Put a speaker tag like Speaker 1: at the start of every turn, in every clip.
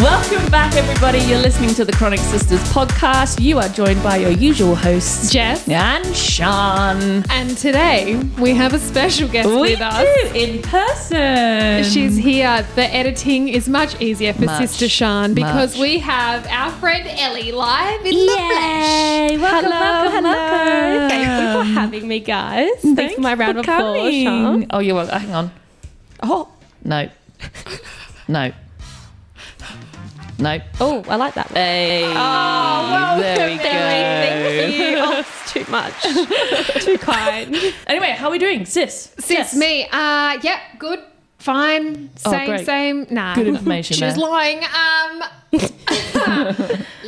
Speaker 1: back, everybody. You're listening to the Chronic Sisters podcast. You are joined by your usual hosts,
Speaker 2: Jeff.
Speaker 1: and Sean.
Speaker 2: And today we have a special guest
Speaker 1: We
Speaker 2: with us.
Speaker 1: do in person.
Speaker 2: She's here. The editing is much easier for
Speaker 1: Much,
Speaker 2: Sister Shan because
Speaker 1: much.
Speaker 2: we have our friend Ellie live in the flesh.
Speaker 3: Yay! Welcome, welcome,
Speaker 1: hello.
Speaker 3: welcome. Thank you for having me, guys. Thanks, for my round of applause. Sean.
Speaker 1: Oh, you're welcome. Hang on.
Speaker 3: Oh,
Speaker 1: No. no. No.
Speaker 3: oh, I like that.
Speaker 1: Hey.
Speaker 3: Oh,
Speaker 1: there we go.
Speaker 3: Thank you. Oh, it's too much. too kind.
Speaker 1: Anyway, how are we doing, sis?
Speaker 2: Sis, me. Uh, yep, good, fine,
Speaker 1: Oh,
Speaker 2: same,
Speaker 1: great.
Speaker 2: same. Nah.
Speaker 1: Good information
Speaker 2: She's
Speaker 1: there.
Speaker 2: lying. Um,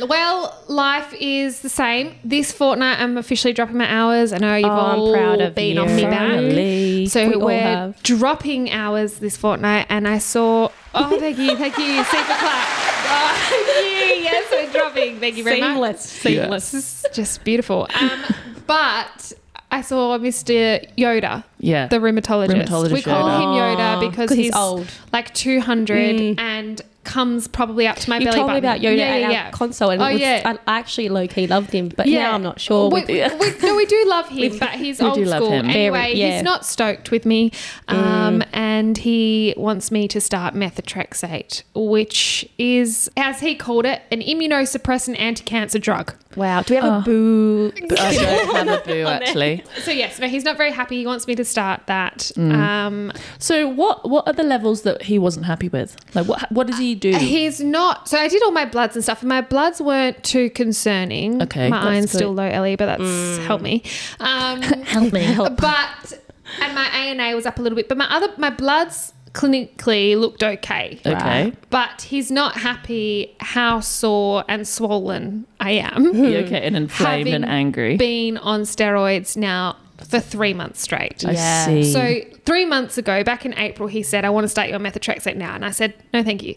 Speaker 2: well, life is the same. This fortnight, I'm officially dropping my hours. I know you've
Speaker 3: Oh, I'm
Speaker 2: all
Speaker 3: proud of
Speaker 2: been
Speaker 3: you.
Speaker 2: on me back.
Speaker 1: Finally.
Speaker 2: So
Speaker 3: We all
Speaker 2: are
Speaker 3: have.
Speaker 2: dropping hours this fortnight, and I saw. Oh, thank you, thank you, super clap. Oh, thank you. Yes, we're dropping. Thank you very much.
Speaker 3: Seamless, seamless.
Speaker 2: This is just beautiful. Um, but I saw Mr. Yoda,
Speaker 1: Yeah.
Speaker 2: the rheumatologist.
Speaker 1: Rheumatologist
Speaker 2: we call
Speaker 1: Yoda.
Speaker 2: him Yoda
Speaker 3: Oh,
Speaker 2: because
Speaker 3: 'cause
Speaker 2: he's,
Speaker 3: he's old. Mm.
Speaker 2: like 200, and comes probably up to my
Speaker 3: You
Speaker 2: belly
Speaker 3: told me
Speaker 2: button.
Speaker 3: about Yoda
Speaker 2: yeah,
Speaker 3: at
Speaker 2: yeah,
Speaker 3: our
Speaker 2: yeah.
Speaker 3: console, and
Speaker 2: Oh,
Speaker 3: it was,
Speaker 2: yeah.
Speaker 3: I I actually low key loved him, but now I'm not sure.
Speaker 2: We,
Speaker 3: with-
Speaker 2: we- no, we do love him, but he's
Speaker 1: We do
Speaker 2: old
Speaker 1: love
Speaker 2: school.
Speaker 1: him.
Speaker 2: Anyway,
Speaker 3: Very, yeah. Mm.
Speaker 2: he's not stoked with me, um, and he wants me to start methotrexate, which is, as he called it, an immunosuppressant anti-cancer drug.
Speaker 3: wow. Do we have a boo?
Speaker 1: I don't have a boo, actually.
Speaker 2: So yes, no, he's not very happy. He wants me to start that.
Speaker 1: Mm.
Speaker 2: Um,
Speaker 1: So what what are the levels that he wasn't happy with? Like what what does he do?
Speaker 2: He's not. So I did all my bloods and stuff, and my bloods weren't too concerning.
Speaker 1: Okay,
Speaker 2: my
Speaker 1: that's
Speaker 2: iron's
Speaker 1: good.
Speaker 2: still low, Ellie, but that's helped me. Um,
Speaker 3: Help me. Help.
Speaker 2: but and my A and A was up a little bit, but my other my bloods clinically looked okay.
Speaker 1: okay.
Speaker 2: But he's not happy how sore and swollen I am.
Speaker 4: Mm.
Speaker 1: Yeah, okay, and inflamed
Speaker 2: Having
Speaker 1: and angry.
Speaker 2: Been on steroids now for three months straight.
Speaker 1: I
Speaker 3: Yeah.
Speaker 1: see.
Speaker 2: So three months ago, back in April, he said, "I want to start your methotrexate now," and I said, "No, thank you."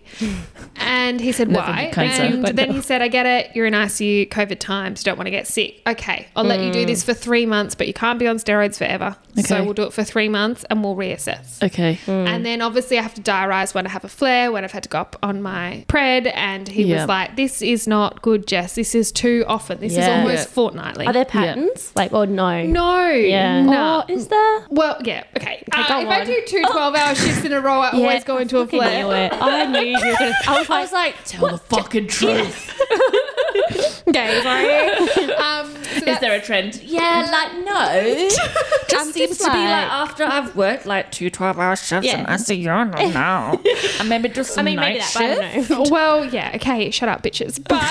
Speaker 2: and he said,
Speaker 1: No,
Speaker 2: "Why?"
Speaker 1: thank you, can't say,
Speaker 2: And
Speaker 1: but
Speaker 2: then
Speaker 1: no.
Speaker 2: he said, "I get it. You're in ICU, COVID times. Don't want to get sick. Okay, I'll let you do this for three months, but you can't be on steroids forever.
Speaker 1: Okay.
Speaker 2: So we'll do it for three months, and we'll reassess."
Speaker 1: okay.
Speaker 2: And then obviously I have to diarise when I have a flare, when I've had to go up on my pred. And he
Speaker 1: Yeah.
Speaker 2: was like, "This is not good, Jess. This is too often. This is
Speaker 3: Yeah.
Speaker 2: almost
Speaker 1: Yeah.
Speaker 2: fortnightly."
Speaker 3: Are there patterns? Like, or no?
Speaker 2: no,
Speaker 3: Yeah.
Speaker 2: no.
Speaker 3: Oh, is there?
Speaker 2: Well, yeah, okay. Uh,
Speaker 3: go
Speaker 2: if I
Speaker 3: on.
Speaker 2: do two 12 hour shifts in a row, I always go into a
Speaker 3: fucking Knew
Speaker 2: flare.
Speaker 3: it. I knew you were gonna. I was like,
Speaker 1: Tell the fucking truth.
Speaker 2: Okay, sorry. um, so
Speaker 1: Is
Speaker 2: that-
Speaker 1: there a trend?
Speaker 3: yeah, like no.
Speaker 5: just seems to be like
Speaker 3: "Oh,
Speaker 5: after I've worked like two 12 hour shifts
Speaker 3: Yeah.
Speaker 5: and I say, you're not now.
Speaker 1: And maybe just
Speaker 3: I mean,
Speaker 1: night
Speaker 3: maybe that.
Speaker 1: shift.
Speaker 3: But I don't know.
Speaker 2: well, yeah, okay, shut up, bitches. But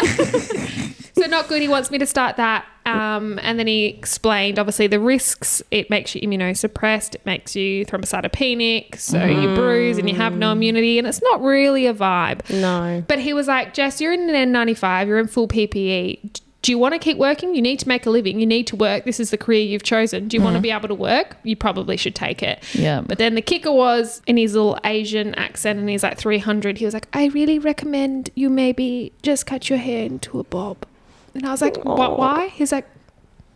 Speaker 2: so not good. He wants me to start that. Um, and then he explained, obviously, the risks. It makes you immunosuppressed. It makes you thrombocytopenic. So you bruise and you have no immunity. And it's not really a vibe.
Speaker 3: No.
Speaker 2: But he was like, Jess, you're in an N95, you're in full PPE. D- Do you want to keep working? You need to make a living. You need to work. This is the career you've chosen. Do you want to be able to work? You probably should take it.
Speaker 1: Yeah.
Speaker 2: But then the kicker was in his little Asian accent, and he's like 300. He was like, I really recommend you maybe just cut your hair into a bob. And I was like, what? Why? He's like,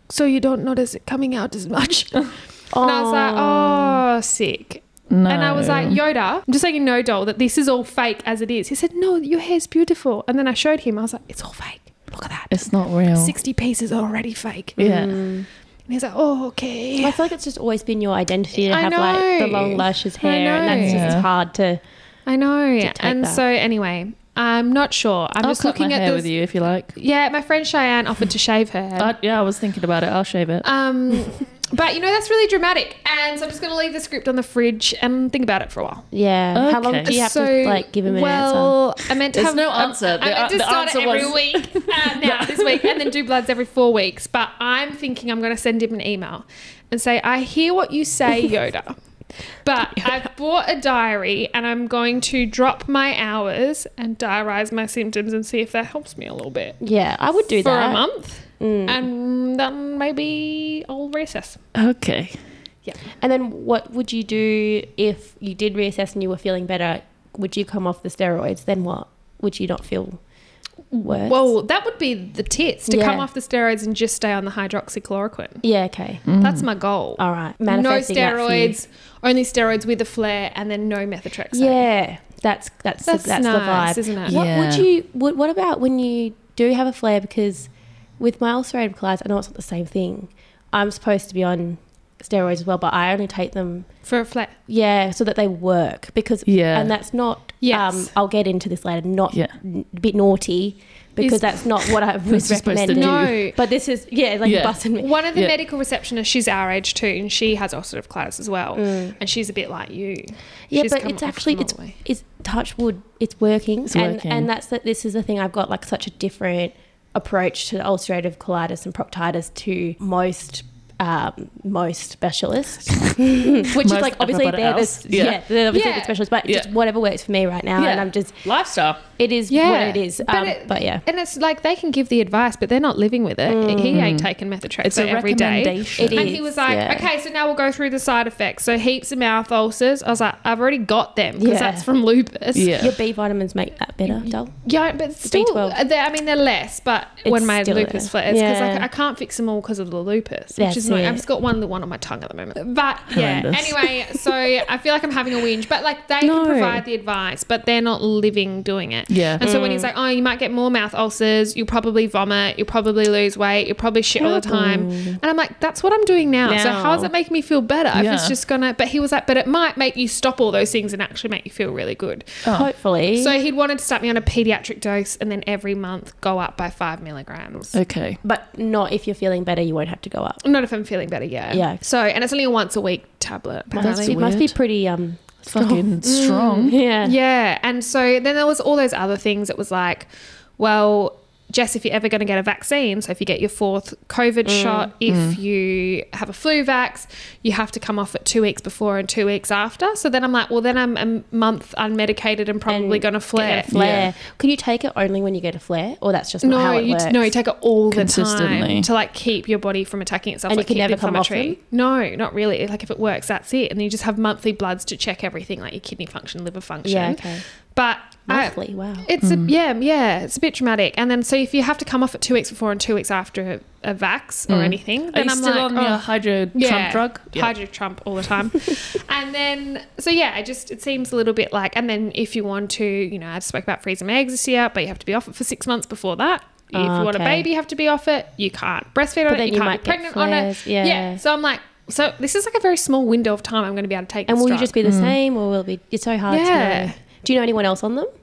Speaker 2: so you don't notice it coming out as much. and I was like, oh, sick.
Speaker 1: No.
Speaker 2: And I was like, Yoda, I'm just letting you know, doll, that this is all fake as it is. He said, No, your hair's beautiful. And then I showed him, I was like, It's all fake. Look at that.
Speaker 1: it's not real.
Speaker 2: 60 pieces are already fake. And
Speaker 4: Mm.
Speaker 1: yeah.
Speaker 2: he's like, Oh, okay.
Speaker 3: I feel like it's just always been your identity to
Speaker 2: I
Speaker 3: have like the
Speaker 2: know.
Speaker 3: long lashes
Speaker 2: I
Speaker 3: hair, and that's
Speaker 1: know.
Speaker 3: just
Speaker 1: Yeah.
Speaker 3: it's hard to.
Speaker 2: I know.
Speaker 3: take
Speaker 2: And
Speaker 3: that.
Speaker 2: so, anyway, I'm not sure. I'm
Speaker 1: I'll
Speaker 2: just
Speaker 1: cut
Speaker 2: looking
Speaker 1: my
Speaker 2: at
Speaker 1: hair
Speaker 2: this.
Speaker 1: with you if you like.
Speaker 2: Yeah, my friend Cheyenne offered to shave her head.
Speaker 1: I, yeah, I was thinking about it. I'll shave it.
Speaker 2: Um, but you know, that's really dramatic. And so I'm just going to leave the script on the fridge and think about it for a while.
Speaker 3: Yeah. How long
Speaker 1: Okay.
Speaker 3: do you have to like give him an answer?
Speaker 2: well, I meant to
Speaker 1: There's
Speaker 2: have
Speaker 1: no
Speaker 2: I-
Speaker 1: answer.
Speaker 2: I
Speaker 1: The-
Speaker 2: meant to
Speaker 1: the
Speaker 2: start it
Speaker 1: answer
Speaker 2: every
Speaker 1: was-
Speaker 2: week. Uh, now this week, and then do bloods every four weeks. But I'm thinking I'm going to send him an email and say, "I hear what you say, Yoda." But I've bought a diary and I'm going to drop my hours and diarise my symptoms and see if that helps me a little bit
Speaker 3: Yeah, I would do
Speaker 2: for
Speaker 3: that. Mm.
Speaker 2: a month. And then maybe I'll recess.
Speaker 1: okay.
Speaker 3: And then what would you do if you did reassess and you were feeling better? Would you come off the steroids? Then what? Would you not feel worse?
Speaker 2: Well, that would be the tits to
Speaker 3: Yeah.
Speaker 2: come off the steroids and just stay on the hydroxychloroquine.
Speaker 3: yeah. Okay.
Speaker 2: That's my goal.
Speaker 3: All right.
Speaker 2: no
Speaker 3: Manifesting that for you.
Speaker 2: steroids, only steroids with a flare, and then no methotrexate.
Speaker 3: Yeah. That's that's
Speaker 2: That's,
Speaker 3: that's,
Speaker 2: nice,
Speaker 3: the vibe.
Speaker 2: isn't it?
Speaker 3: What would
Speaker 4: Yeah.
Speaker 3: you? What, what about when you do have a flare? Because with my ulcerative colitis, I know it's not the same thing. I'm supposed to be on steroids as well, but I only take them
Speaker 2: For a flat.
Speaker 3: yeah, so that they work because
Speaker 4: Yeah.
Speaker 3: and that's not.
Speaker 2: Yes.
Speaker 3: um, I'll get into this later. Not
Speaker 4: Yeah.
Speaker 3: n- a bit naughty because
Speaker 2: Is-
Speaker 3: that's not what I was
Speaker 4: you're supposed to
Speaker 3: recommended.
Speaker 2: do. No.
Speaker 3: but this is yeah, like
Speaker 4: Yeah.
Speaker 3: busting me.
Speaker 2: One of the
Speaker 4: Yeah.
Speaker 2: medical receptionists, she's our age too, and she has ulcerative colitis as well, and she's a bit like you.
Speaker 3: Mm. Yeah,
Speaker 2: She's
Speaker 3: but
Speaker 2: come
Speaker 3: it's
Speaker 2: off
Speaker 3: actually
Speaker 2: from
Speaker 3: it's
Speaker 2: all the way.
Speaker 3: it's touch wood. It's working,
Speaker 4: It's
Speaker 3: and
Speaker 4: working.
Speaker 3: and that's that. This is the thing. I've got like such a different approach to ulcerative colitis and proctitis to most. Um, most specialists, which is
Speaker 4: Most
Speaker 3: like obviously
Speaker 4: everybody
Speaker 3: they're
Speaker 4: else.
Speaker 3: the,
Speaker 4: Yeah.
Speaker 3: yeah. they're obviously
Speaker 2: Yeah.
Speaker 3: the specialists, but just
Speaker 4: Yeah.
Speaker 3: whatever works for me right now, and
Speaker 4: Yeah.
Speaker 3: I'm just
Speaker 4: Lifestyle.
Speaker 3: it is what it is. Um, but,
Speaker 2: it-
Speaker 3: yeah,
Speaker 2: And it's like they can give the advice, but they're not living with it. He
Speaker 3: Mm.
Speaker 2: ain't taking methotrexate
Speaker 4: It's a
Speaker 2: every day.
Speaker 4: recommendation.
Speaker 3: It is.
Speaker 2: And he was like,
Speaker 3: yeah.
Speaker 2: okay, so now we'll go through the side effects. So heaps of mouth ulcers. I was like, I've already got them because
Speaker 3: Yeah.
Speaker 2: that's from lupus.
Speaker 4: Yeah.
Speaker 3: Your B vitamins make that better, Dol.
Speaker 2: Yeah, but still,
Speaker 3: B12.
Speaker 2: they're- I mean, they're less. But when my
Speaker 3: still
Speaker 2: lupus
Speaker 3: there.
Speaker 2: flares, because
Speaker 3: Yeah.
Speaker 2: I, can't fix them all because of the lupus, which
Speaker 3: That's
Speaker 2: is annoying.
Speaker 3: it.
Speaker 2: I've just got one little one on my tongue at the moment. But yeah,
Speaker 4: Horrendous.
Speaker 2: anyway, so I feel like I'm having a whinge. But like they
Speaker 3: No.
Speaker 2: can provide the advice, but they're not living doing it.
Speaker 4: Yeah. Mm.
Speaker 2: And so when he's like, oh, you might get more mouth ulcers, you'll probably vomit, you'll probably lose weight, you'll probably shit all the time. And I'm like, that's what I'm doing now. So
Speaker 4: Now.
Speaker 2: how is it making me feel better? If
Speaker 4: Yeah.
Speaker 2: it's just gonna. But he was like, but it might make you stop all those things and actually make you feel really good.
Speaker 4: Oh.
Speaker 3: Hopefully.
Speaker 2: So he'd wanted to start me on a pediatric dose and then every month go up by five milligrams.
Speaker 3: Oh.
Speaker 4: Okay.
Speaker 3: but not if you're feeling better, you won't have to go up.
Speaker 2: Not if I'm feeling better, yeah.
Speaker 3: Yeah.
Speaker 2: So, and it's only a once a week tablet.
Speaker 4: That's
Speaker 3: it must be
Speaker 4: weird.
Speaker 3: pretty um strong.
Speaker 4: Fucking strong.
Speaker 3: Yeah.
Speaker 2: Yeah. And so then there was all those other things. It was like, well, Jess, if you're ever going to get a vaccine, so if you get your fourth COVID
Speaker 3: Mm,
Speaker 2: shot, if you have a flu vax, you have to come off it two weeks before and two weeks after. So then I'm like, well, then I'm a month unmedicated and probably
Speaker 3: And
Speaker 2: going to flare.
Speaker 3: Get a flare. Can you take it only when you get a flare, or that's just not
Speaker 2: No,
Speaker 3: how it
Speaker 2: you
Speaker 3: works?
Speaker 2: no, you take it all the
Speaker 4: Consistently.
Speaker 2: time to like keep your body from attacking itself.
Speaker 3: And you
Speaker 2: like
Speaker 3: can
Speaker 2: keep the
Speaker 3: never come off
Speaker 2: inflammatory. No, not really. Like if it works, that's it. And you just have monthly bloods to check everything, like your kidney function, liver function.
Speaker 3: Yeah, okay.
Speaker 2: But I-
Speaker 3: Monthly, wow.
Speaker 2: it's a, yeah, yeah, it's a bit dramatic. And then so if you have to come off it two weeks before and two weeks after a, a vax
Speaker 3: Hmm.
Speaker 2: or anything,
Speaker 4: Are
Speaker 2: then
Speaker 4: you
Speaker 2: I'm
Speaker 4: still
Speaker 2: like,
Speaker 4: on
Speaker 2: oh,
Speaker 4: your hydro Trump
Speaker 2: yeah,
Speaker 4: drug?
Speaker 2: Hydro Trump all the time. and then, so yeah, I just, it seems a little bit like, and then if you want to, you know, I spoke about freezing my eggs this year, but you have to be off it for six months before that. If you
Speaker 3: Oh,
Speaker 2: want a
Speaker 3: okay.
Speaker 2: baby, you have to be off it. You can't breastfeed on
Speaker 3: then
Speaker 2: it. You,
Speaker 3: you
Speaker 2: can't
Speaker 3: might
Speaker 2: be
Speaker 3: get
Speaker 2: pregnant on it.
Speaker 3: flares, yeah.
Speaker 2: So I'm like, so this is like a very small window of time I'm going to be able to take.
Speaker 3: and
Speaker 2: this
Speaker 3: will you
Speaker 2: drug.
Speaker 3: just be the
Speaker 4: Mm.
Speaker 3: same, or will it be? It's so hard
Speaker 2: Yeah.
Speaker 3: to know. Do you know anyone else on them?
Speaker 2: Uh,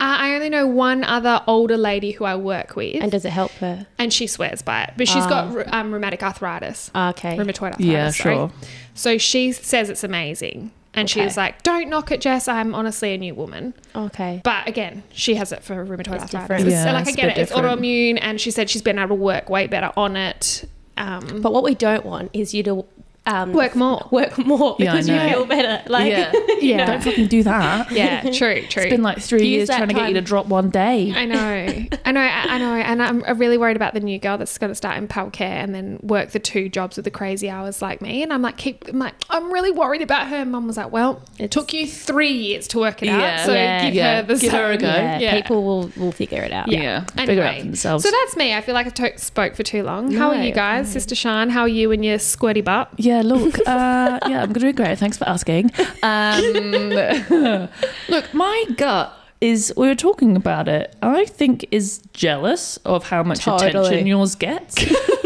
Speaker 2: I only know one other older lady who I work with,
Speaker 3: And Ah.
Speaker 2: and,
Speaker 3: does it help her?
Speaker 2: she swears by it, but she's got rh- um, rheumatic arthritis.
Speaker 3: Ah, okay.
Speaker 2: rheumatoid arthritis.
Speaker 4: Yeah,
Speaker 2: sorry.
Speaker 4: sure.
Speaker 2: So she says it's amazing. And she
Speaker 3: Okay.
Speaker 2: was like, don't knock it, Jess. I'm honestly a new woman.
Speaker 3: Okay.
Speaker 2: But again, she has it for rheumatoid
Speaker 3: It's
Speaker 2: arthritis.
Speaker 3: different.
Speaker 4: Yeah,
Speaker 2: so, like, I
Speaker 4: it's a
Speaker 2: get
Speaker 4: bit
Speaker 2: it. It's
Speaker 4: different.
Speaker 2: autoimmune. And she said she's been able to work way better on it. Um,
Speaker 3: But what we don't want is you to um,
Speaker 2: work more.
Speaker 3: work more
Speaker 4: Yeah, I
Speaker 3: because
Speaker 4: know.
Speaker 3: you feel better. Like
Speaker 4: yeah.
Speaker 2: Yeah.
Speaker 4: Don't fucking do that.
Speaker 2: Yeah, true, true.
Speaker 4: It's been like three
Speaker 3: Use
Speaker 4: years
Speaker 3: that
Speaker 4: trying to get you to
Speaker 3: time.
Speaker 4: drop one day.
Speaker 2: I know, I know, I I know, and I'm I'm really worried about the new girl that's going to start in pal care and then work the two jobs with the crazy hours like me. And I'm like, keep, I'm like, I'm really worried about her. And Mum was like, well, it
Speaker 3: It's-
Speaker 2: took you three years to work it
Speaker 4: Yeah.
Speaker 2: out, so
Speaker 3: Yeah.
Speaker 2: give
Speaker 4: Yeah.
Speaker 2: her the
Speaker 4: Give her a
Speaker 2: same."
Speaker 4: go.
Speaker 3: yeah,
Speaker 2: Yeah.
Speaker 3: people will will figure it out.
Speaker 4: Yeah. Figure it out for themselves.
Speaker 2: So that's me. I feel like I to- spoke for too long. How are
Speaker 4: No,
Speaker 2: you guys, Sister Shan? How are you and your squirty butt?
Speaker 4: Yeah, look, uh, yeah, I'm doing great. Thanks for asking. Um, look, my gut is, we were talking about it, I think is jealous of how much attention
Speaker 3: Totally.
Speaker 4: yours gets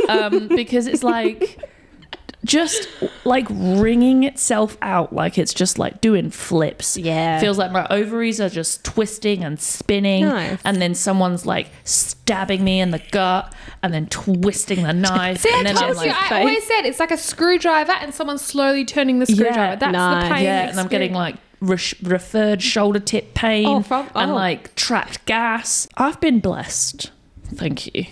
Speaker 4: um, because it's like just like wringing itself out like it's just like doing flips
Speaker 3: Yeah.
Speaker 4: feels like my ovaries are just twisting and spinning
Speaker 3: Nice.
Speaker 4: and then someone's like stabbing me in the gut and then twisting the knife
Speaker 2: See,
Speaker 4: and
Speaker 2: I
Speaker 4: then
Speaker 2: told you. I always said it's like a screwdriver and someone's slowly turning the screwdriver. That's
Speaker 3: nice.
Speaker 2: the pain.
Speaker 4: yeah, and I'm getting like re- referred shoulder tip pain
Speaker 3: Oh, from-
Speaker 4: and
Speaker 3: oh.
Speaker 4: like trapped gas. I've been blessed, thank you,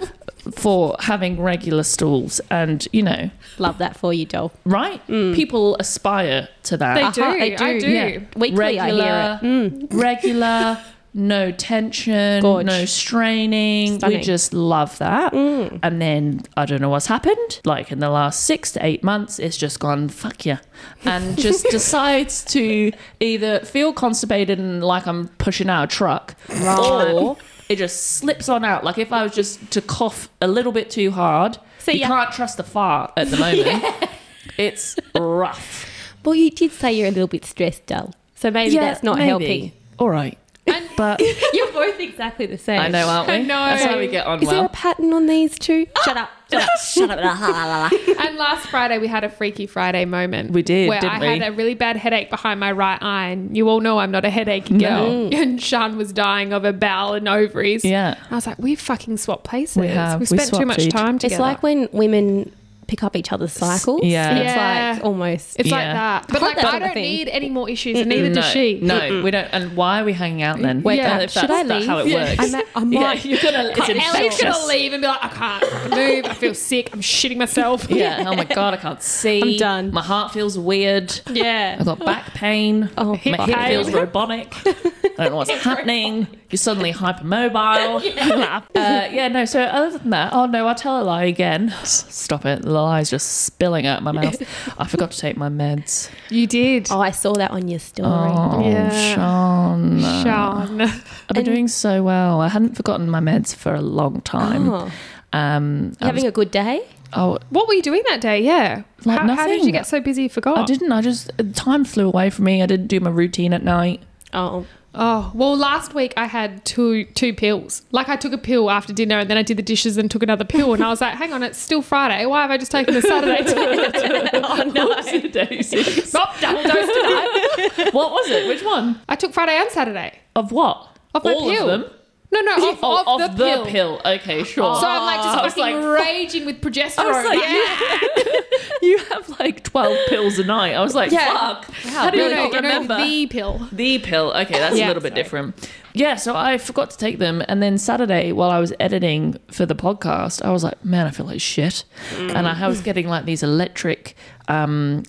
Speaker 4: for having regular stools. And, you know,
Speaker 3: Love that for you, Dol.
Speaker 4: right? People aspire to that.
Speaker 2: They,
Speaker 3: Uh-huh,
Speaker 2: do,
Speaker 3: Mm. they
Speaker 2: I
Speaker 3: do.
Speaker 2: do.
Speaker 4: Yeah.
Speaker 3: Weekly, I hear Mm.
Speaker 4: regular, regular, no tension,
Speaker 3: Gorge.
Speaker 4: no straining. We
Speaker 3: Stunning. Mm.
Speaker 4: just love that. And then I don't know what's happened. Like in the last six to eight months, it's just gone fuck yeah, and just decides to either feel constipated and like I'm pushing out a truck, or it just slips on out. Like if I was just to cough a little bit too hard.
Speaker 3: So
Speaker 4: you
Speaker 3: yeah.
Speaker 4: can't trust the fart at the moment. It's rough.
Speaker 3: Well, you did say you're a little bit stressed, Dal. So maybe that's not helping.
Speaker 4: all right.
Speaker 2: And-
Speaker 4: But
Speaker 3: You're both exactly the same.
Speaker 4: I know, aren't
Speaker 2: I
Speaker 4: we?
Speaker 2: know.
Speaker 4: That's how we get on
Speaker 3: Is there a
Speaker 4: well. Ah!
Speaker 3: pattern on these two? Shut up.
Speaker 5: Shut up. la, la, la, la.
Speaker 2: And last Friday, we had a Freaky Friday moment.
Speaker 4: We did,
Speaker 2: Where
Speaker 4: didn't
Speaker 2: I
Speaker 4: we?
Speaker 2: had a really bad headache behind my right eye. And you all know I'm not a headache girl. And Shan was dying of her bowel and ovaries.
Speaker 4: Yeah.
Speaker 2: And I was like, we've fucking swapped places. We
Speaker 4: have.
Speaker 2: have.
Speaker 4: We
Speaker 2: We've spent too
Speaker 4: swapped
Speaker 2: much
Speaker 4: each-
Speaker 2: time together.
Speaker 3: It's like when women pick up each other's cycles.
Speaker 4: yeah.
Speaker 3: And it's
Speaker 2: Yeah.
Speaker 3: like almost.
Speaker 2: It's
Speaker 4: Yeah.
Speaker 2: like that. But like,
Speaker 3: that
Speaker 2: I
Speaker 3: sort of
Speaker 2: don't
Speaker 3: thing.
Speaker 2: need any more issues, and neither
Speaker 4: no,
Speaker 2: does she.
Speaker 4: No, we don't. And why are we hanging out then?
Speaker 3: Wait,
Speaker 4: yeah.
Speaker 3: uh,
Speaker 4: if
Speaker 3: should
Speaker 4: that's
Speaker 3: I
Speaker 4: not how it
Speaker 3: leave?
Speaker 4: works.
Speaker 3: I'm at- I'm
Speaker 4: yeah,
Speaker 3: like-
Speaker 4: you're gonna. It's
Speaker 2: Ellie's
Speaker 4: infectious.
Speaker 2: gonna leave and be like, I can't fucking move. I feel sick. I'm shitting myself.
Speaker 4: Yeah. Oh my god, I can't see.
Speaker 3: I'm done.
Speaker 4: My heart feels weird.
Speaker 2: Yeah.
Speaker 4: I've got back pain.
Speaker 3: Oh,
Speaker 4: my
Speaker 3: hip
Speaker 4: hip
Speaker 2: pain.
Speaker 4: feels robotic. I don't know what's happening. You're suddenly hypermobile. yeah. Uh, yeah, no. So other than that, oh no, I tell a lie again. Stop it. The lie is just spilling out my mouth. I forgot to take my meds.
Speaker 2: You did.
Speaker 3: Oh, I saw that on your story.
Speaker 4: Oh,
Speaker 2: Yeah.
Speaker 4: Sean,
Speaker 2: Shan.
Speaker 4: I've been doing so well. I hadn't forgotten my meds for a long time.
Speaker 3: Oh.
Speaker 4: Um, I was-
Speaker 3: You having a good day?
Speaker 4: oh,
Speaker 2: What were you doing that day? Yeah.
Speaker 4: Like
Speaker 2: how, how did
Speaker 4: nothing.
Speaker 2: you get so busy you forgot?
Speaker 4: I didn't. I just time flew away from me. I didn't do my routine at night.
Speaker 3: Oh.
Speaker 2: Oh well, last week I had two two pills. Like I took a pill after dinner, and then I did the dishes and took another pill, and I was like, "Hang on, it's still Friday. Why have I just taken a Saturday?" tablet?"
Speaker 4: Oh no! Daisies.
Speaker 2: Nope, double dose tonight.
Speaker 4: what was it? Which one?
Speaker 2: I took Friday and Saturday.
Speaker 4: Of what?
Speaker 2: Of my
Speaker 4: All
Speaker 2: pill.
Speaker 4: of them.
Speaker 2: No, no, off,
Speaker 4: Oh,
Speaker 2: off the, pill.
Speaker 4: Okay, sure.
Speaker 2: So I'm like just
Speaker 4: Oh, I was
Speaker 2: fucking
Speaker 4: like,
Speaker 2: raging with progesterone.
Speaker 4: I was like, you have like twelve pills a night. I was like,
Speaker 2: Yeah.
Speaker 4: fuck. How do you
Speaker 2: no, no,
Speaker 4: not
Speaker 2: no,
Speaker 4: remember
Speaker 2: the pill?
Speaker 4: The pill. Okay, that's
Speaker 2: Yeah.
Speaker 4: a little bit different. Yeah, so I forgot to take them. And then Saturday, while I was editing for the podcast, I was like, man, I feel like shit.
Speaker 3: Mm.
Speaker 4: And I was getting like these electric, um,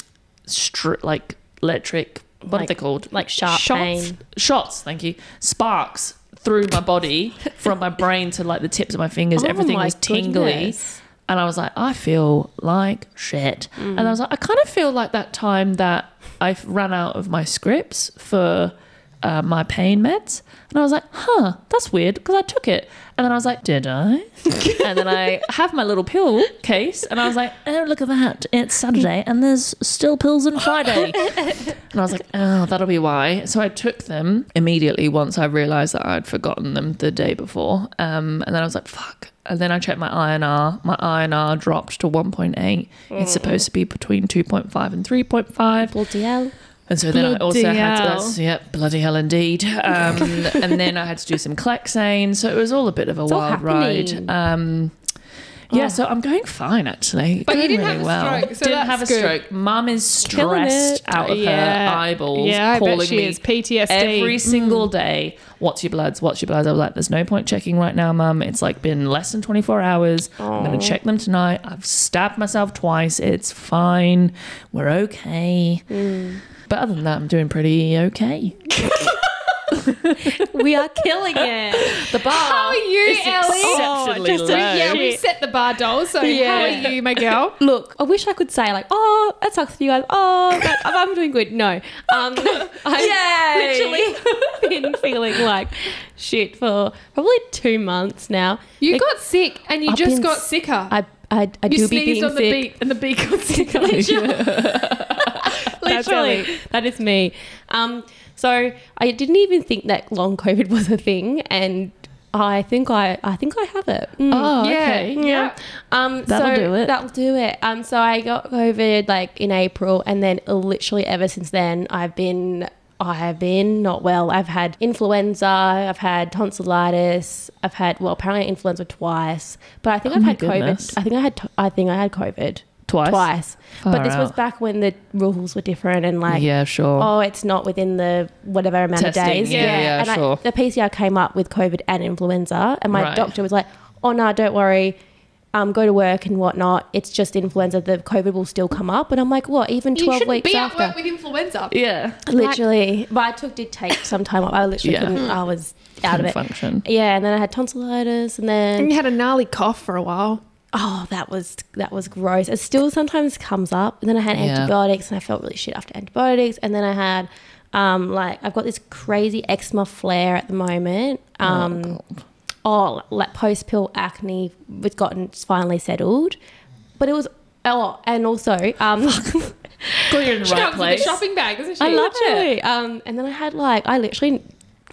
Speaker 4: stri- like electric, what are
Speaker 3: Like-
Speaker 4: they called?
Speaker 3: Like sharp
Speaker 2: Shots?
Speaker 3: pain.
Speaker 4: Shots, thank you. Sparks through my body from my brain to like the tips of my fingers.
Speaker 3: Oh
Speaker 4: Everything
Speaker 3: my
Speaker 4: was tingly.
Speaker 3: goodness.
Speaker 4: And I was like, I feel like shit. And I was like, I kind of feel like that time that I ran out of my scripts for uh, my pain meds. And I was like, huh, that's weird because I took it. And then I was like, did I? and then I have my little pill case and I was like, oh, look at that. It's Saturday and there's still pills on Friday. And I was like, oh, that'll be why. So I took them immediately once I realized that I'd forgotten them the day before. Um, and then I was like, fuck. And then I checked my INR. My INR dropped to 1.8. It's supposed to be between 2.5 and 3.5.
Speaker 3: Bloody hell.
Speaker 4: And so then I also
Speaker 2: Bloody
Speaker 4: had to,
Speaker 2: hell.
Speaker 4: that's, yeah, bloody hell indeed. Um, and then I had to do some Clexane. So it was all a bit of a
Speaker 3: all
Speaker 4: wild ride.
Speaker 3: happening.
Speaker 4: Um, yeah, so I'm going fine actually.
Speaker 2: Oh. But you
Speaker 4: Going
Speaker 2: didn't have a stroke, so
Speaker 4: didn't
Speaker 2: that's
Speaker 4: have a
Speaker 2: good.
Speaker 4: stroke. Mum is
Speaker 3: Killing
Speaker 4: stressed
Speaker 3: it.
Speaker 4: out of her eyeballs,
Speaker 2: Yeah, I
Speaker 4: calling
Speaker 2: bet she
Speaker 4: me
Speaker 2: is PTSD.
Speaker 4: every
Speaker 2: Mm.
Speaker 4: single day. What's your bloods? What's your bloods? I was like, there's no point checking right now, Mum. It's like been less than 24 hours. I'm gonna check them tonight. I've stabbed myself twice. It's fine. We're okay. But other than that, I'm doing pretty okay.
Speaker 3: We are killing it.
Speaker 4: The bar.
Speaker 2: How are you,
Speaker 4: is
Speaker 2: Ellie?
Speaker 4: Exceptionally
Speaker 3: just a-
Speaker 4: low.
Speaker 2: yeah, we set the bar, doll. So
Speaker 3: Yeah.
Speaker 2: how are you, my girl?
Speaker 3: Look, I wish I could say like, oh, that sucks for you guys. Oh, but I'm, I'm doing good. No, um, I've literally been feeling like shit for probably two months now.
Speaker 2: You
Speaker 3: It-
Speaker 2: got sick and you
Speaker 3: I've
Speaker 2: just
Speaker 3: been
Speaker 2: got
Speaker 3: s-
Speaker 2: sicker.
Speaker 3: I, I, I
Speaker 2: you
Speaker 3: do be
Speaker 2: sneezed
Speaker 3: being
Speaker 2: on the
Speaker 3: sick.
Speaker 2: beat and the beat got sicker.
Speaker 3: Literally, that is me. Um, so I didn't even think that long COVID was a thing, and I think I, I think I have it. Mm.
Speaker 4: Oh,
Speaker 2: Yeah.
Speaker 4: okay.
Speaker 3: Yeah. Um,
Speaker 4: That'll
Speaker 3: so
Speaker 4: do it.
Speaker 3: That'll do it. Um, so I got COVID like in April, and then literally ever since then, I've been. I have been not well. I've had influenza. I've had tonsillitis. I've had well, apparently influenza twice, but I think
Speaker 4: Oh
Speaker 3: I've
Speaker 4: my
Speaker 3: had
Speaker 4: goodness.
Speaker 3: COVID. I think I had. T- I think I had COVID
Speaker 4: Twice?
Speaker 3: Twice,
Speaker 4: Far
Speaker 3: but this was
Speaker 4: out.
Speaker 3: back when the rules were different and like
Speaker 4: yeah, sure.
Speaker 3: oh, it's not within the whatever amount
Speaker 4: Testing,
Speaker 3: of days.
Speaker 4: yeah, yeah,
Speaker 3: and I-
Speaker 4: sure.
Speaker 3: the PCR came up with COVID and influenza, and my
Speaker 4: Right.
Speaker 3: doctor was like, "Oh no, don't worry." Um, go to work and whatnot. It's just influenza. The COVID will still come up, and I'm like, what? Even
Speaker 2: you
Speaker 3: twelve
Speaker 2: shouldn't
Speaker 3: weeks
Speaker 2: be
Speaker 3: after,
Speaker 2: at work with influenza.
Speaker 4: Yeah.
Speaker 3: literally. but I took did take some time off. I literally
Speaker 4: Yeah.
Speaker 3: couldn't. I was out of
Speaker 4: Couldn't
Speaker 3: it.
Speaker 4: function.
Speaker 3: Yeah, and then I had tonsillitis, and
Speaker 2: And
Speaker 3: then
Speaker 2: you had a gnarly cough for a while.
Speaker 3: oh, that was that was gross. It still sometimes comes up. And then I had
Speaker 4: Yeah.
Speaker 3: antibiotics, and I felt really shit after antibiotics. And then I had um, like I've got this crazy eczema flare at the moment. Um, oh, like post pill acne, it's gotten it's finally settled, but it was oh, and also um,
Speaker 4: Got you in the
Speaker 2: She
Speaker 4: right
Speaker 2: comes with a
Speaker 4: place.
Speaker 2: shopping bag, doesn't she?
Speaker 3: I love it. Um, and then I had like I literally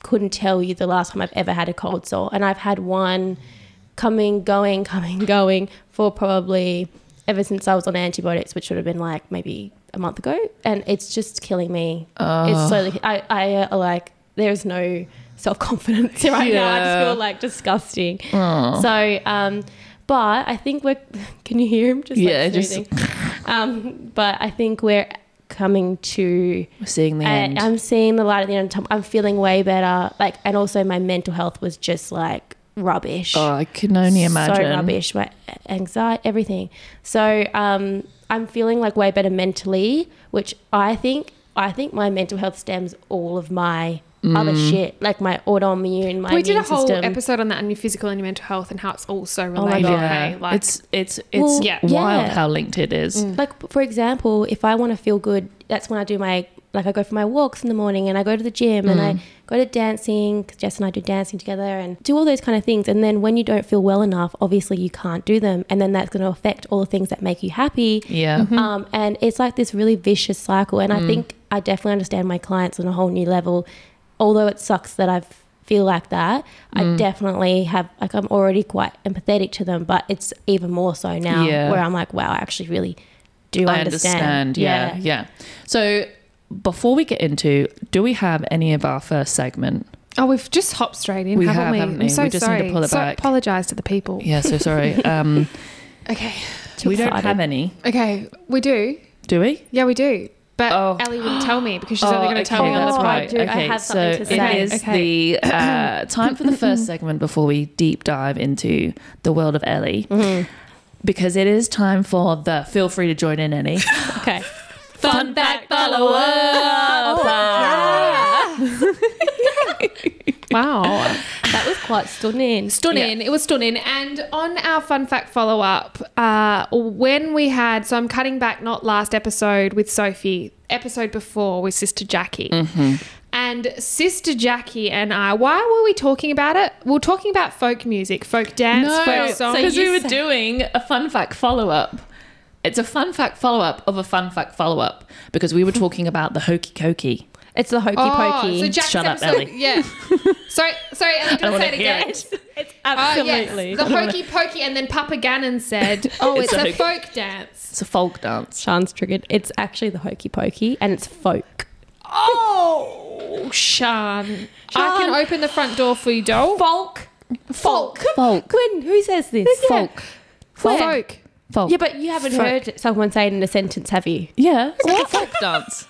Speaker 3: couldn't tell you the last time I've ever had a cold sore. And I've had one coming, going, coming, going for probably ever since I was on antibiotics, which would have been like maybe a month ago. And it's just killing me. It's slowly, I, I uh, like, there's no self confidence right now. I just
Speaker 4: Yeah.
Speaker 3: feel like disgusting. So, um, but I think we're, can you hear him? Just like,
Speaker 4: Yeah, just-
Speaker 3: snoozing? um, but I think we're coming to
Speaker 4: We're seeing the
Speaker 3: I,
Speaker 4: end.
Speaker 3: I'm seeing the light at the end of tunnel. I'm feeling way better. Like, and also my mental health was just like rubbish.
Speaker 4: oh, I can only imagine.
Speaker 3: So rubbish. My anxiety, everything. So, um, I'm feeling like way better mentally, which I think, I think my mental health stems all of my other shit, like my autoimmune, my
Speaker 2: Mm. we did a
Speaker 3: immune
Speaker 2: whole
Speaker 3: system.
Speaker 2: episode on that and your physical and your mental health and how it's all so
Speaker 3: my
Speaker 2: related.
Speaker 3: God.
Speaker 2: Oh hey?
Speaker 4: Yeah,
Speaker 2: Like,
Speaker 4: Oh it's it's it's
Speaker 3: Well,
Speaker 2: Yeah.
Speaker 4: wild
Speaker 3: yeah. Mm.
Speaker 4: how linked it is.
Speaker 3: Like for example, if I want to feel good, that's when I do my like I go for my walks in the morning and I go to the gym and I go to dancing 'cause Jess and I do dancing together and do all those kind of things. And then when you don't feel well enough, obviously you can't do them, and then that's going to affect all the things that make you happy.
Speaker 4: Yeah,
Speaker 3: Um, and it's like this really vicious cycle. And
Speaker 4: Hmm.
Speaker 3: I think I definitely understand my clients on a whole new level. Although it sucks that I feel like that,
Speaker 4: Hmm.
Speaker 3: I definitely have, like, I'm already quite empathetic to them, but it's even more so now
Speaker 4: Yeah.
Speaker 3: where I'm like, wow, I actually really do
Speaker 4: I
Speaker 3: understand.
Speaker 4: understand. Yeah, yeah, So before we get into, do we have any of our first segment?
Speaker 2: oh, we've just hopped straight in,
Speaker 4: We
Speaker 2: haven't
Speaker 4: have,
Speaker 2: we?
Speaker 4: haven't
Speaker 2: I'm
Speaker 4: we?
Speaker 2: so
Speaker 4: We just need to
Speaker 2: sorry.
Speaker 4: pull it
Speaker 2: so
Speaker 4: back.
Speaker 2: apologize to the people.
Speaker 4: Yeah, so sorry. Um,
Speaker 2: Okay,
Speaker 3: Too
Speaker 4: we don't
Speaker 3: excited.
Speaker 4: have any,
Speaker 2: okay, we do.
Speaker 4: do we?
Speaker 2: Yeah, we do. But
Speaker 4: Oh.
Speaker 2: Ellie wouldn't tell me because she's
Speaker 4: Oh,
Speaker 2: only going to tell
Speaker 4: okay,
Speaker 2: me on
Speaker 4: that's
Speaker 2: the
Speaker 3: right.
Speaker 2: pod.
Speaker 3: I do. I have something to say.
Speaker 4: It is
Speaker 2: Okay.
Speaker 4: the uh, time for the first segment before we deep dive into the world of Ellie.
Speaker 3: Mm-hmm.
Speaker 4: Because it is time for the feel free to join in Ellie.
Speaker 3: Okay. Oh,
Speaker 4: Fun fact follower.
Speaker 2: Wow.
Speaker 3: That was quite stunning.
Speaker 2: Stunning. It was stunning. And on our fun fact follow up, uh, when we had, so I'm cutting back not last episode with Sophie, episode before with Sister Jackie.
Speaker 4: Mm-hmm.
Speaker 2: And Sister Jackie and I, why were we talking about it? We were talking about folk music, folk dance, folk songs.
Speaker 4: because we were doing a fun fact follow up. It's a fun fact follow up of a fun fact follow up because we were talking about the hokey pokey.
Speaker 3: It's the hokey
Speaker 2: Oh,
Speaker 3: pokey.
Speaker 2: so Jackie's
Speaker 4: Shut up,
Speaker 2: episode,
Speaker 4: Ellie.
Speaker 2: Yeah. sorry, sorry, Ellie,
Speaker 4: don't
Speaker 2: didn't say it
Speaker 4: wanna hear
Speaker 2: again.
Speaker 4: it.
Speaker 3: it's
Speaker 2: Oh,
Speaker 3: absolutely.
Speaker 2: yes. The hokey pokey. And then Papa Gannon said, oh, it's,
Speaker 4: It's
Speaker 2: a
Speaker 4: a
Speaker 2: folk dance.
Speaker 4: It's a folk dance.
Speaker 3: Sean's triggered. It's actually the hokey pokey and it's folk.
Speaker 2: Oh, Sean. I can open the front door for you, doll. Folk. Folk.
Speaker 4: Folk.
Speaker 3: When? Who says this?
Speaker 4: Folk.
Speaker 3: Where?
Speaker 2: Folk.
Speaker 4: Folk.
Speaker 3: Yeah, but you haven't
Speaker 4: Folk.
Speaker 3: heard someone say it in a sentence, have you?
Speaker 4: Yeah. It's like a folk dance.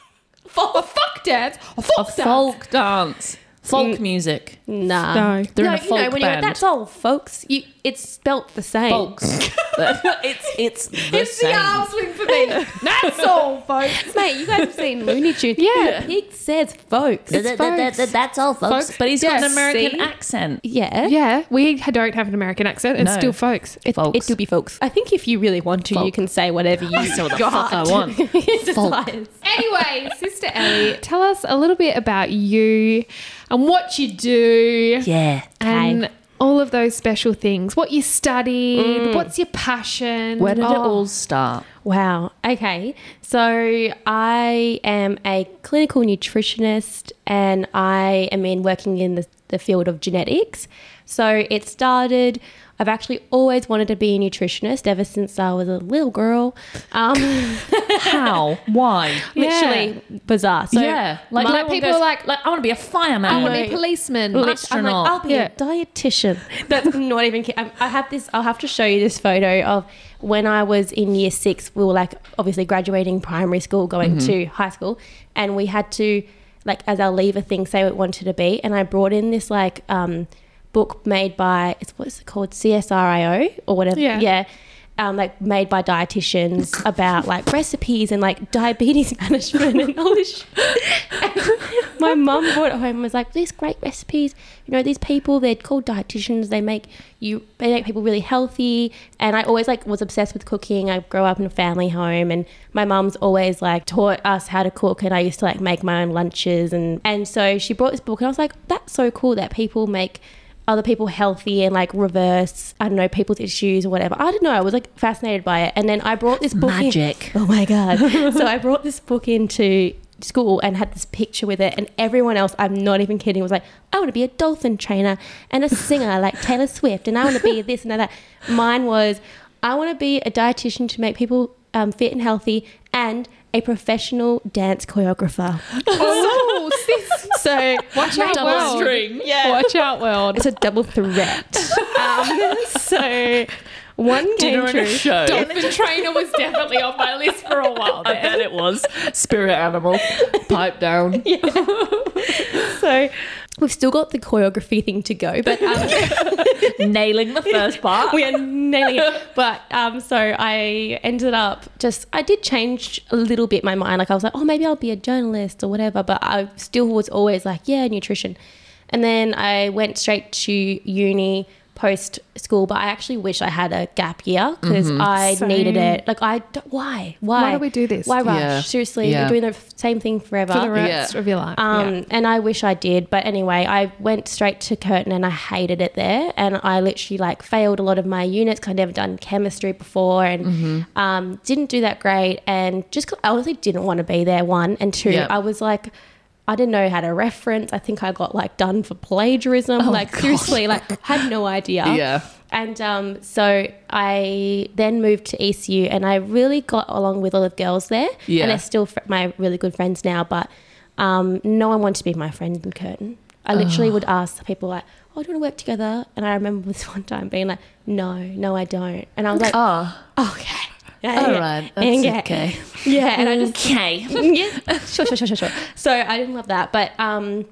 Speaker 2: A fuck dance. A folk
Speaker 4: A
Speaker 2: dance.
Speaker 4: folk dance. Folk music.
Speaker 3: Nah.
Speaker 2: No.
Speaker 4: They're in a
Speaker 3: you know,
Speaker 4: folk
Speaker 3: when you're,
Speaker 4: band.
Speaker 3: that's all, folks. You, it's spelt the same.
Speaker 4: Folks. it's it's the
Speaker 2: It's the
Speaker 4: same.
Speaker 2: arm swing for me. That's all, folks.
Speaker 3: Mate, you guys have seen Looney Tunes.
Speaker 2: Yeah.
Speaker 3: The pig says folks.
Speaker 2: folks.
Speaker 5: That's all, folks.
Speaker 4: But he's got
Speaker 2: Yeah,
Speaker 4: an American
Speaker 2: see?
Speaker 4: accent.
Speaker 3: Yeah.
Speaker 2: Yeah, we don't have an American accent. It's
Speaker 4: No.
Speaker 2: still folks.
Speaker 3: It,
Speaker 4: Folks.
Speaker 3: it do be folks. I think if you really want to, you
Speaker 4: Folk.
Speaker 3: can say whatever you
Speaker 4: I say what the
Speaker 3: got.
Speaker 4: fuck I want.
Speaker 3: It's just
Speaker 4: Folk.
Speaker 3: lies.
Speaker 2: Anyway, Sister Ellie, tell us a little bit about you and what you do
Speaker 4: Yeah.
Speaker 2: and all of those special things. What you studied, what's your passion?
Speaker 4: Mm. Where did it
Speaker 2: Oh.
Speaker 4: all start?
Speaker 3: Wow. Okay. So I am a clinical nutritionist and I am in working in the, the field of genetics. So it started, I've actually always wanted to be a nutritionist ever since I was a little girl. Um,
Speaker 4: How? Why?
Speaker 3: Literally bizarre. So
Speaker 4: yeah. Like, like people are like, like I want to be a fireman.
Speaker 2: I want to be a policeman.
Speaker 3: I'm like, I'm like,
Speaker 4: astronaut.
Speaker 3: I'll be a dietitian. That's not even. kid- I'm- I have this. I'll have to show you this photo of when I was in year six. We were like obviously graduating primary school, going to high school, and we had to like as our lever thing say what we wanted to be. And I brought in this like um, book made by it's what's it called CSIRO or whatever.
Speaker 2: Yeah.
Speaker 3: yeah. Um, like made by dietitians about like recipes and like diabetes management and all this shit my mum brought it home and was like, these great recipes. You know, these people, they're called dietitians. They make you, they make people really healthy. And I always like was obsessed with cooking. I grew up in a family home and my mum's always like taught us how to cook. And I used to like make my own lunches. And, and so she brought this book and I was like, that's so cool that people make other people healthy and like reverse, I don't know, people's issues or whatever. I don't know. I was like fascinated by it. And then I brought this book in.
Speaker 4: Magic.
Speaker 3: Oh my god! so I brought this book into school and had this picture with it, and everyone else, I'm not even kidding, was like, I want to be a dolphin trainer and a singer like Taylor Swift, and I want to be this and that. Mine was, I want to be a dietitian to make people um, fit and healthy, and a professional dance choreographer.
Speaker 2: Oh, sis.
Speaker 3: So
Speaker 2: Watch out,
Speaker 4: Double
Speaker 2: world.
Speaker 4: string.
Speaker 3: yeah,
Speaker 2: Watch out, world.
Speaker 3: it's a double threat. um, so one came
Speaker 4: Dinner and a
Speaker 3: true.
Speaker 4: show.
Speaker 2: Dolphin trainer was definitely on my list for a while
Speaker 4: I
Speaker 2: there.
Speaker 4: bet it was. Spirit animal. Pipe down.
Speaker 3: So we've still got the choreography thing to go, but um,
Speaker 4: Nailing the first part.
Speaker 3: we are nailing it. But um, so I ended up just I did change a little bit my mind. Like I was like, oh, maybe I'll be a journalist or whatever. But I still was always like, yeah, nutrition. And then I went straight to uni post school. But I actually wish I had a gap year because
Speaker 4: Mm-hmm.
Speaker 3: I
Speaker 2: Same.
Speaker 3: needed it. Like I don't- why why
Speaker 2: Why do we do this?
Speaker 3: Why rush?
Speaker 4: Yeah.
Speaker 3: Seriously,
Speaker 4: Yeah.
Speaker 3: you're doing the same thing forever.
Speaker 2: For the rest of your life.
Speaker 3: Um,
Speaker 2: yeah.
Speaker 3: And I wish I did. But anyway, I went straight to Curtin and I hated it there. And I literally like failed a lot of my units 'cause I'd never done chemistry before and
Speaker 4: Mm-hmm.
Speaker 3: um, didn't do that great. And just 'cause I honestly didn't want to be there, one. And two,
Speaker 4: Yeah.
Speaker 3: I was like, I didn't know how to reference. I think I got like done for plagiarism. like seriously, like had no idea.
Speaker 4: Oh, Yeah.
Speaker 3: And um, so I then moved to ECU, and I really got along with all the girls there.
Speaker 4: Yeah.
Speaker 3: And they're still fr- my really good friends now, but um, no one wanted to be my friend in Curtin. I literally would ask people like, "Oh, do you want to work together?" And I remember this one time being like, "No, no, I don't." And I was like,
Speaker 4: Oh,
Speaker 3: "Okay,
Speaker 4: all right. That's okay.
Speaker 3: yeah." And I just
Speaker 5: Okay.
Speaker 3: yeah, sure, sure, sure, sure, sure. So I didn't love that, but um,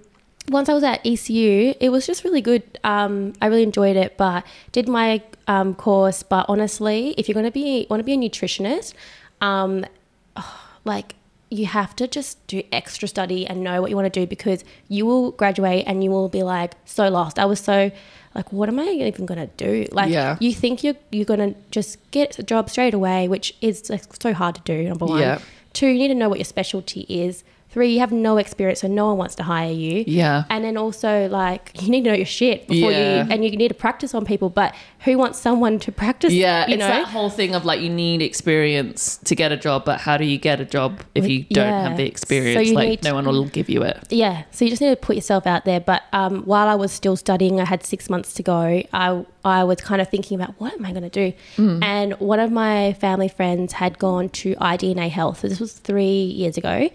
Speaker 3: once I was at ECU, it was just really good. Um, I really enjoyed it, but did my um, course. But honestly, if you're gonna be want to be a nutritionist, um, like you have to just do extra study and know what you want to do because you will graduate and you will be like so lost. I was so like, what am I even gonna do? Like,
Speaker 4: Yeah.
Speaker 3: you think you're you're gonna just get a job straight away, which is like, so hard to do. Number one,
Speaker 4: Yeah.
Speaker 3: two, you need to know what your specialty is. Three, you have no experience, so no one wants to hire you.
Speaker 4: Yeah.
Speaker 3: And then also like you need to know your shit before
Speaker 4: Yeah.
Speaker 3: you and you need to practice on people. But who wants someone to practice?
Speaker 4: Yeah,
Speaker 3: you
Speaker 4: it's
Speaker 3: know.
Speaker 4: that whole thing of like you need experience to get a job, but how do you get a job if you don't
Speaker 3: Yeah.
Speaker 4: have
Speaker 3: So
Speaker 4: the
Speaker 3: you
Speaker 4: experience? like
Speaker 3: need
Speaker 4: no
Speaker 3: to-
Speaker 4: one will give you it.
Speaker 3: yeah so you just need to put yourself out there but um, while i was still studying i had six months to go i, I was kind of thinking about what am i going to do
Speaker 4: Mm.
Speaker 3: and one of my family friends had gone to idna health so this was three years ago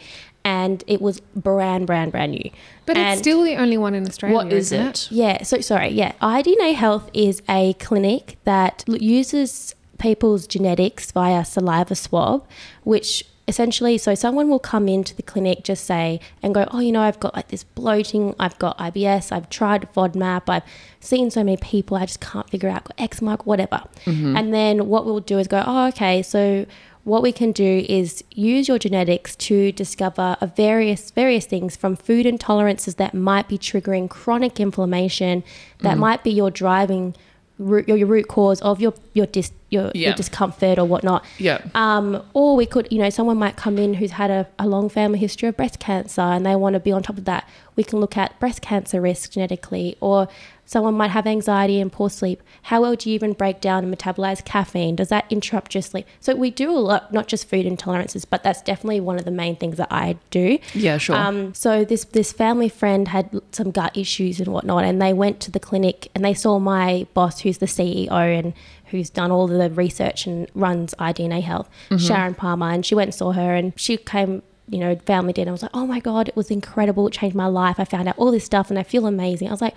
Speaker 3: and it was brand brand brand new
Speaker 2: But
Speaker 3: And-
Speaker 2: it's still the only one in Australia.
Speaker 4: What is
Speaker 2: isn't
Speaker 4: it?
Speaker 3: yeah, so sorry. Yeah, IDNA Health is a clinic that l- uses people's genetics via saliva swab, which essentially, so someone will come into the clinic, just say, and go, oh, you know, I've got like this bloating, I've got IBS, I've tried FODMAP, I've seen so many people, I just can't figure out, got X mark, whatever. And then what we'll do is go, oh, okay, so what we can do is use your genetics to discover a various various things from food intolerances that might be triggering chronic inflammation that might be your driving root, your, your root cause of your your dis, your,
Speaker 4: Yeah.
Speaker 3: your discomfort or whatnot
Speaker 4: Yeah.
Speaker 3: um, or we could, you know, someone might come in who's had a, a long family history of breast cancer and they want to be on top of that. We can look at breast cancer risk genetically, or someone might have anxiety and poor sleep. How well do you even break down and metabolize caffeine? Does that interrupt your sleep? So we do a lot, not just food intolerances, but that's definitely one of the main things that I do.
Speaker 4: Yeah, sure.
Speaker 3: Um, so this this family friend had l- some gut issues and whatnot, and they went to the clinic and they saw my boss, who's the CEO and who's done all the research and runs IDNA Health,
Speaker 4: Mm-hmm.
Speaker 3: Sharon Palmer, and she went and saw her, and she came. You know, family dinner. I was like, oh my God, it was incredible. It changed my life. I found out all this stuff and I feel amazing. I was like,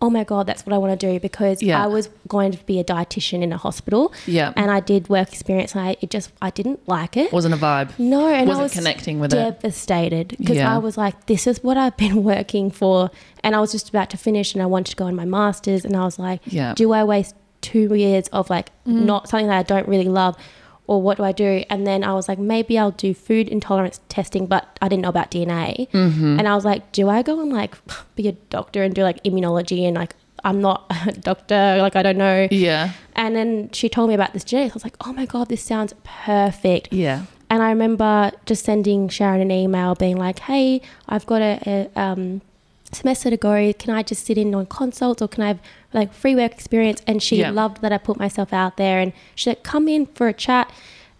Speaker 3: oh my God, that's what I want to do because
Speaker 4: Yeah.
Speaker 3: I was going to be a dietitian in a hospital.
Speaker 4: Yeah.
Speaker 3: And I did work experience and I it just, I didn't like it.
Speaker 4: Wasn't a vibe.
Speaker 3: No, and
Speaker 4: Wasn't
Speaker 3: I was
Speaker 4: connecting with it.
Speaker 3: devastated because
Speaker 4: Yeah.
Speaker 3: I was like, "This is what I've been working for," and I was just about to finish, and I wanted to go on my masters, and I was like,
Speaker 4: Yeah.
Speaker 3: "Do I waste two years of like not something that I don't really love, or what do I do?" And then I was like, "Maybe I'll do food intolerance testing," but I didn't know about DNA,
Speaker 4: Mm-hmm.
Speaker 3: and I was like, "Do I go and like be a doctor and do like immunology and like?" I'm not a doctor, like I don't know.
Speaker 4: Yeah.
Speaker 3: And then she told me about this genetics. I was like, oh my God, this sounds perfect.
Speaker 4: Yeah.
Speaker 3: And I remember just sending Sharon an email being like, hey, I've got a, a um, semester to go. Can I just sit in on consults or can I have like free work experience? And she
Speaker 4: Yeah.
Speaker 3: loved that I put myself out there and she said, come in for a chat.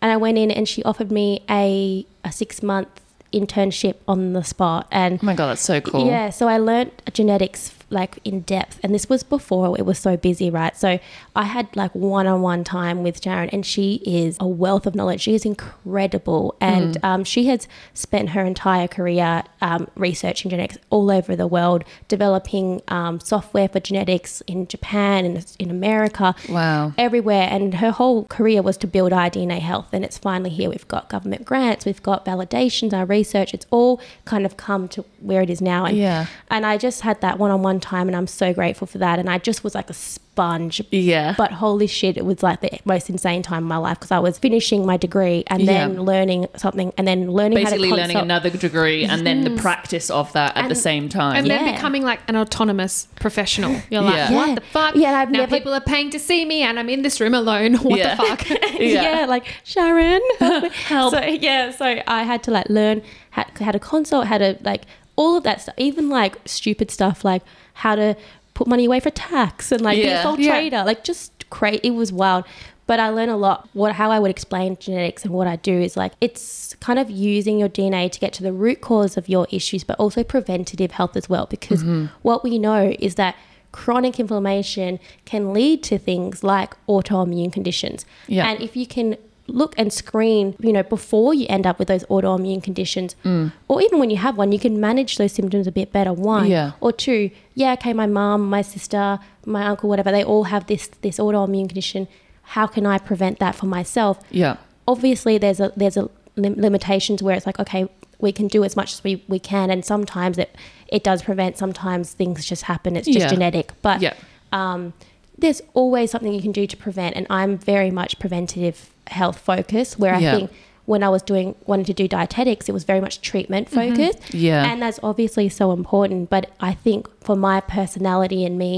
Speaker 3: And I went in and she offered me a, a six month internship on the spot and
Speaker 4: Oh my god, that's so cool.
Speaker 3: yeah, so I learnt genetics like in depth, and this was before it was so busy, right? So I had like one-on-one time with Sharon, and she is a wealth of knowledge. She is incredible, and um, she has spent her entire career um, researching genetics all over the world, developing um, software for genetics in Japan and in America,
Speaker 4: Wow.
Speaker 3: everywhere. And her whole career was to build iDNA Health, and it's finally here. We've got government grants, we've got validations, our research. It's all kind of come to where it is now, and
Speaker 4: Yeah.
Speaker 3: and I just had that one on one time, and I'm so grateful for that. And I just was like a sponge.
Speaker 4: Yeah.
Speaker 3: But holy shit, it was like the most insane time in my life because I was finishing my degree and then
Speaker 4: Yeah.
Speaker 3: learning something and then learning
Speaker 4: Basically
Speaker 3: how to
Speaker 4: learning
Speaker 3: consult-
Speaker 4: another degree and then the practice of that at the
Speaker 3: And-
Speaker 4: same time.
Speaker 2: And then
Speaker 3: Yeah.
Speaker 2: becoming like an autonomous professional. You're like,
Speaker 4: Yeah.
Speaker 2: what
Speaker 3: Yeah.
Speaker 2: the fuck?
Speaker 3: Yeah, and I've
Speaker 2: now
Speaker 3: never-
Speaker 2: people are paying to see me and I'm in this room alone. What
Speaker 4: Yeah.
Speaker 2: the fuck?
Speaker 4: Yeah.
Speaker 3: yeah. like Sharon. Help. So yeah, so I had to like learn how, how to consult, how to like all of that stuff, even like stupid stuff like how to put money away for tax and like be
Speaker 4: Yeah.
Speaker 3: a sole
Speaker 2: Yeah.
Speaker 3: trader, like just crazy. It was wild. But I learned a lot. What how I would explain genetics and what I do is like it's kind of using your DNA to get to the root cause of your issues, but also preventative health as well. Because what we know is that chronic inflammation can lead to things like autoimmune conditions.
Speaker 4: Yeah.
Speaker 3: And if you can look and screen, you know, before you end up with those autoimmune conditions, or even when you have one, you can manage those symptoms a bit better. One
Speaker 4: Yeah.
Speaker 3: or two, yeah, okay, my mum, my sister, my uncle, whatever, they all have this this autoimmune condition. How can I prevent that for myself?
Speaker 4: yeah.
Speaker 3: obviously there's a there's a lim- limitations where it's like okay we can do as much as we, we can and sometimes it it does prevent sometimes things just happen it's just
Speaker 4: Yeah.
Speaker 3: genetic but
Speaker 4: Yeah.
Speaker 3: um there's always something you can do to prevent and I'm very much preventative health focused where
Speaker 4: Yeah.
Speaker 3: I think when I was doing wanting to do dietetics it was very much treatment
Speaker 4: Mm-hmm.
Speaker 3: focused
Speaker 4: Yeah.
Speaker 3: and that's obviously so important but I think for my personality and me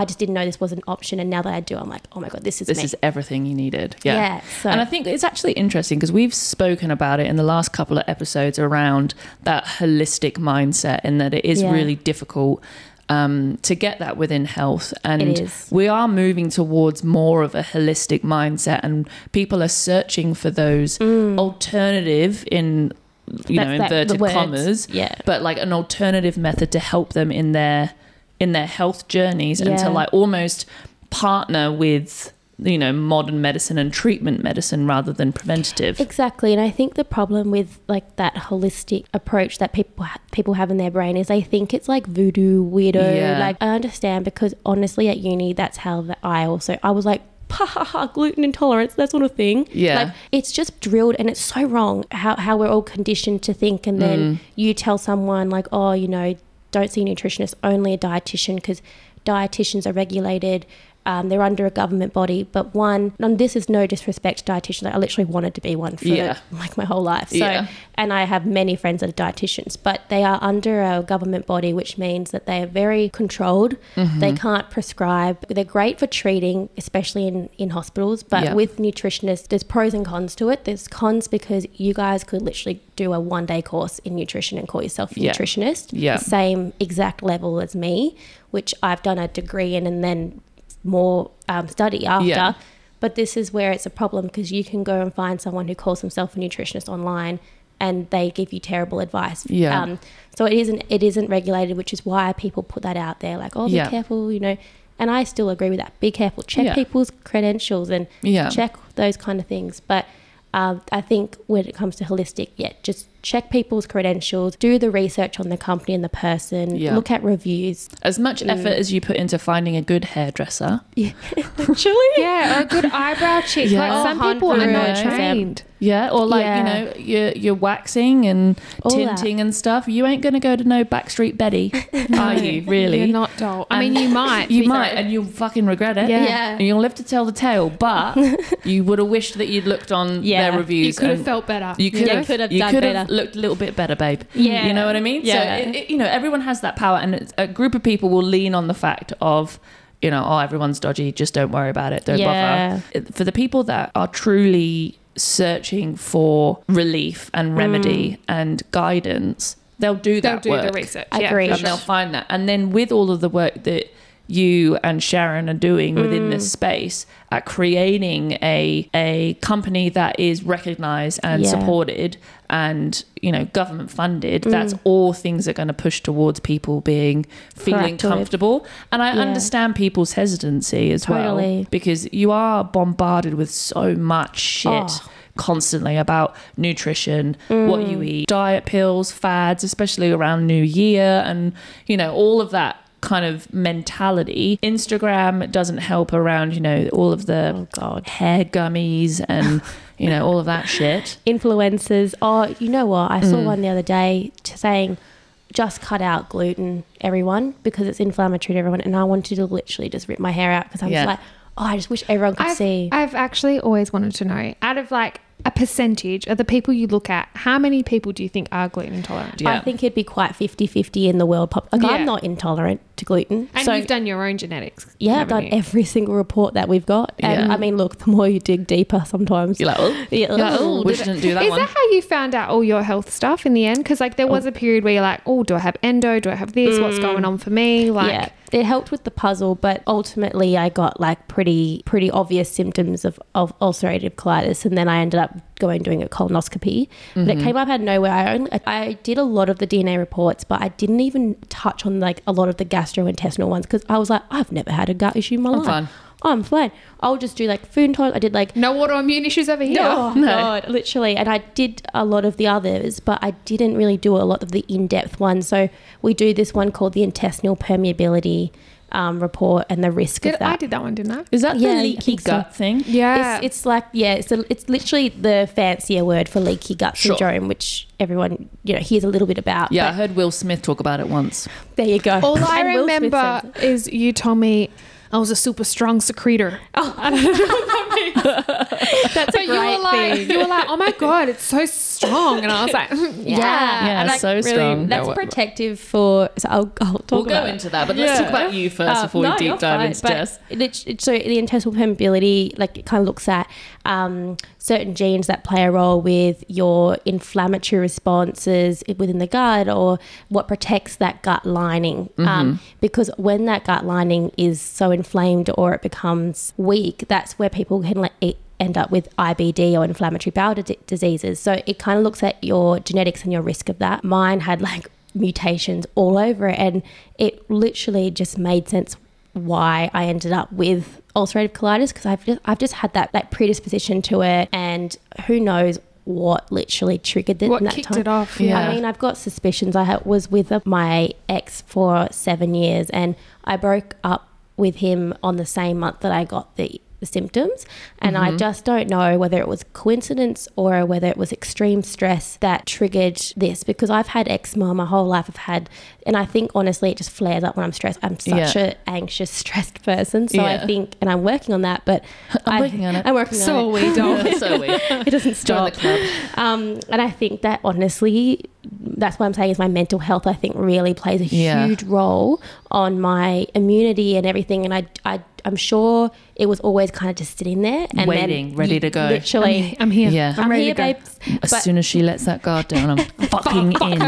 Speaker 3: I just didn't know this was an option and now that I do I'm like oh my god this is
Speaker 4: Mm. this
Speaker 3: me
Speaker 4: is everything you needed. Yeah.
Speaker 3: Yeah, so-
Speaker 4: And I think it's actually interesting because we've spoken about it in the last couple of episodes around that holistic mindset and that it is
Speaker 3: Yeah.
Speaker 4: really difficult um, to get that within health. And
Speaker 3: is.
Speaker 4: we are moving towards more of a holistic mindset and people are searching for those alternative in Mm. you
Speaker 3: Mm. That's
Speaker 4: know
Speaker 3: that- the
Speaker 4: inverted
Speaker 3: words.
Speaker 4: commas
Speaker 3: Yeah.
Speaker 4: but like an alternative method to help them in their in their health journeys and to
Speaker 3: Yeah.
Speaker 4: like almost partner with you know modern medicine and treatment medicine rather than preventative
Speaker 3: Exactly, and I think the problem with like that holistic approach that people ha- people have in their brain is they think it's like voodoo weirdo.
Speaker 4: Yeah.
Speaker 3: Like I understand because honestly, at uni, that's how that I also I was like. Ha ha ha! Gluten intolerance, that sort of thing.
Speaker 4: Yeah.
Speaker 3: like it's just drilled, and it's so wrong how how we're all conditioned to think. And
Speaker 4: Mm.
Speaker 3: then you tell someone like, oh, you know, don't see a nutritionist, only a dietitian, because dietitians are regulated. Um, they're under a government body, but one, and this is no disrespect to dietitians. Like, I literally wanted to be one for
Speaker 4: Yeah.
Speaker 3: like my whole life. So,
Speaker 4: Yeah.
Speaker 3: and I have many friends that are dietitians, but they are under a government body, which means that they are very controlled. They
Speaker 4: Mm-hmm.
Speaker 3: can't prescribe. They're great for treating, especially in, in hospitals, but
Speaker 4: Yeah.
Speaker 3: with nutritionists, there's pros and cons to it. There's cons because you guys could literally do a one day course in nutrition and call yourself a
Speaker 4: Yeah.
Speaker 3: nutritionist,
Speaker 4: Yeah.
Speaker 3: the same exact level as me, which I've done a degree in and then more um, study after.
Speaker 4: Yeah.
Speaker 3: But this is where it's a problem because you can go and find someone who calls himself a nutritionist online, and they give you terrible advice. Um,
Speaker 4: Yeah.
Speaker 3: so it isn't it isn't regulated, which is why people put that out there, like, oh, be
Speaker 4: Yeah.
Speaker 3: careful, you know. And I still agree with that. Be careful. Check
Speaker 4: Yeah.
Speaker 3: people's credentials and
Speaker 4: Yeah.
Speaker 3: check those kind of things. But um, I think when it comes to holistic, yeah, just check people's credentials, do the research on the company and the person,
Speaker 4: Yeah.
Speaker 3: look at reviews.
Speaker 4: as much effort
Speaker 3: Mm.
Speaker 4: as you put into finding a good hairdresser
Speaker 3: Actually,
Speaker 2: yeah, or a good eyebrow check.
Speaker 4: Yeah.
Speaker 2: Like
Speaker 4: Oh,
Speaker 2: some people are not
Speaker 4: 100%.
Speaker 2: trained.
Speaker 4: yeah or like
Speaker 3: Yeah.
Speaker 4: you know your your waxing and
Speaker 3: All that.
Speaker 4: tinting and stuff you ain't gonna go to no backstreet betty are you really
Speaker 2: You're not dull. I mean,
Speaker 4: And-
Speaker 2: you might.
Speaker 4: You
Speaker 2: be
Speaker 4: might,
Speaker 2: though.
Speaker 4: and you'll fucking regret it.
Speaker 2: Yeah.
Speaker 3: Yeah.
Speaker 4: And you'll live to tell the tale, but you would have wished that you'd looked on
Speaker 3: Yeah.
Speaker 4: their
Speaker 3: You
Speaker 4: reviews.
Speaker 2: You could have
Speaker 4: and-
Speaker 2: felt better.
Speaker 4: You could
Speaker 3: Yeah,
Speaker 4: have,
Speaker 3: could have
Speaker 4: you
Speaker 3: done
Speaker 4: could have
Speaker 3: better.
Speaker 4: looked a little bit better, babe.
Speaker 3: Yeah.
Speaker 4: You know what I mean?
Speaker 3: Yeah.
Speaker 4: So, it, it- you know, everyone has that power, and it's, a group of people will lean on the fact of, you know, oh, everyone's dodgy, just don't worry about it, don't
Speaker 3: Yeah.
Speaker 4: bother. For the people that are truly searching for relief and remedy and guidance, they'll do
Speaker 2: They'll
Speaker 4: that
Speaker 2: do
Speaker 4: work
Speaker 2: the research.
Speaker 3: Agree.
Speaker 2: Yeah,
Speaker 4: and
Speaker 2: for
Speaker 4: they'll
Speaker 2: sure.
Speaker 4: find that. And then with all of the work that you and Sharon are doing within
Speaker 3: Mm.
Speaker 4: this space at creating a a company that is recognized and
Speaker 3: Yeah. Mm.
Speaker 4: supported and you know government funded that's all things that are going to push towards people being feeling
Speaker 3: Proactive.
Speaker 4: comfortable and I
Speaker 3: Yeah.
Speaker 4: understand people's hesitancy as well
Speaker 3: Totally.
Speaker 4: because you are bombarded with so much shit
Speaker 3: Oh.
Speaker 4: constantly about nutrition, what
Speaker 3: Mm.
Speaker 4: you eat, diet pills, fads, especially around New Year, and you know, all of that kind of mentality. Instagram doesn't help around, you know, all of the
Speaker 3: Oh, God.
Speaker 4: hair gummies and you know, all of that shit.
Speaker 3: influencers. Oh, you know what? I saw one the other day t- saying, just cut out gluten, everyone, because it's inflammatory to everyone. And I wanted to literally just rip my hair out because I'm
Speaker 4: Yeah.
Speaker 3: just like, oh, I just wish everyone could
Speaker 2: I've,
Speaker 3: see.
Speaker 2: I've actually always wanted to know out of like a percentage of the people you look at, how many people do you think are gluten intolerant?
Speaker 4: Yeah.
Speaker 3: I think it'd be quite 50 50 in the world. Pop- like,
Speaker 2: Yeah.
Speaker 3: I'm not intolerant to gluten.
Speaker 2: And
Speaker 3: so,
Speaker 2: you've done your own genetics.
Speaker 3: yeah, I've
Speaker 2: haven't
Speaker 3: done
Speaker 2: you?
Speaker 3: every single report that we've got. And
Speaker 4: Yeah.
Speaker 3: I mean, look, the more you dig deeper sometimes.
Speaker 4: You're like, oh,
Speaker 3: Yeah,
Speaker 4: You're like,
Speaker 3: oh,
Speaker 4: oh, we shouldn't do that
Speaker 2: Is
Speaker 4: one.
Speaker 2: that how you found out all your health stuff in the end? Because like there was a period where you're like, oh, do I have endo? Do I have this? What's going on for me? Like,
Speaker 3: Mm. yeah, it helped with the puzzle, but ultimately I got like pretty pretty obvious symptoms of, of ulcerative colitis, and then I ended up going doing a colonoscopy. But it
Speaker 4: Mm-hmm.
Speaker 3: came up out of nowhere. I only, I did a lot of the DNA reports, but I didn't even touch on like a lot of the gastrointestinal ones because I was like, I've never had a gut issue in my life.
Speaker 4: fine.
Speaker 3: I'm fine. I'll just do like food intolerance. I did like
Speaker 2: no autoimmune issues over here.
Speaker 3: Oh god, literally. And I did a lot of the others, but I didn't really do a lot of the in-depth ones. So we do this one called the intestinal permeability um, report and the risk
Speaker 2: Did,
Speaker 3: of that.
Speaker 2: I did that one, didn't I?
Speaker 4: Is that
Speaker 3: Yeah,
Speaker 4: the
Speaker 3: I
Speaker 4: leaky
Speaker 3: think so.
Speaker 4: gut thing?
Speaker 2: Yeah.
Speaker 3: It's, it's like yeah, it's a, it's literally the fancier word for leaky gut
Speaker 4: Sure.
Speaker 3: syndrome, which everyone you know hears a little bit about.
Speaker 4: Yeah, I heard Will Smith talk about it once.
Speaker 3: but there you go.
Speaker 2: all I
Speaker 3: And Will Smith
Speaker 2: remember
Speaker 3: says it.
Speaker 2: is you told me I was a super strong secretor.
Speaker 4: Oh,
Speaker 3: That's
Speaker 2: But
Speaker 3: a
Speaker 2: you were
Speaker 3: great
Speaker 2: like,
Speaker 3: thing.
Speaker 2: you were like, oh my god, it's so strong, and I was like, mm, yeah.
Speaker 4: Yeah,
Speaker 3: And,
Speaker 4: so strong.
Speaker 3: That's
Speaker 4: No, what-
Speaker 3: protective for. So I'll, I'll talk
Speaker 4: We'll
Speaker 3: about
Speaker 4: go
Speaker 3: it.
Speaker 4: into that, but let's
Speaker 3: Yeah.
Speaker 4: talk about you first
Speaker 3: Uh,
Speaker 4: before we
Speaker 3: no,
Speaker 4: deep
Speaker 3: you're
Speaker 4: dive
Speaker 3: fine,
Speaker 4: into
Speaker 3: but
Speaker 4: Jess.
Speaker 3: it lit- so the intestinal permeability, like it kind of looks at um, certain genes that play a role with your inflammatory responses within the gut, or what protects that gut lining. Um, because when that gut lining is so inflamed or it becomes weak, that's where people can like e- end up with IBD or inflammatory bowel di- diseases. So it kind of looks at your genetics and your risk of that. Mine had like mutations all over it, and it literally just made sense why I ended up with ulcerative colitis because I've just, I've just had that like predisposition to it, and who knows what literally triggered it.
Speaker 2: What
Speaker 3: in that
Speaker 2: kicked
Speaker 3: time.
Speaker 2: it off, yeah.
Speaker 3: I mean, I've got suspicions. I ha- was with uh, my ex for seven years, and I broke up with him on the same month that I got the. The symptoms, and
Speaker 4: Mm-hmm.
Speaker 3: I just don't know whether it was coincidence or whether it was extreme stress that triggered this because I've had eczema my whole life. I've had, and I think honestly, it just flares up when I'm stressed. I'm such
Speaker 4: Yeah.
Speaker 3: a anxious, stressed person, so
Speaker 4: Yeah.
Speaker 3: I think, and I'm working on that, but
Speaker 4: I'm
Speaker 3: I-
Speaker 4: working on it.
Speaker 3: I'm working
Speaker 2: So
Speaker 3: on it.
Speaker 2: we don't.
Speaker 4: so we
Speaker 3: It doesn't
Speaker 4: join the
Speaker 3: stop.
Speaker 4: club.
Speaker 3: Um, and I think that honestly, that's what I'm saying is my mental health, I think, really plays a
Speaker 4: Yeah.
Speaker 3: huge role on my immunity and everything. And I, I, I'm sure it was always kind of just sitting there and then
Speaker 4: Waiting, ready
Speaker 3: you
Speaker 4: to go.
Speaker 3: Literally,
Speaker 2: I'm here.
Speaker 4: Yeah.
Speaker 2: I'm,
Speaker 3: I'm
Speaker 2: ready
Speaker 3: here,
Speaker 2: to go.
Speaker 3: babes.
Speaker 4: As
Speaker 3: But-
Speaker 4: soon as she lets that guard down, I'm fucking in.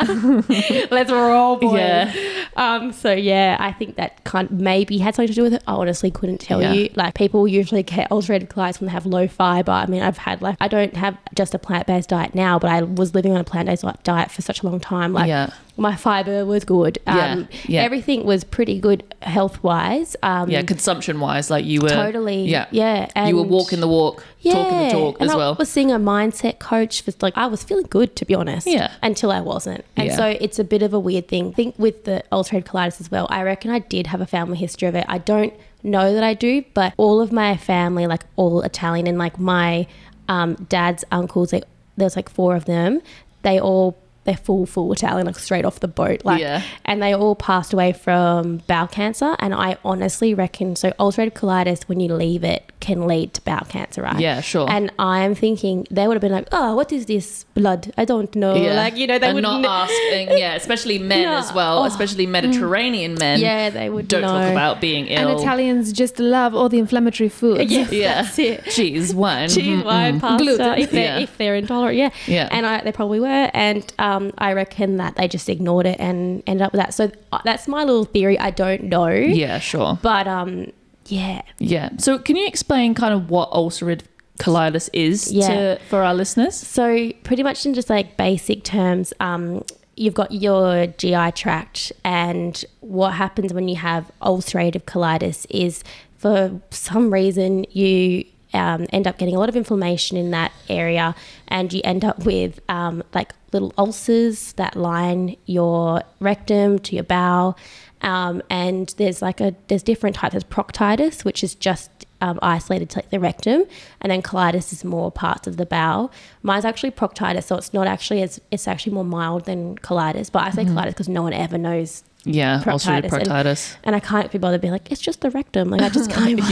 Speaker 3: Let's roll, boys.
Speaker 4: Yeah.
Speaker 3: Um, so yeah, I think that kind maybe had something to do with it. I honestly couldn't tell
Speaker 4: Yeah.
Speaker 3: you. Like people usually get ulcerative colitis when they have low fiber. I mean, I've had like I don't have just a plant based diet now, but I was living on a plant based diet for such a long time. Like
Speaker 4: Yeah.
Speaker 3: my fiber was good.
Speaker 4: Yeah,
Speaker 3: Um,
Speaker 4: yeah.
Speaker 3: everything was pretty good health wise. Um,
Speaker 4: Yeah, consumption wise, like you were
Speaker 3: Totally.
Speaker 4: Yeah,
Speaker 3: Yeah,
Speaker 4: you were
Speaker 3: and-
Speaker 4: walking the walk, talking the talk
Speaker 3: and
Speaker 4: as
Speaker 3: I
Speaker 4: well.
Speaker 3: was seeing a mindset coach for like I was feeling good to be honest.
Speaker 4: Yeah.
Speaker 3: Until I wasn't. And
Speaker 4: Yeah.
Speaker 3: so it's a bit of a weird thing. I think with the ulcerative colitis as well, I reckon I did have a family history of it. I don't know that I do, but all of my family, like all Italian and like my um, dad's uncles, they, there was like four of them. They all they're full, full Italian, like straight off the boat. Like
Speaker 4: Yeah.
Speaker 3: and they all passed away from bowel cancer. And I honestly reckon so. Ulcerative colitis, when you leave it, can lead to bowel cancer, right?
Speaker 4: Yeah, sure.
Speaker 3: And I'm thinking they would have been like, "Oh, what is this blood? I don't know."
Speaker 4: yeah.
Speaker 3: Like you know, they
Speaker 4: and
Speaker 3: would
Speaker 4: not asking. Yeah, especially men
Speaker 3: Yeah.
Speaker 4: as well,
Speaker 3: Oh.
Speaker 4: especially Mediterranean men.
Speaker 3: Yeah, they would
Speaker 4: don't talk
Speaker 3: know.
Speaker 4: about being ill.
Speaker 2: And Italians just love all the inflammatory foods.
Speaker 3: Yes,
Speaker 4: Yeah.
Speaker 3: that's it.
Speaker 4: cheese, wine.
Speaker 3: Cheese, wine, pasta,
Speaker 4: Gluten.
Speaker 3: if they're,
Speaker 4: Yeah.
Speaker 3: if they're intolerant, yeah,
Speaker 4: Yeah.
Speaker 3: and I, they probably were, and um, I reckon that they just ignored it and ended up with that. So uh, that's my little theory. I don't know.
Speaker 4: Yeah, sure.
Speaker 3: But um, yeah.
Speaker 4: Yeah. So can you explain kind of what ulcerative colitis is
Speaker 3: Yeah.
Speaker 4: to, for our listeners?
Speaker 3: So pretty much in just like basic terms, um, you've got your GI tract, and what happens when you have ulcerative colitis is, for some reason, you um, end up getting a lot of inflammation in that area, and you end up with um, like little ulcers that line your rectum to your bowel. Um, and there's like a there's different types. There's proctitis, which is just um, isolated to like the rectum, and then colitis is more parts of the bowel. Mine's actually proctitis, so it's not actually as it's actually more mild than colitis. But I say
Speaker 4: Mm-hmm.
Speaker 3: colitis because no one ever knows,
Speaker 4: Yeah, ulcerative
Speaker 3: Proctitis and-
Speaker 4: proctitis.
Speaker 3: and I can't be bothered being like it's just the rectum. Like I just can't. like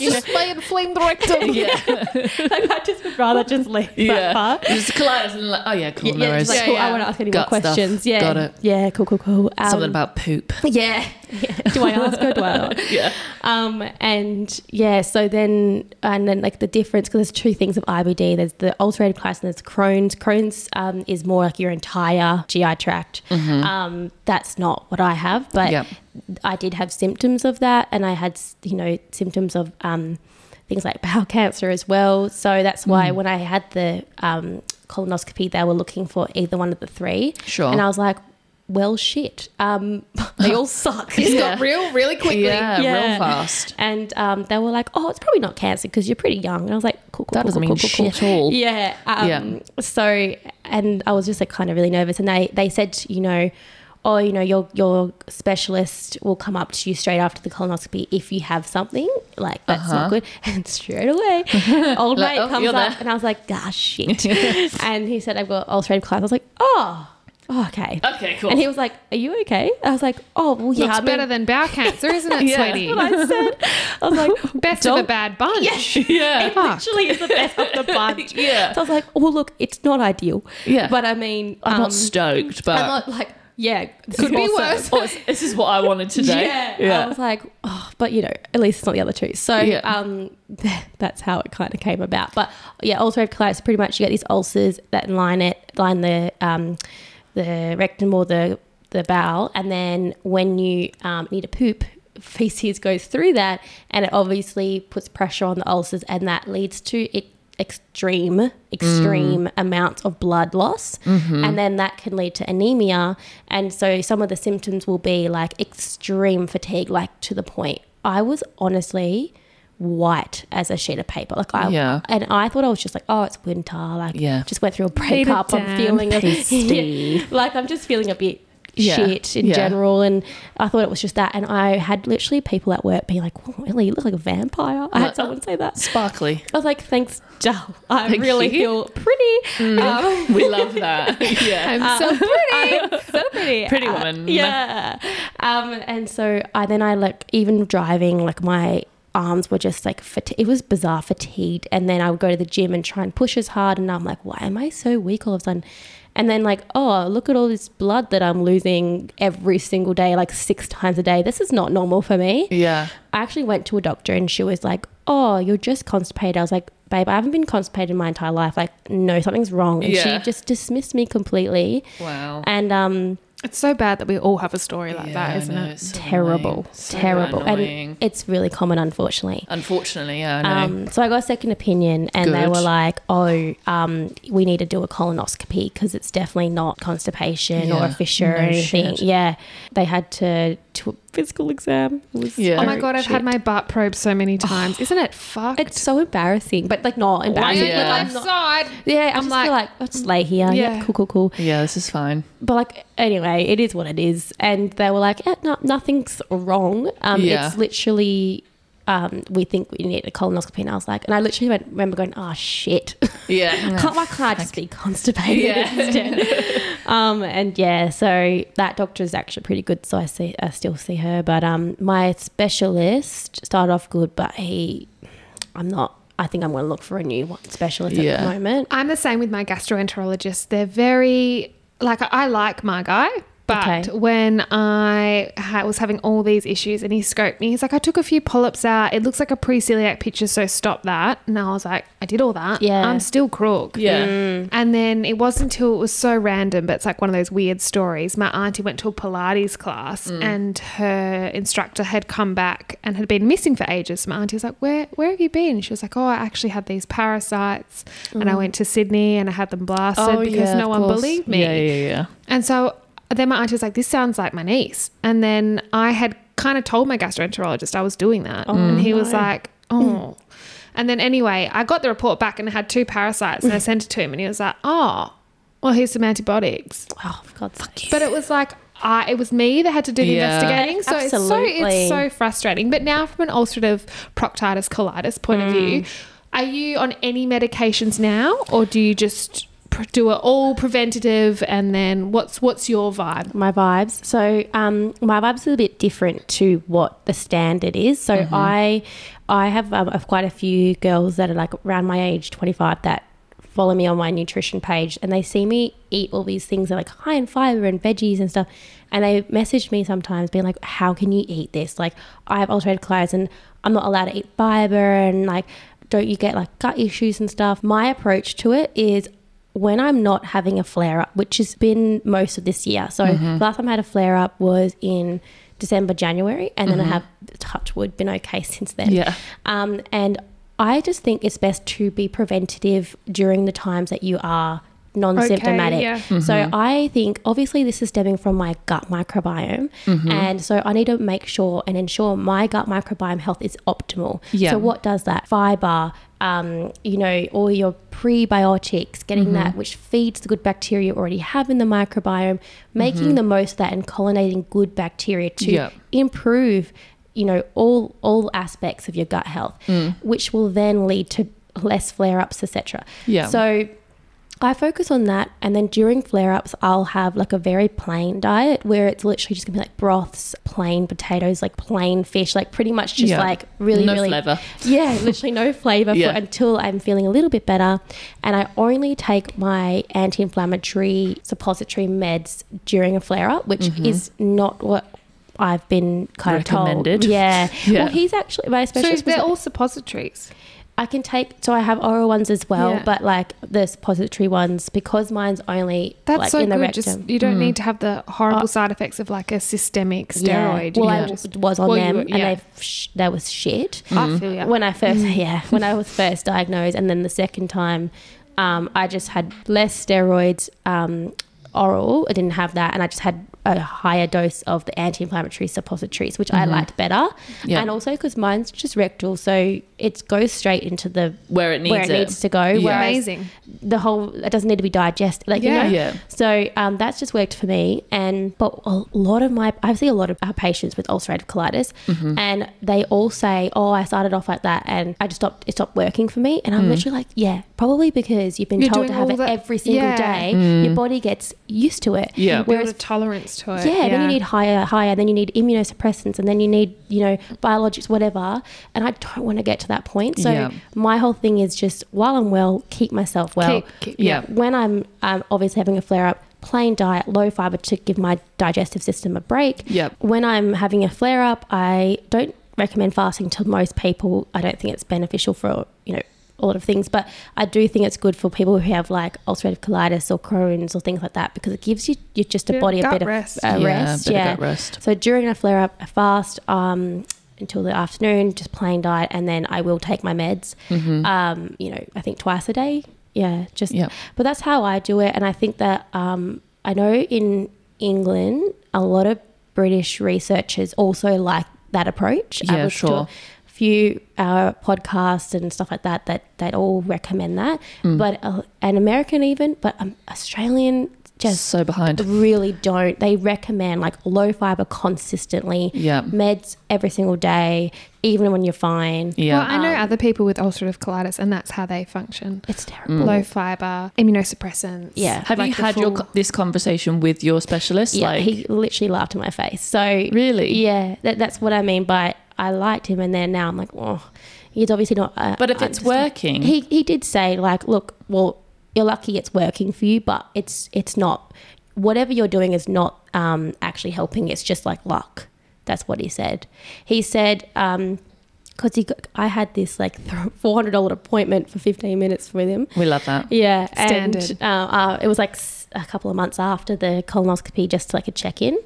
Speaker 3: you know,
Speaker 2: Just my inflamed rectum.
Speaker 3: like, I just would rather just leave that part.
Speaker 4: Just colitis and like, oh yeah, cool. no
Speaker 3: Yeah,
Speaker 4: worries.
Speaker 3: just like,
Speaker 2: Yeah,
Speaker 3: cool,
Speaker 2: yeah.
Speaker 3: I won't ask any
Speaker 4: Gut
Speaker 3: more
Speaker 4: stuff.
Speaker 3: questions. Yeah,
Speaker 4: Got it.
Speaker 3: Yeah, cool, cool, cool. Um,
Speaker 4: Something about poop.
Speaker 3: yeah. yeah. Do I ask or do I? Not?
Speaker 4: Yeah.
Speaker 3: Um, and yeah, so then, and then like the difference, because there's two things of IBD there's the ulcerative colitis and there's Crohn's. Crohn's um, is more like your entire GI tract. Um, that's not what I have, but
Speaker 4: Yep.
Speaker 3: I did have symptoms of that, and I had, s- you know, symptoms of um, things like bowel cancer as well. So that's why when I had the um, colonoscopy, they were looking for either one of the three.
Speaker 4: Sure.
Speaker 3: And I was like, well, shit. Um, they all suck.
Speaker 2: It's got real really quickly.
Speaker 4: Yeah,
Speaker 3: Yeah.
Speaker 4: real fast.
Speaker 3: And um, they were like, "Oh, it's probably not cancer because you're pretty young." And I was like, "Cool, cool,
Speaker 4: That
Speaker 3: cool,
Speaker 4: doesn't
Speaker 3: cool,
Speaker 4: mean
Speaker 3: cool, cool, cool."
Speaker 4: shit at all.
Speaker 3: Yeah. Um, So, and I was just like kind of really nervous. And they they said, you know, oh, you know, your your specialist will come up to you straight after the colonoscopy if you have something like that's not good. And straight away, old
Speaker 4: Uh-huh. Like,
Speaker 3: mate
Speaker 4: "Oh,
Speaker 3: comes
Speaker 4: you're
Speaker 3: up,
Speaker 4: there."
Speaker 3: and I was like, "Ah, shit." and he said, "I've got ulcerative colitis." I was like, "Oh." oh, okay.
Speaker 4: Okay, cool.
Speaker 3: And he was like, "Are you okay?" I was like, "Oh, well, yeah."
Speaker 2: Looks
Speaker 3: I mean-
Speaker 2: better than bowel cancer, isn't it,
Speaker 4: Yeah.
Speaker 2: sweetie?
Speaker 3: I said, I was like,
Speaker 2: Best of a bad bunch.
Speaker 4: Yeah.
Speaker 2: Fuck.
Speaker 3: literally is the best of the bunch.
Speaker 4: Yeah.
Speaker 3: So I was like, oh look, it's not ideal.
Speaker 4: Yeah.
Speaker 3: But I mean,
Speaker 4: I'm
Speaker 3: um,
Speaker 4: not stoked, but
Speaker 3: I'm not like, yeah, this
Speaker 4: Could
Speaker 3: is
Speaker 4: be
Speaker 3: awesome.
Speaker 4: worse. Oh, this is what I wanted today.
Speaker 3: Yeah. I was like, oh, but you know, at least it's not the other two. So
Speaker 4: Yeah.
Speaker 3: um, that's how it kind of came about. But yeah, ulcerative colitis. Pretty much, you get these ulcers that line it, line the um, the rectum or the the bowel, and then when you um, need to poop. Feces goes through that, and it obviously puts pressure on the ulcers, and that leads to it extreme extreme amounts of blood loss
Speaker 4: Mm-hmm. Mm.
Speaker 3: and then that can lead to anemia and so some of the symptoms will be like extreme fatigue like to the point i was honestly white as a sheet of paper like i
Speaker 4: Yeah.
Speaker 3: and i thought i was just like oh it's winter like
Speaker 4: Yeah.
Speaker 3: just went through a breakup i'm
Speaker 2: down,
Speaker 3: feeling a,
Speaker 4: pasty.
Speaker 3: like i'm just feeling a bit
Speaker 4: Yeah.
Speaker 3: shit in
Speaker 4: Yeah.
Speaker 3: general and i thought it was just that and i had literally people at work being like "Whoa, Ellie, you look like a vampire i
Speaker 4: Like,
Speaker 3: had someone say that
Speaker 4: Sparkly.
Speaker 3: I was like, thanks, Dal. I
Speaker 4: Thank
Speaker 3: really
Speaker 4: you. Mm.
Speaker 3: feel pretty. Um,
Speaker 4: We love that. yeah. Um,
Speaker 2: I'm so pretty.
Speaker 3: I'm so pretty.
Speaker 4: Uh, Pretty
Speaker 3: Uh,
Speaker 4: woman.
Speaker 3: yeah. Um, and so I then I like even driving like my arms were just like fati- it was bizarre fatigued and then I would go to the gym and try and push as hard and I'm like why am I so weak all of a sudden and then like oh look at all this blood that I'm losing every single day like six times a day this is not normal for me
Speaker 4: Yeah.
Speaker 3: I actually went to a doctor and she was like, Oh, you're just constipated. I was like, Babe, I haven't been constipated my entire life. Like, no, something's wrong. And
Speaker 4: Yeah.
Speaker 3: she just dismissed me completely.
Speaker 4: Wow.
Speaker 3: And um,
Speaker 2: It's so bad that we all have a story like
Speaker 4: Yeah, I
Speaker 2: that, isn't
Speaker 4: know,
Speaker 2: it?
Speaker 4: it's so
Speaker 3: terrible,
Speaker 4: annoying. So
Speaker 3: terrible.
Speaker 4: annoying.
Speaker 3: And it's really common, unfortunately.
Speaker 4: Unfortunately, yeah, I know.
Speaker 3: Um, so I got a second opinion, and they
Speaker 4: Good.
Speaker 3: were like, "Oh, um, we need to do a colonoscopy because it's definitely not constipation or
Speaker 4: Yeah,
Speaker 3: a fissure or
Speaker 4: no
Speaker 3: anything."
Speaker 4: shit.
Speaker 3: Yeah, they had to do a physical exam. It was
Speaker 4: Yeah.
Speaker 2: Oh my
Speaker 3: very
Speaker 2: god, I've
Speaker 3: shit.
Speaker 2: had my butt probe so many times. Isn't it fucked?
Speaker 3: It's so embarrassing, but like not
Speaker 2: Lying
Speaker 3: embarrassing.
Speaker 2: on
Speaker 4: Yeah.
Speaker 2: the
Speaker 3: Like,
Speaker 2: left
Speaker 3: I'm not-
Speaker 2: side.
Speaker 3: Yeah, I
Speaker 2: I'm
Speaker 3: just
Speaker 2: like-
Speaker 3: feel like I'll just lay here. Yeah,
Speaker 2: Yeah.
Speaker 3: cool, cool, cool.
Speaker 4: Yeah, this is fine.
Speaker 3: But like, anyway, it is what it is. And they were like, eh, no, nothing's wrong. Um,
Speaker 4: Yeah.
Speaker 3: It's literally, um, we think we need a colonoscopy. And I was like, and I literally went, remember going, oh shit,
Speaker 4: Yeah.
Speaker 3: can't, why can't I just be constipated
Speaker 4: Yeah.
Speaker 3: instead? um, and yeah, so that doctor is actually pretty good. So I see, I still see her. But um, my specialist started off good, but he, I'm not. I think I'm going to look for a new one specialist at
Speaker 4: Yeah.
Speaker 3: the moment.
Speaker 2: I'm the same with my gastroenterologist. They're very like I- I like my guy. But
Speaker 3: Okay.
Speaker 2: when I ha- was having all these issues and he scoped me, he's like, I took a few polyps out. It looks like a pre celiac picture, so stop that. And I was like, I did all that.
Speaker 3: Yeah.
Speaker 2: I'm still crook.
Speaker 4: Yeah.
Speaker 2: And then it wasn't until it was so random, but it's like one of those weird stories. My auntie went to a Pilates class
Speaker 4: Mm.
Speaker 2: and her instructor had come back and had been missing for ages. So my auntie was like, Where where have you been? She was like, Oh, I actually had these parasites and I went to Sydney and I had them blasted
Speaker 4: Oh,
Speaker 2: because no one believed me.
Speaker 4: Mm. Yeah, yeah, yeah.
Speaker 2: And so then my auntie was like, This sounds like my niece. And then I had kind of told my gastroenterologist I was doing that. and he was like, Oh. And then anyway, I got the report back and I had two parasites and I sent it to him and he was like, Oh, well, here's some antibiotics.
Speaker 3: Oh, for God's sake.
Speaker 2: But it was like, I, it was me that had to do the
Speaker 4: Yeah.
Speaker 2: investigating. So it's, so it's
Speaker 3: Absolutely.
Speaker 2: so frustrating. But now, from an ulcerative proctitis colitis point of view,
Speaker 3: Mm.
Speaker 2: are you on any medications now or do you just pr- do it all preventative and then what's what's your vibe?
Speaker 3: my vibes. So um, my vibes is a bit different to what the standard is. So I I have um, I've quite a few girls that are like around my age, 25, that follow me on my nutrition page and they see me eat all these things that are like high in fiber and veggies and stuff and they message me sometimes being like how can you eat this like i have ulcerative colitis and i'm not allowed to eat fiber and like don't you get like gut issues and stuff my approach to it is when I'm not having a flare up, which has been most of this year. So the last time I had a flare up was in December, January, and then I have touch wood been okay since then.
Speaker 4: Yeah.
Speaker 3: Um, and I just think it's best to be preventative during the times that you are non-symptomatic.
Speaker 2: Okay, yeah.
Speaker 4: Mm-hmm.
Speaker 3: So I think obviously this is stemming from my gut microbiome,
Speaker 4: Mm-hmm.
Speaker 3: and so I need to make sure and ensure my gut microbiome health is optimal.
Speaker 4: Yeah.
Speaker 3: So what does that? Fiber, um, you know, all your prebiotics, getting
Speaker 4: Mm-hmm.
Speaker 3: that which feeds the good bacteria you already have in the microbiome, making the most of that and pollinating good bacteria to
Speaker 4: Mm-hmm. Yep.
Speaker 3: improve you know all all aspects of your gut health
Speaker 4: Mm.
Speaker 3: which will then lead to less flare-ups etc
Speaker 4: Yeah.
Speaker 3: so I focus on that, and then during flare ups, I'll have like a very plain diet where it's literally just gonna be like broths, plain potatoes, like plain fish, like pretty much just
Speaker 4: Yeah.
Speaker 3: like really,
Speaker 4: No
Speaker 3: really
Speaker 4: flavour.
Speaker 3: yeah, literally no flavor
Speaker 4: Yeah.
Speaker 3: for, until I'm feeling a little bit better. And I only take my anti inflammatory suppository meds during a flare up, which
Speaker 4: Mm-hmm.
Speaker 3: is not what I've been kind of
Speaker 4: Recommended.
Speaker 3: told. Yeah.
Speaker 4: Yeah.
Speaker 3: Well, he's actually, my
Speaker 2: So
Speaker 3: specialist. was
Speaker 2: they're
Speaker 3: like-
Speaker 2: all suppositories.
Speaker 3: I can take so I have oral ones as well,
Speaker 2: Yeah.
Speaker 3: but like the suppository ones because mine's only
Speaker 2: That's
Speaker 3: like
Speaker 2: so
Speaker 3: in the
Speaker 2: good.
Speaker 3: rectum. Mm. Uh,
Speaker 2: Just you don't need to have the horrible side effects of like a systemic steroid.
Speaker 3: Yeah. Well,
Speaker 2: You
Speaker 3: I
Speaker 2: can
Speaker 3: w-
Speaker 2: just-
Speaker 3: was on
Speaker 2: Well, you
Speaker 3: them,
Speaker 2: were- yeah. Mm.
Speaker 3: and they sh- that was shit.
Speaker 2: I feel ya.
Speaker 3: Mm-hmm. When I first, yeah, when I was first diagnosed, and then the second time, um, I just had less steroids, um, oral. I didn't have that, and I just had a higher dose of the anti-inflammatory suppositories, which I
Speaker 2: Mm-hmm.
Speaker 3: liked better,
Speaker 4: Yeah.
Speaker 3: and also because mine's just rectal, so it goes straight into the
Speaker 4: Where it needs
Speaker 3: where it,
Speaker 4: it.
Speaker 3: needs to go.
Speaker 4: Yeah.
Speaker 3: whereas
Speaker 2: Amazing.
Speaker 3: the whole it doesn't need to be digested. Like
Speaker 2: Yeah.
Speaker 3: you know?
Speaker 4: Yeah.
Speaker 3: So um, that's just worked for me. And but a lot of my I see a lot of our patients with ulcerative colitis,
Speaker 2: Mm-hmm.
Speaker 3: and they all say, "Oh, I started off like that, and I just stopped. It stopped working for me." And I'm literally like, "Yeah, probably because you've been
Speaker 2: Mm. You're
Speaker 3: told to
Speaker 2: doing
Speaker 3: have
Speaker 2: all
Speaker 3: it
Speaker 2: that-
Speaker 3: every single
Speaker 2: yeah. Mm.
Speaker 3: day. Your body gets used to it.
Speaker 4: Yeah.
Speaker 2: build
Speaker 3: Whereas
Speaker 2: a tolerance to it.
Speaker 3: yeah, then you need higher, higher, then you need immunosuppressants, and then you need, you know, biologics, whatever. And I don't want to get to that point. So
Speaker 4: Yeah.
Speaker 3: my whole thing is just while I'm well, keep myself well.
Speaker 2: Keep- keep-
Speaker 4: yeah.
Speaker 3: When I'm um, obviously having a flare up, plain diet, low fiber to give my digestive system a break.
Speaker 4: Yep.
Speaker 3: When I'm having a flare up, I don't recommend fasting to most people. I don't think it's beneficial for, you know, a lot of things, but I do think it's good for people who have like ulcerative colitis or Crohn's or things like that because it gives you, you just a
Speaker 2: Bit of
Speaker 3: body a
Speaker 2: gut
Speaker 3: bit of
Speaker 2: rest.
Speaker 3: a
Speaker 4: Yeah,
Speaker 3: rest.
Speaker 4: bit of
Speaker 3: yeah.
Speaker 4: gut rest.
Speaker 3: So during a flare up, I fast um, until the afternoon, just plain diet, and then I will take my meds.
Speaker 4: Mm-hmm.
Speaker 3: Um, you know, I think twice a day. Yeah, just.
Speaker 4: Yep.
Speaker 3: But that's how I do it, and I think that um, I know in England a lot of British researchers also like that approach. I
Speaker 4: Yeah,
Speaker 3: was to-
Speaker 4: sure.
Speaker 3: few uh, podcasts and stuff like that that that all recommend that
Speaker 4: Mm.
Speaker 3: but uh, an american even but um, australian just
Speaker 4: so behind.
Speaker 3: really don't. They recommend like low fiber consistently.
Speaker 4: Yeah.
Speaker 3: Meds every single day, even when you're fine.
Speaker 4: Yeah.
Speaker 2: Well, I know other people with ulcerative colitis, and that's how they function.
Speaker 3: It's terrible.
Speaker 2: Low fiber, immunosuppressants.
Speaker 3: Yeah.
Speaker 4: Have you
Speaker 2: like the
Speaker 4: had your
Speaker 2: full-
Speaker 4: co- this conversation with your specialist?
Speaker 3: Yeah,
Speaker 4: like,
Speaker 3: he literally laughed in my face. So
Speaker 4: Really?
Speaker 3: yeah, that, that's what I mean by I liked him, and then now I'm like, oh, he's obviously not. Uh,
Speaker 4: but if it's
Speaker 3: understand-
Speaker 4: working,
Speaker 3: he he did say like, look, well, you're lucky it's working for you, but it's it's not. whatever you're doing is not um, actually helping. It's just like luck. That's what he said. He said, um 'cause because he, got, I had this like four hundred dollar appointment for fifteen minutes with him.
Speaker 4: We love that.
Speaker 3: Yeah,
Speaker 2: Standard.
Speaker 3: and uh, uh, it was like s- a couple of months after the colonoscopy, just like a check in.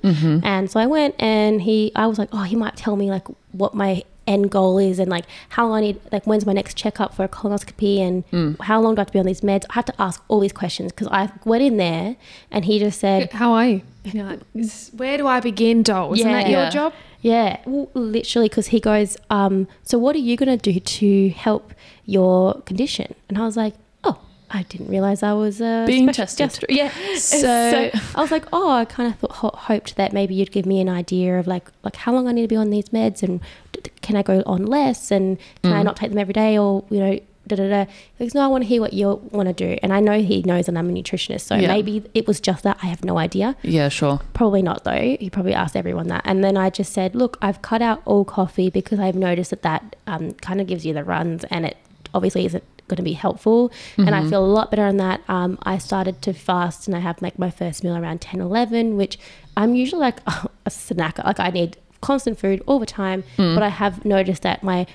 Speaker 3: And so I went, and he, I was like, oh, he might tell me like what my end goal is, and like how long I need, like when's my next checkup for a colonoscopy, and how long do I have to be on these meds? I had to ask all these questions because I went in there, and he just said,
Speaker 2: How are you? And you're like, "Is- Where do I begin, doll? Isn't that
Speaker 3: Yeah.
Speaker 2: your job?
Speaker 3: yeah, well, literally, because he goes, um, so what are you gonna do to help your condition? And I was like, oh. I didn't realize I was uh,
Speaker 4: Being
Speaker 3: special-
Speaker 4: tested.
Speaker 3: gastro- yeah,
Speaker 4: So-
Speaker 3: so, I was like, oh, I kind of thought, ho- hoped that maybe you'd give me an idea of like like how long I need to be on these meds and d- d- can I go on less and can
Speaker 4: Mm.
Speaker 3: I not take them every day or you know da da da. He goes, no, I want to hear what you want to do, and I know he knows that I'm a nutritionist, so
Speaker 4: Yeah.
Speaker 3: maybe it was just that I have no idea.
Speaker 4: Yeah, sure.
Speaker 3: Probably not though. He probably asked everyone that, and then I just said, look, I've cut out all coffee because I've noticed that that um, kind of gives you the runs, and it obviously isn't going to be helpful. And I feel a lot better on that. Um, I started to fast, and I have like my first meal around 10, 11, which I'm usually like a snacker. Like I need constant food all the time, but I have noticed that my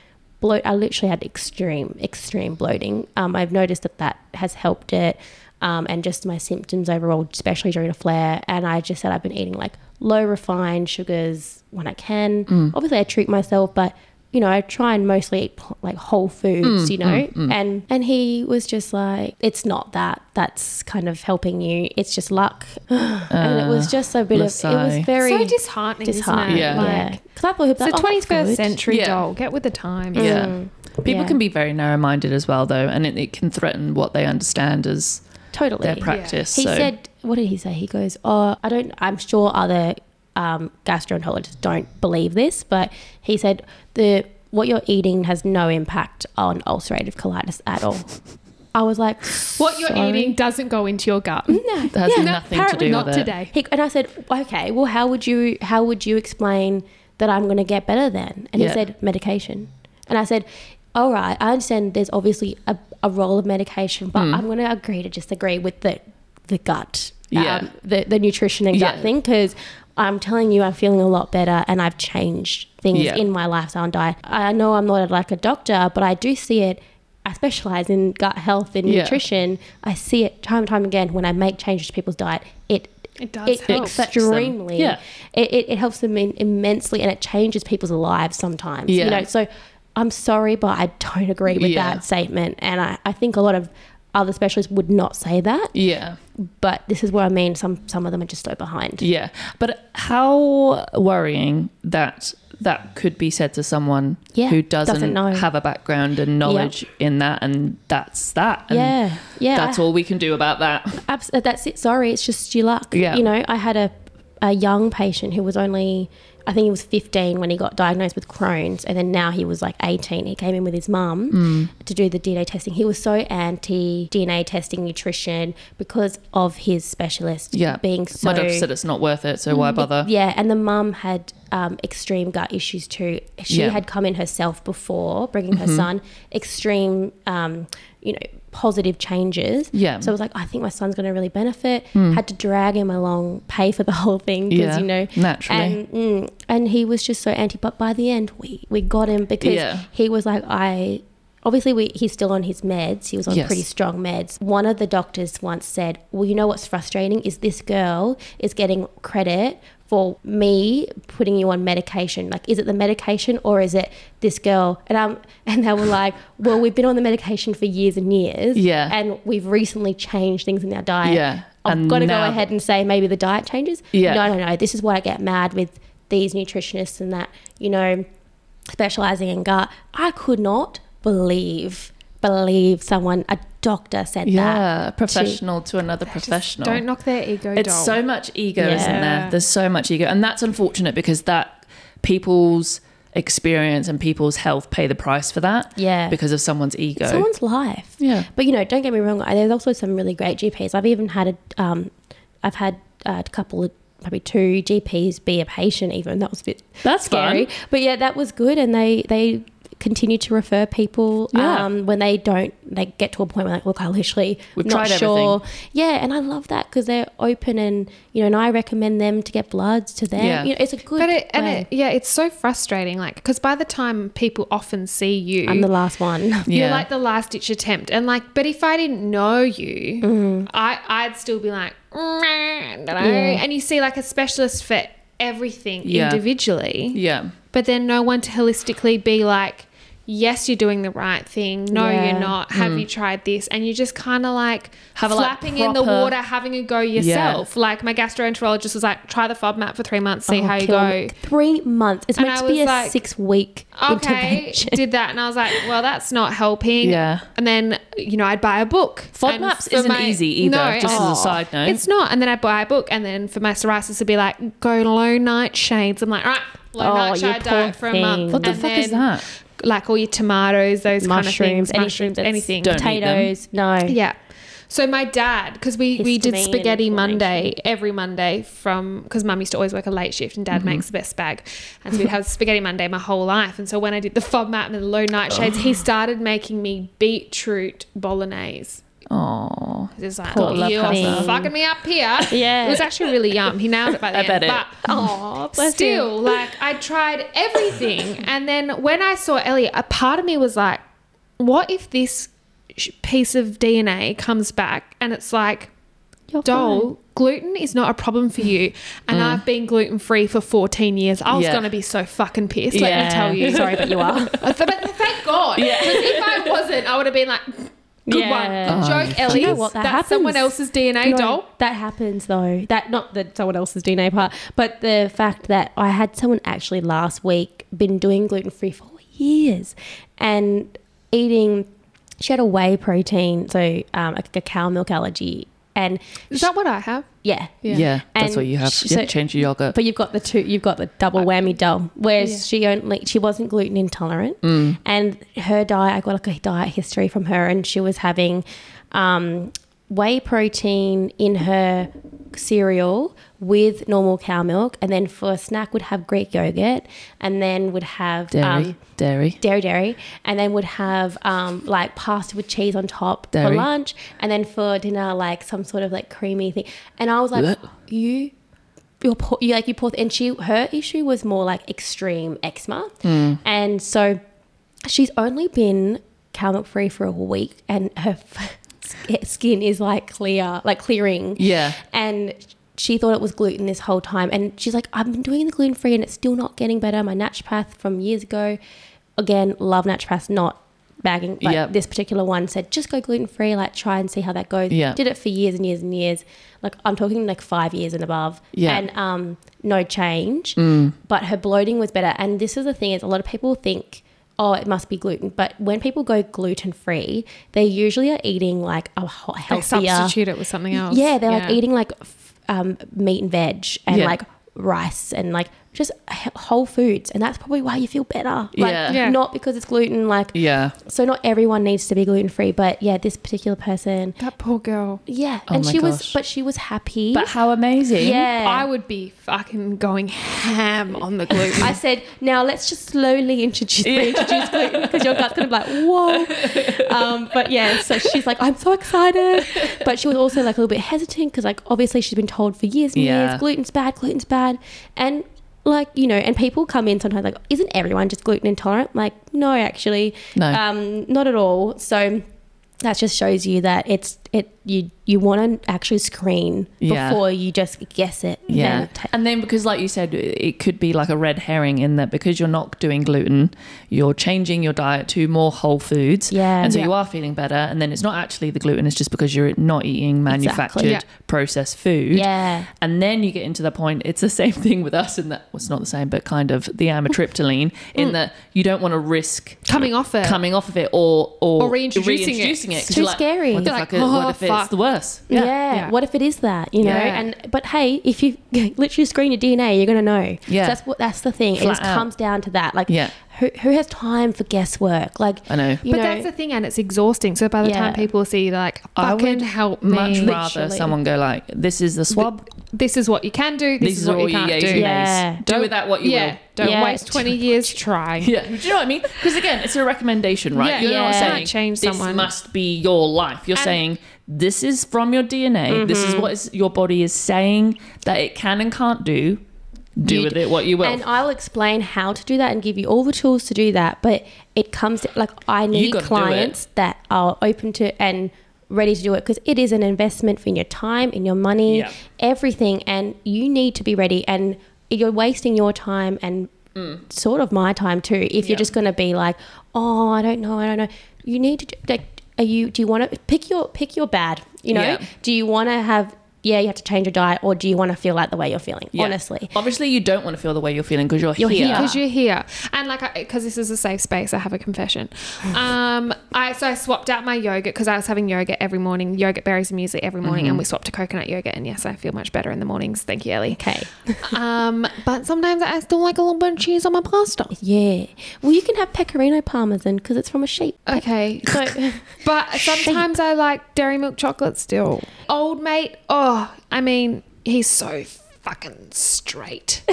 Speaker 3: bloat. I literally had extreme, extreme bloating. Um, I've noticed that that has helped it, um, and just my symptoms overall, especially during a flare. And I just said I've been eating like low refined sugars when I can.
Speaker 4: Mm.
Speaker 3: Obviously, I treat myself, but you know, I try and mostly eat pl- like whole
Speaker 4: Mm,
Speaker 3: foods, you know. And and he was just like, it's not that. That's kind of helping you. It's just luck. and it was just a bit of. It
Speaker 4: Lasai.
Speaker 3: was very.
Speaker 2: so disheartening,
Speaker 3: disheartening.
Speaker 2: isn't it?
Speaker 4: Ah, Yeah.
Speaker 2: Like,
Speaker 3: Yeah. Because I thought
Speaker 2: It's the
Speaker 3: twenty
Speaker 2: twenty
Speaker 3: first
Speaker 2: first century
Speaker 4: Yeah.
Speaker 2: doll. Get with the times.
Speaker 4: Yeah.
Speaker 3: Mm,
Speaker 4: People
Speaker 3: Yeah.
Speaker 4: can be very narrow minded as well, though, and it, it can threaten what they understand as
Speaker 3: Totally.
Speaker 4: their practice.
Speaker 3: He
Speaker 4: so.
Speaker 3: said, what did he say? He goes, oh, I don't, I'm sure other um, gastroenterologists don't believe this, but he said the what you're eating has no impact on ulcerative colitis at all. I was like,
Speaker 2: What you're
Speaker 3: sorry?
Speaker 2: eating doesn't go into your gut.
Speaker 3: No,
Speaker 4: That has
Speaker 3: yeah.
Speaker 4: nothing to
Speaker 2: Apparently
Speaker 4: do
Speaker 2: not
Speaker 4: with it.
Speaker 2: today.
Speaker 3: He, and I said, okay, well, how would you how would you explain that I'm going to get better then? And
Speaker 4: Yeah.
Speaker 3: he said medication. And I said, all right, I understand. There's obviously a, a role of medication,
Speaker 4: Hmm.
Speaker 3: but I'm going to agree to just agree with the the gut, um,
Speaker 4: Yeah.
Speaker 3: the the nutrition and
Speaker 4: Yeah.
Speaker 3: gut thing because. I'm telling you, I'm feeling a lot better, and I've changed things
Speaker 4: Yeah.
Speaker 3: in my lifestyle and diet. I know I'm not like a doctor, but I do see it. I specialize in gut health and
Speaker 4: Yeah.
Speaker 3: nutrition. I see it time and time again when I make changes to people's diet. It
Speaker 2: It does
Speaker 3: it
Speaker 2: help.
Speaker 4: Fix them.
Speaker 3: extremely.
Speaker 4: Yeah.
Speaker 3: It, it, it helps them in immensely and it changes people's lives sometimes.
Speaker 4: Yeah.
Speaker 3: You know, so I'm sorry, but I don't agree with
Speaker 4: Yeah.
Speaker 3: that statement. And I, I think a lot of other specialists would not say that,
Speaker 4: Yeah.
Speaker 3: but this is what I mean. Some some of them are just so behind.
Speaker 4: Yeah. But how worrying that that could be said to someone
Speaker 3: Yeah,
Speaker 4: who doesn't,
Speaker 3: doesn't know.
Speaker 4: have a background and knowledge in that and that's that. And
Speaker 3: yeah. Yeah.
Speaker 4: That's
Speaker 3: I-
Speaker 4: all we can do about that.
Speaker 3: Abs- uh, that's it. Sorry, it's just your luck.
Speaker 4: Yeah.
Speaker 3: You know, I had a a young patient who was only, I think he was 15 when he got diagnosed with Crohn's, and then now he was like 18. He came in with his
Speaker 4: Mm.
Speaker 3: mum to do the DNA testing. He was so anti DNA testing, nutrition, because of his specialist
Speaker 4: Yeah.
Speaker 3: being so Mm,
Speaker 4: My doctor said it's not worth it, so why bother?
Speaker 3: yeah, and the mum had um, extreme gut issues too. She
Speaker 4: Yeah. Mm-hmm.
Speaker 3: had come in herself before bringing her son. Extreme, um, you know, positive changes.
Speaker 4: Yeah. Hmm.
Speaker 3: So I was like, I think my son's going to really benefit. Had to drag him along, pay for the whole thing because
Speaker 4: Yeah,
Speaker 3: you know
Speaker 4: naturally.
Speaker 3: And, mm, and he was just so anti. But by the end, we we got him because
Speaker 4: Yeah.
Speaker 3: he was like, I. Obviously, we, he's still on his meds. He was on
Speaker 4: Yes.
Speaker 3: pretty strong meds. One of the doctors once said, Well, you know what's frustrating is this girl is getting credit for me putting you on medication. Like, is it the medication or is it this girl? And um and they were like, Well, we've been on the medication for years and years.
Speaker 4: Yeah.
Speaker 3: And we've recently changed things in our diet.
Speaker 4: Yeah.
Speaker 3: I've
Speaker 4: And
Speaker 3: got to go
Speaker 4: now-
Speaker 3: ahead and say maybe the diet changes.
Speaker 4: Yeah.
Speaker 3: No, no, no. This is why I get mad with these nutritionists and that, you know, specializing in gut. I could not believe believe someone a doctor said that.
Speaker 4: Yeah, professional to, another
Speaker 2: Just
Speaker 4: professional.
Speaker 2: Don't knock their ego.
Speaker 4: It's
Speaker 2: doll.
Speaker 4: so much ego,
Speaker 3: Yeah.
Speaker 4: isn't there? There's so much ego, and that's unfortunate because that people's experience and people's health pay the price for that.
Speaker 3: Yeah.
Speaker 4: because of someone's ego.
Speaker 3: Someone's life.
Speaker 4: yeah,
Speaker 3: But you know, don't get me wrong. I- There's also some really great GPs. I've even had a, um, I've had a couple of probably two GPs be a patient. Even that was a bit
Speaker 4: that's
Speaker 3: scary. But yeah, that was good, and they they continue to refer people
Speaker 4: Yeah.
Speaker 3: um, when they don't. They get to a point where like, look, I literally
Speaker 4: We've
Speaker 3: not
Speaker 4: tried
Speaker 3: sure.
Speaker 4: everything.
Speaker 3: Yeah, and I love that because they're open and you know, and I recommend them to get bloods to them.
Speaker 4: Yeah.
Speaker 3: You know, it's a good.
Speaker 2: But it, and
Speaker 3: way.
Speaker 2: it, yeah, it's so frustrating. Like, because by the time people often see you,
Speaker 3: I'm the last one.
Speaker 2: you're
Speaker 4: Yeah.
Speaker 2: like the last ditch attempt. And like, but if I didn't know you,
Speaker 4: Mm-hmm.
Speaker 2: I I'd still be like, "Mm, dunno." and you see like a specialist for everything
Speaker 4: Yeah.
Speaker 2: individually,
Speaker 4: Yeah.
Speaker 2: but then no one to holistically be like. Yes, you're doing the right thing. No,
Speaker 3: Yeah.
Speaker 2: you're not. Have you tried this? And you're just kind of like
Speaker 4: Mm. Have a, like,
Speaker 2: flapping in the
Speaker 4: proper-
Speaker 2: water, having a go yourself. Like my gastroenterologist was like, try the FODMAP for three months, see
Speaker 3: Oh,
Speaker 2: how you
Speaker 3: kill
Speaker 2: go.
Speaker 3: me. Three months. It's
Speaker 2: And
Speaker 3: meant
Speaker 2: I
Speaker 3: to be
Speaker 2: was
Speaker 3: a
Speaker 2: like,
Speaker 3: six week
Speaker 2: okay,
Speaker 3: intervention.
Speaker 2: did that, and I was like, well, that's not helping.
Speaker 4: Yeah.
Speaker 2: And then you know, I'd buy a book.
Speaker 4: FODMAPs
Speaker 2: And for
Speaker 4: isn't easy either, just as a
Speaker 2: it's-
Speaker 4: side note.
Speaker 2: it's not. And then I'd buy a book, and then for my psoriasis, it'd be like, go low nightshades. I'm like, all right, low
Speaker 3: Oh, you
Speaker 2: nightshade
Speaker 3: poor
Speaker 2: diet for a month.
Speaker 3: thing.
Speaker 4: What the
Speaker 2: And
Speaker 4: fuck is
Speaker 2: then,
Speaker 4: that?
Speaker 2: Like all your tomatoes, those kind of
Speaker 3: Mushrooms,
Speaker 2: things,
Speaker 3: anything
Speaker 2: mushrooms,
Speaker 3: that's-
Speaker 2: anything.
Speaker 4: Don't eat them.
Speaker 3: Potatoes. No.
Speaker 2: Yeah. So my dad, because we, we did
Speaker 3: Histamine and
Speaker 2: spaghetti
Speaker 3: inflammation.
Speaker 2: Monday every Monday from because mum used to always work a late shift and dad
Speaker 4: Mm-hmm.
Speaker 2: makes the best bag, and so we'd have spaghetti Monday my whole life. And so when I did the FODMAP and the low
Speaker 4: Oh.
Speaker 2: nightshades, he started making me beetroot bolognese.
Speaker 4: Oh.
Speaker 2: It's like
Speaker 4: Poor love
Speaker 2: you're
Speaker 4: husband."
Speaker 2: fucking me up here.
Speaker 3: Yeah.
Speaker 2: it was actually really yum. He nailed it by the
Speaker 4: I
Speaker 2: end.
Speaker 4: bet it.
Speaker 2: But
Speaker 3: Oh,
Speaker 2: still, like I tried everything, and then when I saw Elliot, a part of me was like, "What if this sh- piece of DNA comes back and it's like,
Speaker 3: You're fine. Mm.
Speaker 2: doll, gluten is not a problem for you, and I've been gluten free for 14 years. I was
Speaker 4: Yeah.
Speaker 2: gonna be so fucking pissed. Let
Speaker 4: Yeah.
Speaker 2: me tell you.
Speaker 3: Sorry, but you are.
Speaker 2: but thank God, because if I wasn't, I would have been like." Good
Speaker 3: Yeah.
Speaker 2: one. Good
Speaker 4: Oh,
Speaker 2: joke, Ellie.
Speaker 3: You know what? That
Speaker 2: That's someone
Speaker 3: happens.
Speaker 2: else's DNA
Speaker 3: No,
Speaker 2: doll.
Speaker 3: That happens though. That not that someone else's DNA part, but the fact that I had someone actually last week been doing gluten free for years and eating. She had a whey protein, so um, a, a cow milk allergy, and
Speaker 2: Is that what I have?
Speaker 3: yeah,
Speaker 4: Yeah.
Speaker 3: And
Speaker 4: That's what you have.
Speaker 3: sh-
Speaker 4: you have
Speaker 3: so-
Speaker 4: to change your yogurt.
Speaker 3: But you've got the two. You've got the double whammy doll. Whereas she only she wasn't gluten intolerant, and her diet. I got like a diet history from her, and she was having um, whey protein in her cereal with normal cow milk, and then for a snack would have Greek yogurt, and then would have
Speaker 4: dairy.
Speaker 3: um,
Speaker 4: dairy.
Speaker 3: dairy dairy and then would have um, like pasta with cheese on top for
Speaker 4: Dairy.
Speaker 3: lunch and then for dinner like some sort of like creamy thing and i was like
Speaker 4: Blech.
Speaker 3: you you're poor, you like you poor and she her issue was more like extreme eczema
Speaker 4: Hmm.
Speaker 3: and so she's only been cow milk free for a week and her sk- skin is like clear like clearing
Speaker 4: Yeah.
Speaker 3: and she thought it was gluten this whole time. And she's like, I've been doing the gluten free and it's still not getting better. My naturopath from years ago, again, love naturopaths, not bagging. But
Speaker 4: Yep.
Speaker 3: this particular one said, just go gluten free, like try and see how that goes.
Speaker 4: Yeah.
Speaker 3: Did it for years and years and years. Like I'm talking like five years and above.
Speaker 4: Yeah. Mm.
Speaker 3: And um, no change. But her bloating was better. And this is the thing is a lot of people think, oh, it must be gluten. But when people go gluten free, they usually are eating like a ho-
Speaker 2: They
Speaker 3: healthier.
Speaker 2: substitute it with something else.
Speaker 3: Yeah, they're like eating like f- um, meat and veg and
Speaker 4: Yeah.
Speaker 3: like rice and like just h- whole foods, and that's probably why you feel better. Like,
Speaker 4: Yeah.
Speaker 2: Yeah.
Speaker 3: Not because it's gluten. Like,
Speaker 4: Yeah.
Speaker 3: so not everyone needs to be gluten free, but yeah, this particular person,
Speaker 2: That poor girl.
Speaker 3: yeah,
Speaker 4: Oh
Speaker 3: and
Speaker 4: my
Speaker 3: she was,
Speaker 4: gosh.
Speaker 3: but she was happy.
Speaker 4: But how amazing.
Speaker 3: yeah,
Speaker 2: I would be fucking going ham on the gluten.
Speaker 3: I said, now let's just slowly introduce reintroduce gluten because your gut's gonna be like, whoa. Um, but yeah, so she's like, I'm so excited, but she was also like a little bit hesitant because like obviously she's been told for years and
Speaker 4: Yeah.
Speaker 3: years gluten's bad, gluten's bad, and like you know, and people come in sometimes like, isn't everyone just gluten intolerant? Like, no, actually,
Speaker 4: No.
Speaker 3: um, not at all. So. That just shows you that it's it you you want to actually screen
Speaker 4: Yeah.
Speaker 3: before you just guess it.
Speaker 4: Yeah.
Speaker 3: and ta-
Speaker 4: And then because like you said it could be like a red herring in that because you're not doing gluten, you're changing your diet to more whole foods.
Speaker 3: Yeah.
Speaker 4: And so
Speaker 2: Yeah.
Speaker 4: you are feeling better and then it's not actually the gluten it's just because you're not eating manufactured
Speaker 3: Exactly. Yeah.
Speaker 4: processed food.
Speaker 3: yeah.
Speaker 4: And then you get into the point, it's the same thing with us in that, well, it's not the same, but kind of the amitriptyline, in that you don't want to risk
Speaker 2: Coming off it.
Speaker 4: coming off of it or or,
Speaker 2: Or reintroducing it.
Speaker 4: reintroducing it.
Speaker 3: It's
Speaker 4: 'Cause
Speaker 3: too
Speaker 4: you're like,
Speaker 3: scary.
Speaker 4: What, the
Speaker 2: You're
Speaker 4: fuck
Speaker 2: like,
Speaker 4: is- what
Speaker 2: "Oh,
Speaker 4: if
Speaker 2: fuck."
Speaker 4: it's the worst?
Speaker 3: Yeah.
Speaker 2: Yeah.
Speaker 3: What if it is that? You know.
Speaker 4: Yeah.
Speaker 3: And but hey, if you literally screen your DNA, you're gonna know.
Speaker 4: Yeah.
Speaker 3: So that's what that's the thing. it
Speaker 4: Flat
Speaker 3: just
Speaker 4: out.
Speaker 3: comes down to that. Like
Speaker 4: Yeah.
Speaker 3: who, who has time for guesswork? Like,
Speaker 4: I know.
Speaker 3: you
Speaker 2: but
Speaker 3: know,
Speaker 2: that's the thing, and it's exhausting. So by the
Speaker 3: Yeah.
Speaker 2: time people see, they're like,
Speaker 4: I would
Speaker 2: fucking help me.
Speaker 4: Much rather
Speaker 3: Literally.
Speaker 4: someone go like, "This is the swab.
Speaker 2: This is what you can do. This,
Speaker 4: These
Speaker 2: is
Speaker 4: are
Speaker 2: what
Speaker 4: all
Speaker 2: you
Speaker 4: your
Speaker 2: can't
Speaker 4: yays
Speaker 2: do.
Speaker 4: and
Speaker 3: Yeah.
Speaker 4: nays. Do with that what you
Speaker 2: yeah.
Speaker 4: will."
Speaker 2: Don't
Speaker 3: Yeah.
Speaker 2: waste 20 years. Try.
Speaker 4: Yeah, do you know what I mean? Because again, it's a recommendation, right?
Speaker 2: Yeah,
Speaker 4: You're
Speaker 3: yeah.
Speaker 4: not
Speaker 3: Can't
Speaker 4: saying
Speaker 2: change
Speaker 4: this
Speaker 2: someone."
Speaker 4: must be your life. You're
Speaker 2: And-
Speaker 4: saying this is from your DNA. This is what is, your body is saying that it can and can't do. Do
Speaker 3: You
Speaker 4: with
Speaker 3: d-
Speaker 4: it what you will.
Speaker 3: And I will explain how to do that and give you all the tools to do that. But it comes to, like I need
Speaker 4: gotta do it.
Speaker 3: clients that are open to and ready to do it because it is an investment in your time, in your money,
Speaker 4: Yeah.
Speaker 3: everything, and you need to be ready. And you're wasting your time and sort of my time too if
Speaker 4: Mm. Yeah.
Speaker 3: you're just going to be like, oh, I don't know, I don't know. You need to like. Are you? Do you want to pick your pick your bad? You know.
Speaker 4: Yeah.
Speaker 3: Do you want to have? Yeah, you have to change your diet, or do you want to feel like the way you're feeling?
Speaker 4: Yeah.
Speaker 3: Honestly,
Speaker 4: obviously, you don't want to feel the way you're feeling because you're,
Speaker 3: You're
Speaker 4: here.
Speaker 3: here.
Speaker 2: because you're here and like because this is a safe space i have a confession um i so i swapped out my yogurt because i was having yogurt every morning yogurt berries and music every morning and we swapped to coconut yogurt and yes i feel much better in the mornings thank you ellie
Speaker 3: okay.
Speaker 2: um but sometimes i still like a little bit of cheese on my pasta
Speaker 3: Yeah. Well, you can have pecorino parmesan because it's from a sheep.
Speaker 2: okay
Speaker 3: So
Speaker 2: but sometimes i like dairy milk chocolate still old mate oh i mean he's so fucking straight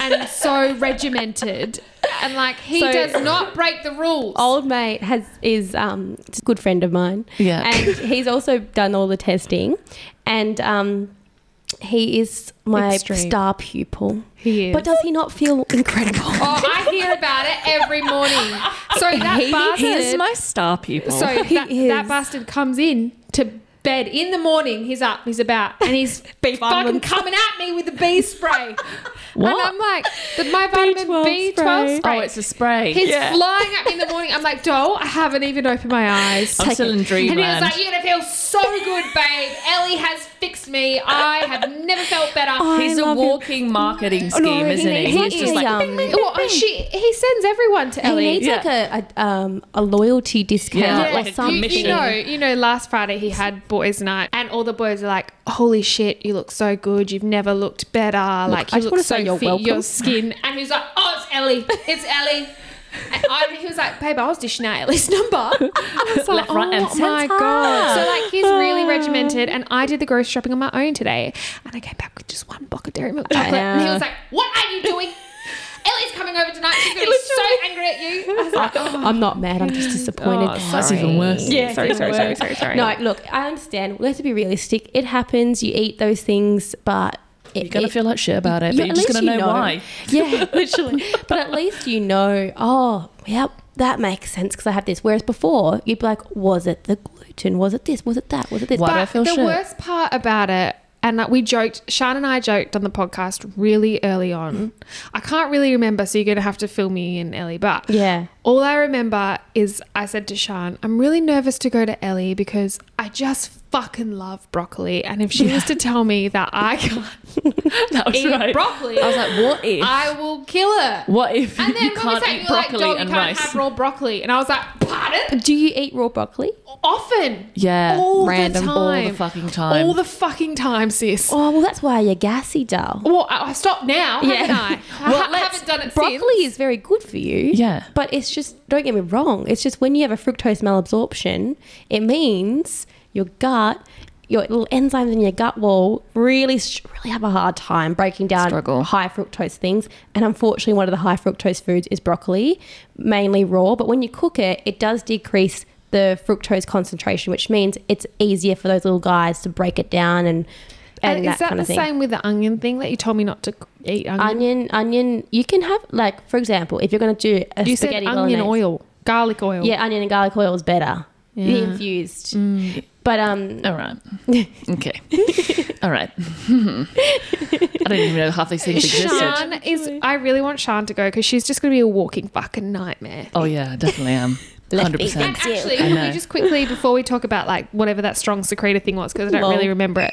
Speaker 2: and so regimented and like he
Speaker 3: So-
Speaker 2: does not break the rules
Speaker 3: old mate has is um just a good friend of mine.
Speaker 4: Yeah.
Speaker 3: And he's also done all the testing, and um he is my
Speaker 2: Extreme.
Speaker 3: star pupil.
Speaker 2: He
Speaker 3: But does he not feel incredible?
Speaker 2: Oh, I hear about it every morning. So that
Speaker 3: He-
Speaker 2: bastard.
Speaker 5: He's my star pupil.
Speaker 2: so
Speaker 3: He
Speaker 2: that,
Speaker 3: is.
Speaker 2: that bastard comes in to bed in the morning. He's up. He's about, and he's fucking
Speaker 3: Bee vitamin.
Speaker 2: coming at me with the bee spray. And
Speaker 4: What?
Speaker 2: I'm like, the, my vitamin B12
Speaker 3: B12
Speaker 2: spray.
Speaker 3: spray.
Speaker 4: oh, it's a spray.
Speaker 2: He's flying at me in the morning. I'm like, doll, I haven't even opened my eyes.
Speaker 4: I'm still in
Speaker 2: And he was
Speaker 4: dreamland.
Speaker 2: like, "You're gonna feel so good, babe. Ellie has fixed me. I have never felt better."
Speaker 4: He's
Speaker 3: I
Speaker 4: a
Speaker 3: love him.
Speaker 4: walking marketing
Speaker 3: Oh, no,
Speaker 4: scheme,
Speaker 3: he
Speaker 4: isn't he?
Speaker 3: needs
Speaker 4: He's
Speaker 3: like
Speaker 4: just
Speaker 3: a,
Speaker 4: like,
Speaker 3: um,
Speaker 2: Well, she, he sends everyone to
Speaker 3: He
Speaker 2: Ellie.
Speaker 3: needs like a, a um a loyalty discount
Speaker 4: Yeah,
Speaker 3: or
Speaker 4: like a
Speaker 3: something.
Speaker 2: You, you
Speaker 4: commission.
Speaker 2: know, you know. Last Friday he had boys' night, and all the boys are like, "Holy shit, you look so good! You've never looked better. like you
Speaker 3: just
Speaker 2: look
Speaker 3: wanna
Speaker 2: so
Speaker 3: say you're
Speaker 2: fit. Your
Speaker 3: welcome."
Speaker 2: skin." And he's like, "Oh, it's Ellie. It's Ellie." And I, he was like, "Babe, I was dishing out Ellie's number." I was like,
Speaker 4: Left, right, and
Speaker 2: "Oh my
Speaker 3: centre."
Speaker 2: god!" So like, he's really regimented, and I did the grocery shopping on my own today, and I came back with just one box of dairy milk chocolate, and he was like, "What are you doing?" Ellie's coming over tonight. She's gonna be so angry at you. I was like, "Oh,
Speaker 3: I'm not mad. I'm just disappointed.
Speaker 4: that's even worse.
Speaker 3: Yeah,
Speaker 2: sorry,
Speaker 3: it's
Speaker 2: sorry,
Speaker 3: even
Speaker 2: sorry,
Speaker 3: worse.
Speaker 2: sorry, sorry.
Speaker 3: No, look, I understand. We have to be realistic. It happens. You eat those things, but it,
Speaker 4: You're gonna
Speaker 3: it-
Speaker 4: feel like shit about it,
Speaker 3: Yeah,
Speaker 4: but you're just
Speaker 3: at
Speaker 4: gonna know,
Speaker 3: least you
Speaker 4: why.
Speaker 3: Yeah, literally. but at least you know. Oh, yep, that makes sense because I have this. Whereas before, you'd be like, was it the gluten? Was it this? Was it that? Was it this?
Speaker 4: Why do I
Speaker 2: But
Speaker 4: feel
Speaker 2: the
Speaker 4: shit?
Speaker 2: worst part about it, and like we joked, Sean and I joked on the podcast really early on. I can't really remember, so you're going to have to fill me in, Ellie. But
Speaker 3: Yeah.
Speaker 2: all I remember is I said to Sean, I'm really nervous to go to Ellie because I just fucking love broccoli. And if she was to tell me that I can't
Speaker 4: That was
Speaker 2: eat
Speaker 4: right.
Speaker 2: broccoli,
Speaker 4: I was like, what if?
Speaker 2: I will kill her.
Speaker 4: what if
Speaker 2: And then
Speaker 4: you
Speaker 2: when we
Speaker 4: can't
Speaker 2: said,
Speaker 4: eat
Speaker 2: you were like,
Speaker 4: broccoli
Speaker 2: Dom, you
Speaker 4: and
Speaker 2: can't
Speaker 4: rice?
Speaker 2: have raw broccoli. And I was like, pardon?
Speaker 3: Do you eat raw broccoli?
Speaker 2: Often.
Speaker 4: Yeah,
Speaker 2: All
Speaker 4: random,
Speaker 2: the
Speaker 4: all the
Speaker 2: time.
Speaker 4: fucking time.
Speaker 2: All the fucking time, sis.
Speaker 3: Oh, well, that's why you're gassy, doll.
Speaker 2: Well, I, I've stopped now,
Speaker 3: Yeah.
Speaker 2: haven't I? I
Speaker 3: Well,
Speaker 2: ha- haven't done it
Speaker 3: Broccoli
Speaker 2: since.
Speaker 3: is very good for you.
Speaker 4: Yeah.
Speaker 3: But it's just, don't get me wrong, it's just when you have a fructose malabsorption, it means your gut, your little enzymes in your gut wall really, s- really have a hard time breaking down
Speaker 4: Struggle.
Speaker 3: high fructose things. And unfortunately, one of the high fructose foods is broccoli, mainly raw. But when you cook it, it does decrease the fructose concentration, which means it's easier for those little guys to break it down and. And,
Speaker 2: And
Speaker 3: that
Speaker 2: is that
Speaker 3: kind
Speaker 2: the
Speaker 3: of thing
Speaker 2: same with the onion thing that you told me not to c- eat onion?
Speaker 3: onion onion you can have like for example if you're going to do a
Speaker 2: you said
Speaker 3: spaghetti
Speaker 2: onion
Speaker 3: bolognese-
Speaker 2: oil, garlic oil.
Speaker 3: yeah onion and garlic oil is better the infused
Speaker 2: Mm.
Speaker 3: but um
Speaker 4: All right. Okay. All right. I don't even know half these things existed.
Speaker 2: Sean is. I really want Sean to go because she's just going to be a walking fucking nightmare.
Speaker 4: Oh yeah, I definitely am. Hundred
Speaker 2: And
Speaker 4: percent.
Speaker 2: actually,
Speaker 4: I
Speaker 2: can
Speaker 4: know.
Speaker 2: we just quickly before we talk about like whatever that strong secretor thing was because I don't
Speaker 3: Lol.
Speaker 2: really remember it.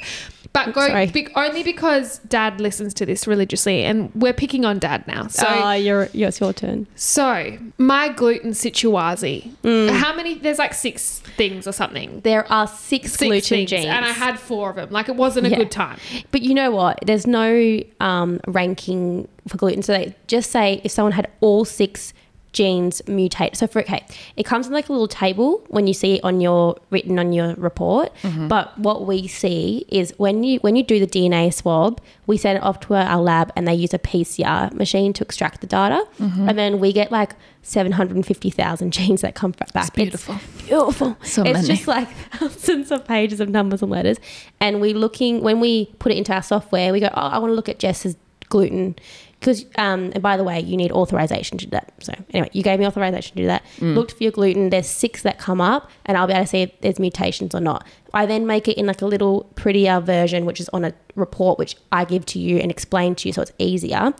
Speaker 2: But go
Speaker 3: Sorry.
Speaker 2: be, only because Dad listens to this religiously, and we're picking on Dad now. So
Speaker 3: ah, you're, yeah, it's your turn
Speaker 2: So, my gluten situazi.
Speaker 3: Mm.
Speaker 2: How many? There's like six things or something.
Speaker 3: there are six,
Speaker 2: Six
Speaker 3: gluten
Speaker 2: things,
Speaker 3: genes
Speaker 2: and I had four of them. Like it wasn't a
Speaker 3: Yeah.
Speaker 2: good time.
Speaker 3: but you know what there's no um ranking for gluten so they just say if someone had all six genes mutate. So for okay, it comes in like a little table when you see it on your written on your report. But what we see is when you when you do the DNA swab, we send it off to our lab and they use a PCR machine to extract the data, and then we get like seven hundred and fifty thousand genes that come back. It's
Speaker 4: beautiful.
Speaker 3: beautiful.
Speaker 4: So
Speaker 3: it's
Speaker 4: many.
Speaker 3: just like thousands of pages of numbers and letters. And we looking when we put it into our software, we go, oh, I want to look at Jess's gluten because um, and by the way, you need authorization to do that. So anyway, you gave me authorization to do that.
Speaker 4: Mm.
Speaker 3: Looked for your gluten. There's six that come up, and I'll be able to see if there's mutations or not. I then make it in like a little prettier version, which is on a report which I give to you and explain to you, so it's easier.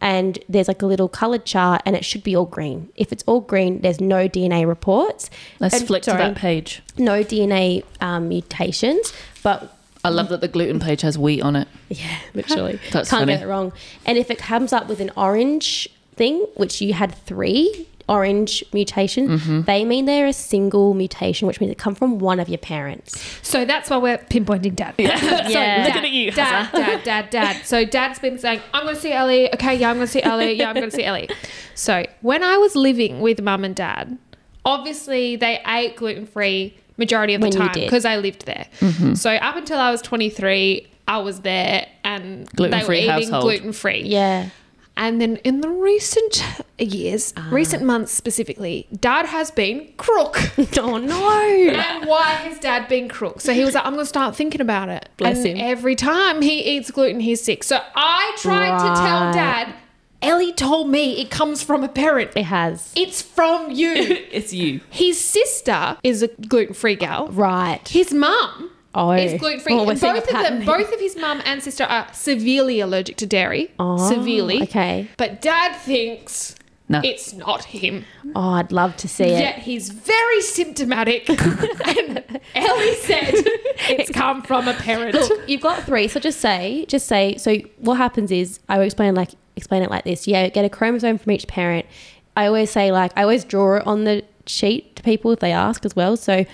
Speaker 3: And there's like a little colored chart, and it should be all green. If it's all green, there's no DNA reports.
Speaker 4: Let's
Speaker 3: And-
Speaker 4: flick
Speaker 3: sorry,
Speaker 4: to that page.
Speaker 3: No DNA um, mutations, but
Speaker 4: I love that the gluten page has wheat on it.
Speaker 3: yeah, literally.
Speaker 4: That's
Speaker 3: Can't
Speaker 4: funny.
Speaker 3: get it wrong. And if it comes up with an orange thing, which you had three orange mutation, they mean they're a single mutation, which means it come from one of your parents.
Speaker 2: So that's why we're pinpointing dad. so
Speaker 3: Yeah.
Speaker 2: dad, at you, dad, dad, dad, dad. So dad's been saying, "I'm going to see Ellie." Okay, yeah, I'm going to see Ellie. Yeah, I'm going to see Ellie. So when I was living with mum and dad, obviously they ate gluten free majority of the
Speaker 3: When you
Speaker 2: time
Speaker 3: did. Mm-hmm.
Speaker 2: because I lived there. So up until I was 23, I was there and
Speaker 4: Gluten-free
Speaker 2: they were eating
Speaker 4: household.
Speaker 2: gluten free.
Speaker 3: Yeah.
Speaker 2: And then in the recent years,
Speaker 3: Ah.
Speaker 2: recent months specifically, dad has been crook.
Speaker 3: Oh no.
Speaker 2: And why has dad been crook? So he was like, I'm going to start thinking about it.
Speaker 3: Bless
Speaker 2: and
Speaker 3: him.
Speaker 2: every time he eats gluten, he's sick. So I tried to tell
Speaker 3: Right.
Speaker 2: dad, Ellie told me it comes from a parent.
Speaker 3: It has.
Speaker 2: It's from you.
Speaker 4: It's you.
Speaker 2: His sister is a gluten free gal.
Speaker 3: Right.
Speaker 2: His mum
Speaker 3: Oh.
Speaker 2: is gluten free.
Speaker 3: Oh, we're
Speaker 2: both
Speaker 3: seeing a
Speaker 2: of them,
Speaker 3: pattern.
Speaker 2: both of his mum and sister are severely allergic to dairy.
Speaker 3: Oh,
Speaker 2: severely.
Speaker 3: okay.
Speaker 2: But dad thinks
Speaker 4: No.
Speaker 2: it's not him.
Speaker 3: Oh, I'd love to see it.
Speaker 2: Yet he's very symptomatic. and Ellie said it's come from a parent.
Speaker 3: Look, you've got three, so just say, just say. So what happens is, I always explain like explain it like this. Yeah, get a chromosome from each parent. I always say like I always draw it on the sheet to people if they ask as well. So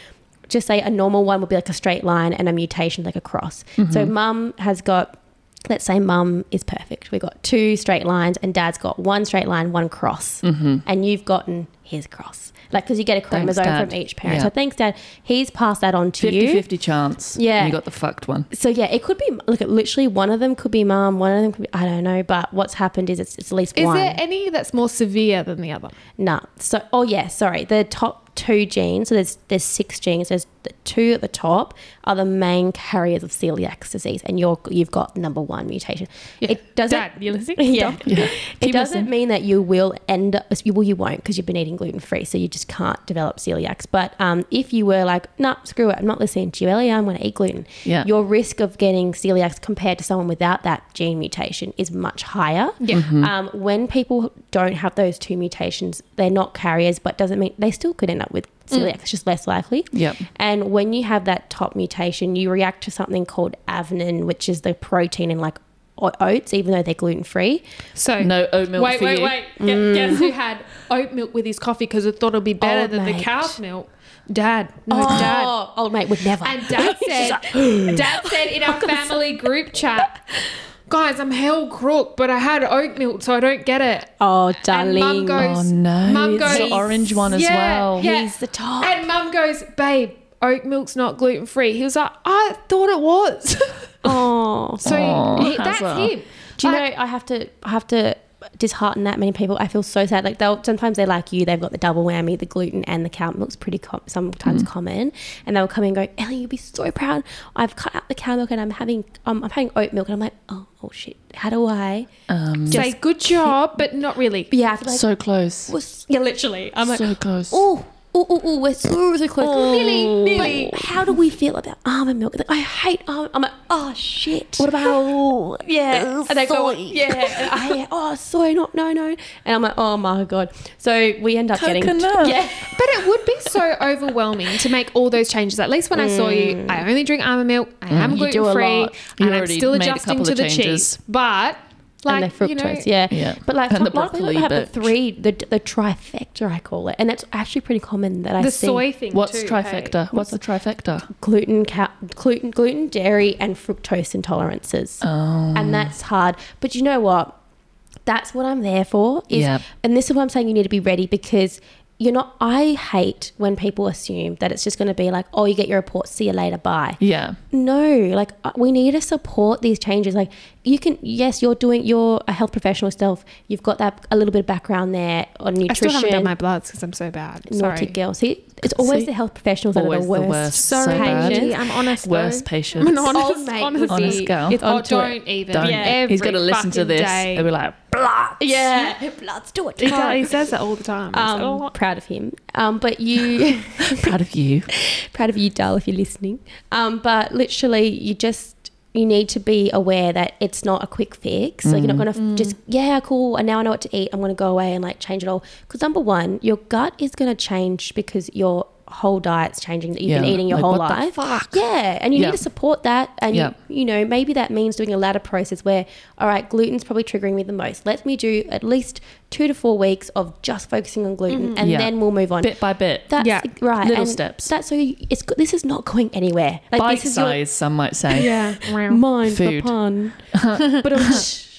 Speaker 3: just say a normal one would be like a straight line and a mutation like a cross.
Speaker 4: Mm-hmm.
Speaker 3: So mum has got. Let's say mum is perfect. We've got two straight lines, and dad's got one straight line, one cross. And you've gotten his cross. Like, because you get a
Speaker 4: Mm-hmm. Thanks,
Speaker 3: chromosome
Speaker 4: Dad.
Speaker 3: from each parent.
Speaker 4: Yeah.
Speaker 3: So, thanks, Dad. He's passed that on to
Speaker 4: 50
Speaker 3: you.
Speaker 4: 50 chance.
Speaker 3: Yeah.
Speaker 4: And you got the fucked one.
Speaker 3: So yeah, it could be look. It literally, one of them could be mum, one of them could be I don't know. But what's happened is it's, it's at least
Speaker 2: Is
Speaker 3: one.
Speaker 2: there any that's more severe than the other?
Speaker 3: nah. So oh yeah, sorry. The top two genes. So there's there's six genes. There's the two at the top are the main carriers of celiac disease, and you're you've got number one mutation. It doesn't.
Speaker 2: Dad, you listening?
Speaker 3: Yeah. It
Speaker 4: Keep
Speaker 3: doesn't
Speaker 4: listening.
Speaker 3: mean that you will end up, well, you won't because you've been eating gluten free, so you just can't develop celiacs. But um, if you were like, nah, screw it, I'm not listening to you, Ellie, I'm going to eat gluten,
Speaker 4: Yeah.
Speaker 3: your risk of getting celiacs compared to someone without that gene mutation is much higher.
Speaker 2: Yeah.
Speaker 3: Um, when people don't have those two mutations, they're not carriers, but doesn't mean they still could end up with celiac, it's just less likely.
Speaker 4: Yep.
Speaker 3: And when you have that top mutation, you react to something called avenin, which is the protein in like o- oats, even though they're gluten free.
Speaker 2: So
Speaker 4: No oat milk
Speaker 2: wait,
Speaker 4: for
Speaker 2: wait,
Speaker 4: you.
Speaker 2: wait. Gu- Guess who had oat milk with his coffee because it thought it'd be better
Speaker 3: Old
Speaker 2: than the
Speaker 3: mate.
Speaker 2: cow's milk? Dad, no, dad.
Speaker 3: Oh, old mate would never.
Speaker 2: And dad said, dad said in our family group chat, guys, I'm hell crook, but I had oat milk, so I don't get it.
Speaker 3: oh,
Speaker 2: And mum
Speaker 3: darling.
Speaker 4: Oh
Speaker 2: goes,
Speaker 4: no.
Speaker 2: Mum
Speaker 4: it's
Speaker 2: goes-
Speaker 4: the orange one as
Speaker 2: Yeah,
Speaker 4: well.
Speaker 2: yeah.
Speaker 3: He's the top.
Speaker 2: And mum goes, babe, oat milk's not gluten free. He was like, I thought it was.
Speaker 3: oh,
Speaker 2: so
Speaker 4: Aw,
Speaker 2: he, that's
Speaker 4: Hazza.
Speaker 2: him.
Speaker 3: do you
Speaker 2: I-
Speaker 3: know? I have to. I have to dishearten that many people. I feel so sad. Like they'll sometimes they're like you. They've got the double whammy, the gluten and the cow milk's pretty com- sometimes common. And they'll come in and go, Ellie, you'll be so proud. I've cut out the cow milk and I'm having um, I'm having oat milk. And I'm like, oh, oh shit. How do I?
Speaker 4: Um,
Speaker 2: Say good job, but not really.
Speaker 3: But yeah, I feel like
Speaker 4: so close.
Speaker 3: we're s- yeah, literally. I'm like,
Speaker 4: so close.
Speaker 3: oh, oh, oh, oh, we're so, so close.
Speaker 2: Nearly, nearly.
Speaker 3: But how do we feel about almond milk? Like, I hate almond. I'm like, oh shit. What about yeah? And they go, yeah. And I, oh, soy, not no, no. And I'm like, oh my god. So we end up
Speaker 4: Coconut.
Speaker 3: getting yeah.
Speaker 2: But it would be so overwhelming to make all those changes. At least when I saw you, I only drink almond milk. I am
Speaker 3: Mm. You do
Speaker 2: gluten
Speaker 3: a
Speaker 2: free,
Speaker 3: lot.
Speaker 4: You
Speaker 2: and I'm
Speaker 4: already
Speaker 2: still
Speaker 4: made a
Speaker 2: adjusting
Speaker 4: couple
Speaker 2: to
Speaker 4: of
Speaker 2: the
Speaker 4: changes.
Speaker 2: cheese. But
Speaker 3: And
Speaker 2: like
Speaker 3: the
Speaker 2: you know,
Speaker 3: fructose, yeah.
Speaker 4: Yeah.
Speaker 3: But like,
Speaker 4: And the
Speaker 3: a lot of people
Speaker 4: broccoli,
Speaker 3: have the
Speaker 4: but-
Speaker 3: three, the, the trifecta, I call it, and it's actually pretty common that I
Speaker 2: the
Speaker 3: see
Speaker 2: soy thing.
Speaker 4: What's
Speaker 2: too,
Speaker 4: trifecta? What's the trifecta?
Speaker 3: gluten, ca- gluten, gluten, dairy, and fructose intolerances.
Speaker 4: Oh.
Speaker 2: Mm.
Speaker 3: and that's hard. But you know what? that's what I'm there for. Is,
Speaker 4: Yeah.
Speaker 3: And this is why I'm saying you need to be ready because you're not. I hate when people assume that it's just going to be like, oh, you get your report, see you later, bye.
Speaker 4: Yeah.
Speaker 3: No, like uh, we need to support these changes. Like you can, yes, you're doing, you're a health professional yourself. You've got that a little bit of background there on
Speaker 2: I still
Speaker 3: nutrition.
Speaker 2: haven't done my bloods because I'm so bad.
Speaker 3: naughty
Speaker 2: Sorry.
Speaker 3: girl. See, it's always
Speaker 4: See?
Speaker 3: the health professionals that are
Speaker 4: Always
Speaker 3: the worst.
Speaker 4: the worst.
Speaker 2: Sorry,
Speaker 4: so bad.
Speaker 2: Paige.
Speaker 5: I'm honest.
Speaker 4: Worst
Speaker 5: though.
Speaker 4: patient.
Speaker 2: I'm an honest,
Speaker 3: Oh, mate,
Speaker 2: honest,
Speaker 4: honest girl.
Speaker 2: It's, oh,
Speaker 3: Onto it.
Speaker 2: don't even.
Speaker 4: Don't.
Speaker 2: Every
Speaker 4: He's gonna listen to
Speaker 2: fucking
Speaker 4: this
Speaker 2: day.
Speaker 4: and be like,
Speaker 3: Yeah, who bloods do it?
Speaker 2: He, does, he says that all the time. It's a
Speaker 3: Um,
Speaker 2: lot.
Speaker 3: proud of him. Um, but you,
Speaker 4: proud of you.
Speaker 3: proud of you, Dal, if you're listening. Um, but literally, you just you need to be aware that it's not a quick fix.
Speaker 4: Mm.
Speaker 3: Like you're not going to f just yeah, cool. And now I know what to eat. I'm going to go away and like change it all. Because number one, your gut is going to change because your whole diet's changing that you've been
Speaker 4: Yeah,
Speaker 3: eating your
Speaker 4: like,
Speaker 3: whole
Speaker 4: what the
Speaker 3: life. Yeah, and you
Speaker 4: Yeah.
Speaker 3: need to support that. And
Speaker 4: Yeah.
Speaker 3: you, you know maybe that means doing a ladder process where all right, gluten's probably triggering me the most. Let me do at least two to four weeks of just focusing on gluten, and
Speaker 4: Yeah.
Speaker 3: then we'll move on.
Speaker 4: Bit by bit.
Speaker 3: That's
Speaker 2: Yeah.
Speaker 3: right.
Speaker 4: Little
Speaker 3: and
Speaker 4: steps.
Speaker 3: That's so you, it's go- this is not going anywhere. Like
Speaker 4: Bite
Speaker 3: this is
Speaker 4: size, some might say.
Speaker 2: oh. yeah.
Speaker 3: your mind
Speaker 4: Food.
Speaker 3: for pun. but I'm sh-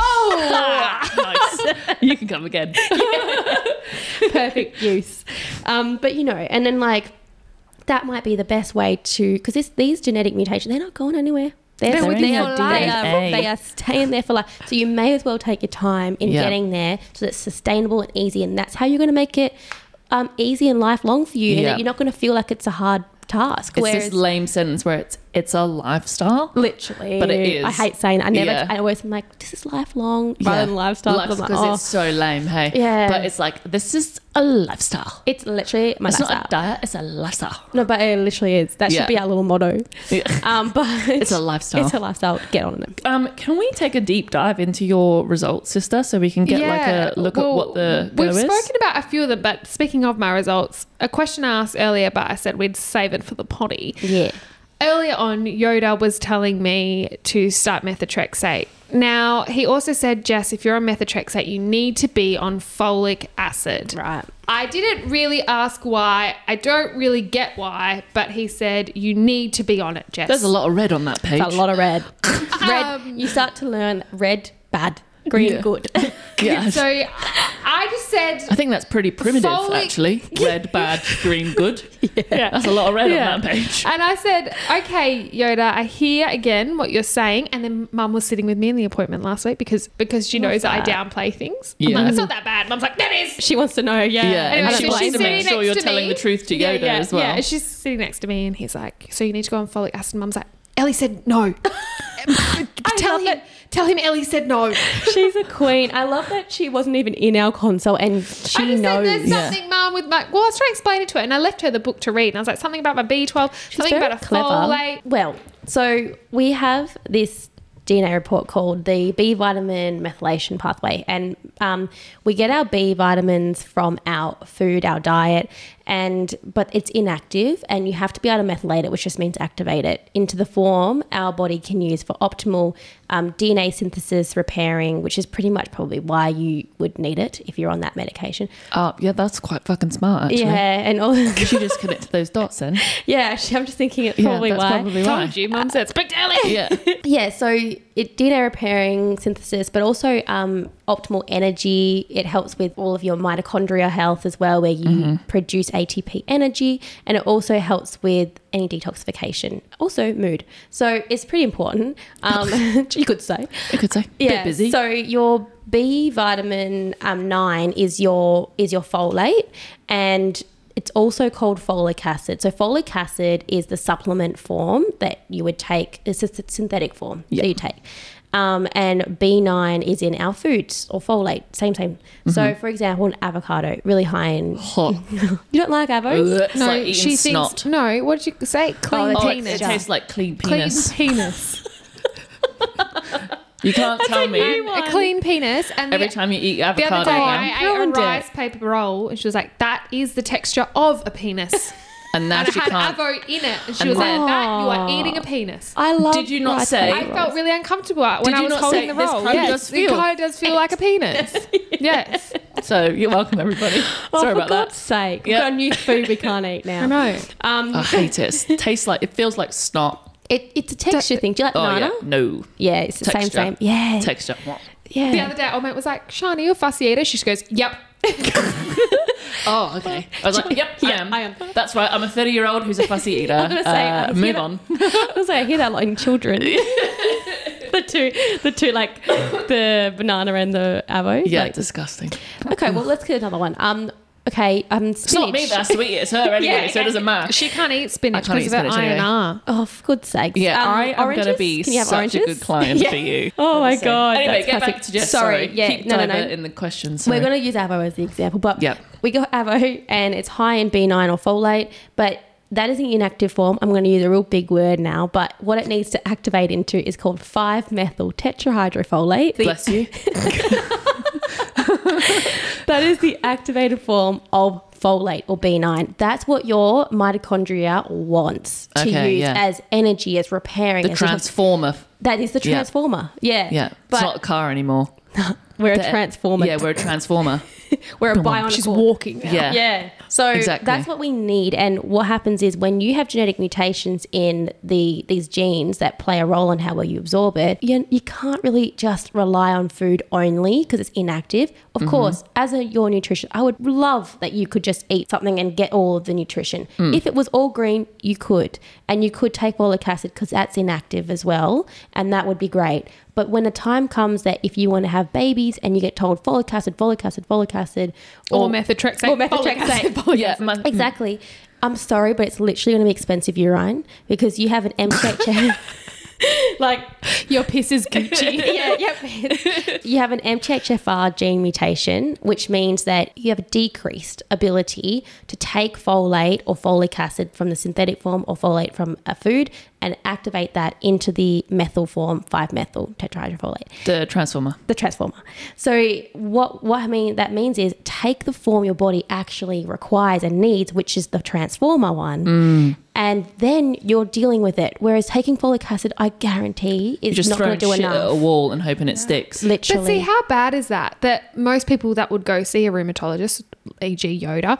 Speaker 2: Oh,
Speaker 4: nice. You can come again.
Speaker 3: perfect use. Um, but you know, and then like that might be the best way to because this these genetic mutations they're not going anywhere. They're,
Speaker 2: They're
Speaker 3: they
Speaker 2: with you
Speaker 3: are,
Speaker 2: for life.
Speaker 3: they, are, they are staying there for life. So you may as well take your time in
Speaker 4: Yeah.
Speaker 3: getting there so that it's sustainable and easy. And that's how you're going to make it um, easy and lifelong for you. And
Speaker 4: Yeah.
Speaker 3: that you're not going to feel like it's a hard task.
Speaker 4: It's
Speaker 3: whereas
Speaker 4: this lame sentence where it's it's a lifestyle.
Speaker 3: Literally.
Speaker 4: But it is.
Speaker 3: I hate saying I never,
Speaker 4: Yeah.
Speaker 3: I always am like, this is lifelong rather than lifestyle. 'cause I'm
Speaker 4: because
Speaker 3: like, oh,
Speaker 4: it's so lame, hey.
Speaker 3: Yeah.
Speaker 4: But it's like this is a lifestyle.
Speaker 3: it's literally my
Speaker 4: it's
Speaker 3: lifestyle.
Speaker 4: not a diet. It's a lifestyle.
Speaker 3: no, but it literally is. That
Speaker 4: Yeah.
Speaker 3: should be our little motto. Um, but
Speaker 4: It's a lifestyle.
Speaker 3: It's a lifestyle. Get on it.
Speaker 4: um, can we take a deep dive into your results, sister, so we can get like a look
Speaker 2: well,
Speaker 4: at what the go
Speaker 2: we've
Speaker 4: is?
Speaker 2: spoken about a few of them, but speaking of my results, a question I asked earlier, but I said we'd save it for the potty.
Speaker 3: Yeah.
Speaker 2: Earlier on, Yoda was telling me to start methotrexate. Now, he also said, Jess, if you're on methotrexate, you need to be on folic acid.
Speaker 3: Right.
Speaker 2: I didn't really ask why. I don't really get why, but he said, you need to be on it, Jess.
Speaker 4: There's a lot of red on that page.
Speaker 3: It's a lot of red. red.
Speaker 2: Um,
Speaker 3: you start to learn red, bad, green, good.
Speaker 4: Yeah.
Speaker 2: So I just
Speaker 4: I
Speaker 2: said,
Speaker 4: think that's pretty primitive,
Speaker 2: Folic-
Speaker 4: actually. Red, bad, green, good. Yeah. That's a lot of red
Speaker 2: Yeah. Uh,
Speaker 4: on that page.
Speaker 2: and I said, okay, Yoda, I hear again what you're saying. And then Mum was sitting with me in the appointment last week because because she knows that, I downplay things. I'm
Speaker 4: Yeah.
Speaker 2: like, it's not that bad. Mum's like, that is.
Speaker 3: she wants to know. Yeah.
Speaker 4: Yeah, and
Speaker 2: Anyway,
Speaker 4: she
Speaker 2: so
Speaker 4: wants
Speaker 2: she's
Speaker 4: to make
Speaker 2: sitting
Speaker 4: sure
Speaker 2: next
Speaker 4: you're
Speaker 2: to
Speaker 4: telling
Speaker 2: me.
Speaker 4: the truth to Yoda
Speaker 2: Yeah, yeah,
Speaker 4: as well.
Speaker 2: Yeah, she's sitting next to me, and he's like, "So you need to go on folic acid." And Mum's like, "Ellie said no." tell him, tell him, Ellie said no.
Speaker 3: She's a queen. I love that she wasn't even in our console and she
Speaker 2: I just said
Speaker 3: knows.
Speaker 2: there's
Speaker 4: Yeah.
Speaker 2: something, Mum, with my. Well, I was trying to explain it to her, and I left her the book to read, and I was like, something about my B12, something
Speaker 3: very
Speaker 2: about a folate.
Speaker 3: Well, so we have this DNA report called the B vitamin methylation pathway, and um, we get our B vitamins from our food, our diet, and but it's inactive, and you have to be able to methylate it, which just means activate it into the form our body can use for optimal um, DNA synthesis repairing, which is pretty much probably why you would need it if you're on that medication.
Speaker 4: Oh, yeah, that's quite fucking smart, actually.
Speaker 3: Yeah, and all.
Speaker 4: She just connected those dots then.
Speaker 3: yeah, actually, I'm just thinking it's
Speaker 4: Yeah,
Speaker 3: probably
Speaker 4: that's
Speaker 3: why.
Speaker 4: probably why.
Speaker 2: Told you, Mum said, speak to Ellie.
Speaker 4: Yeah.
Speaker 3: Yeah, so it DNA repairing synthesis, but also um, optimal energy. It helps with all of your mitochondria health as well, where you produce ATP energy, and it also helps with any detoxification, also mood. So it's pretty important. Um, you could say,
Speaker 4: You could say. Bit busy.
Speaker 3: so your B vitamin um, nine is your is your folate, and it's also called folic acid. So folic acid is the supplement form that you would take. It's a s- synthetic form
Speaker 4: Yeah.
Speaker 3: that you take. Um, and B9 is in our foods or folate, same, same.
Speaker 4: Mm-hmm.
Speaker 3: So, for example, an avocado, really high in.
Speaker 4: Hot.
Speaker 3: You don't like avos?
Speaker 4: It's like eating
Speaker 2: she
Speaker 4: snot.
Speaker 2: thinks no. What did you say? Clean
Speaker 3: Oh,
Speaker 4: Oh, it,
Speaker 2: penis.
Speaker 4: it tastes like clean
Speaker 2: Clean
Speaker 4: penis.
Speaker 2: penis.
Speaker 4: You can't tell me.
Speaker 2: a clean penis. And
Speaker 4: Every
Speaker 2: the
Speaker 4: time you eat
Speaker 2: The
Speaker 4: avocado,
Speaker 2: other day, I
Speaker 4: now,
Speaker 2: ate a
Speaker 3: ruined it.
Speaker 2: rice paper roll, and she was like, "That is the texture of a penis."
Speaker 4: and now
Speaker 2: and it
Speaker 4: she
Speaker 2: had
Speaker 4: can't.
Speaker 2: avo in it, and she
Speaker 4: And
Speaker 2: was
Speaker 4: that-
Speaker 2: like, "That you are eating a penis."
Speaker 3: I love
Speaker 4: Did you not
Speaker 3: rice
Speaker 4: say-
Speaker 2: I
Speaker 3: paper
Speaker 2: felt really uncomfortable when
Speaker 4: Did
Speaker 2: I
Speaker 4: you
Speaker 2: was
Speaker 4: not
Speaker 2: holding
Speaker 4: say,
Speaker 2: the
Speaker 4: "This
Speaker 2: roll.
Speaker 4: kind of
Speaker 2: yes,
Speaker 4: does
Speaker 2: it
Speaker 4: feel-
Speaker 2: kind of does feel like a penis. yes,
Speaker 4: So you're welcome, everybody.
Speaker 3: Oh,
Speaker 4: Sorry
Speaker 3: for
Speaker 4: about
Speaker 3: God's
Speaker 4: that.
Speaker 3: sake.
Speaker 4: Yeah. Ah.
Speaker 3: We've got a new food we can't eat now.
Speaker 2: I know.
Speaker 3: Um,
Speaker 4: I hate it. Tastes like it feels like snot.
Speaker 3: It, it's a texture thing. Do you like
Speaker 4: Oh
Speaker 3: banana?
Speaker 4: yeah, no
Speaker 3: Yeah. it's the
Speaker 4: Texture.
Speaker 3: same, same. Yeah.
Speaker 4: texture. What?
Speaker 3: yeah.
Speaker 2: The other day, our mate was like, Shani, you're a fussy eater. She just goes, Yep.
Speaker 4: Oh, okay. I was like, yep, I am.
Speaker 3: I am.
Speaker 4: That's right. I'm a 30 year old who's a fussy eater.
Speaker 3: I'm gonna say,
Speaker 4: Uh,
Speaker 3: I'm
Speaker 4: move
Speaker 3: gonna-
Speaker 4: on.
Speaker 3: I was like, I hear that a lot in children. the two, the two, like the banana and the avo.
Speaker 4: Yeah,
Speaker 3: Like,
Speaker 4: disgusting.
Speaker 3: okay, well, let's get another one. Um, okay, um, spinach.
Speaker 4: It's not me that's sweet. It's her anyway,
Speaker 3: Yeah,
Speaker 4: so it doesn't matter.
Speaker 2: She can't eat spinach
Speaker 4: I can't
Speaker 2: because
Speaker 4: eat
Speaker 2: of her
Speaker 4: spinach anyway.
Speaker 2: iron R.
Speaker 3: Oh, for good's sake!
Speaker 4: Yeah, I am gonna
Speaker 3: Um, oranges?
Speaker 4: be
Speaker 3: Can you have
Speaker 4: such
Speaker 3: oranges?
Speaker 4: a good client
Speaker 3: Yeah.
Speaker 4: for you.
Speaker 3: Oh my god!
Speaker 4: Anyway,
Speaker 3: that's
Speaker 4: get
Speaker 3: classic.
Speaker 4: back to Jess.
Speaker 3: Sorry, yeah,
Speaker 4: Keep
Speaker 3: no, no, no.
Speaker 4: diver in the questions.
Speaker 3: We're going to use Avo as the example, but
Speaker 4: Yep.
Speaker 3: we got Avo and it's high in B9 or folate, but that is the inactive form. I'm going to use a real big word now, but what it needs to activate into is called 5 methyl tetrahydrofolate. The-
Speaker 4: Bless you.
Speaker 3: that is the activated form of folate or B9. That's what your mitochondria wants to
Speaker 4: Okay,
Speaker 3: use
Speaker 4: yeah.
Speaker 3: as energy, as repairing.
Speaker 4: The
Speaker 3: as detox-
Speaker 4: transformer.
Speaker 3: that is the
Speaker 4: Yeah.
Speaker 3: transformer. Yeah.
Speaker 4: Yeah,
Speaker 3: But
Speaker 4: it's not a car anymore.
Speaker 3: we're a
Speaker 4: The-
Speaker 3: transformer.
Speaker 4: Yeah, we're a transformer.
Speaker 3: we're a bionicle.
Speaker 2: She's walking now.
Speaker 4: Yeah.
Speaker 3: Yeah. So
Speaker 4: Exactly.
Speaker 3: that's what we need. And what happens is when you have genetic mutations in the these genes that play a role in how well you absorb it, you, you can't really just rely on food only because it's inactive. Of
Speaker 4: Mm-hmm.
Speaker 3: course, as a, your nutrition, I would love that you could just eat something and get all of the nutrition.
Speaker 4: Mm.
Speaker 3: If it was all green, you could. And you could take folic acid because that's inactive as well. And that would be great. But when the time comes that if you want to have babies and you get told folic acid, folic acid, folic acid,
Speaker 2: Or, methotrexate.
Speaker 3: or methotrexate.
Speaker 4: yeah, my,
Speaker 3: Exactly. I'm sorry, but it's literally going to be expensive urine because you have an M shaped chest.
Speaker 2: Like, your piss is Gucci.
Speaker 3: yeah, yep. you have an MTHFR gene mutation, which means that you have a decreased ability to take folate or folic acid from the synthetic form or folate from a food and activate that into the methyl form, 5 methyl tetrahydrofolate.
Speaker 4: the transformer.
Speaker 3: the transformer. So what what I mean that means is take the form your body actually requires and needs, which is the transformer one,
Speaker 4: Mm.
Speaker 3: and then you're dealing with it. Whereas taking folic acid, I guarantee,
Speaker 4: You're
Speaker 3: is
Speaker 4: just
Speaker 3: not going
Speaker 4: throwing
Speaker 3: to do
Speaker 4: shit uh, at a
Speaker 3: enough.
Speaker 4: wall and hoping it sticks.
Speaker 3: Literally,
Speaker 2: But see, how bad is that? That most people that would go see a rheumatologist, e.g., Yoda,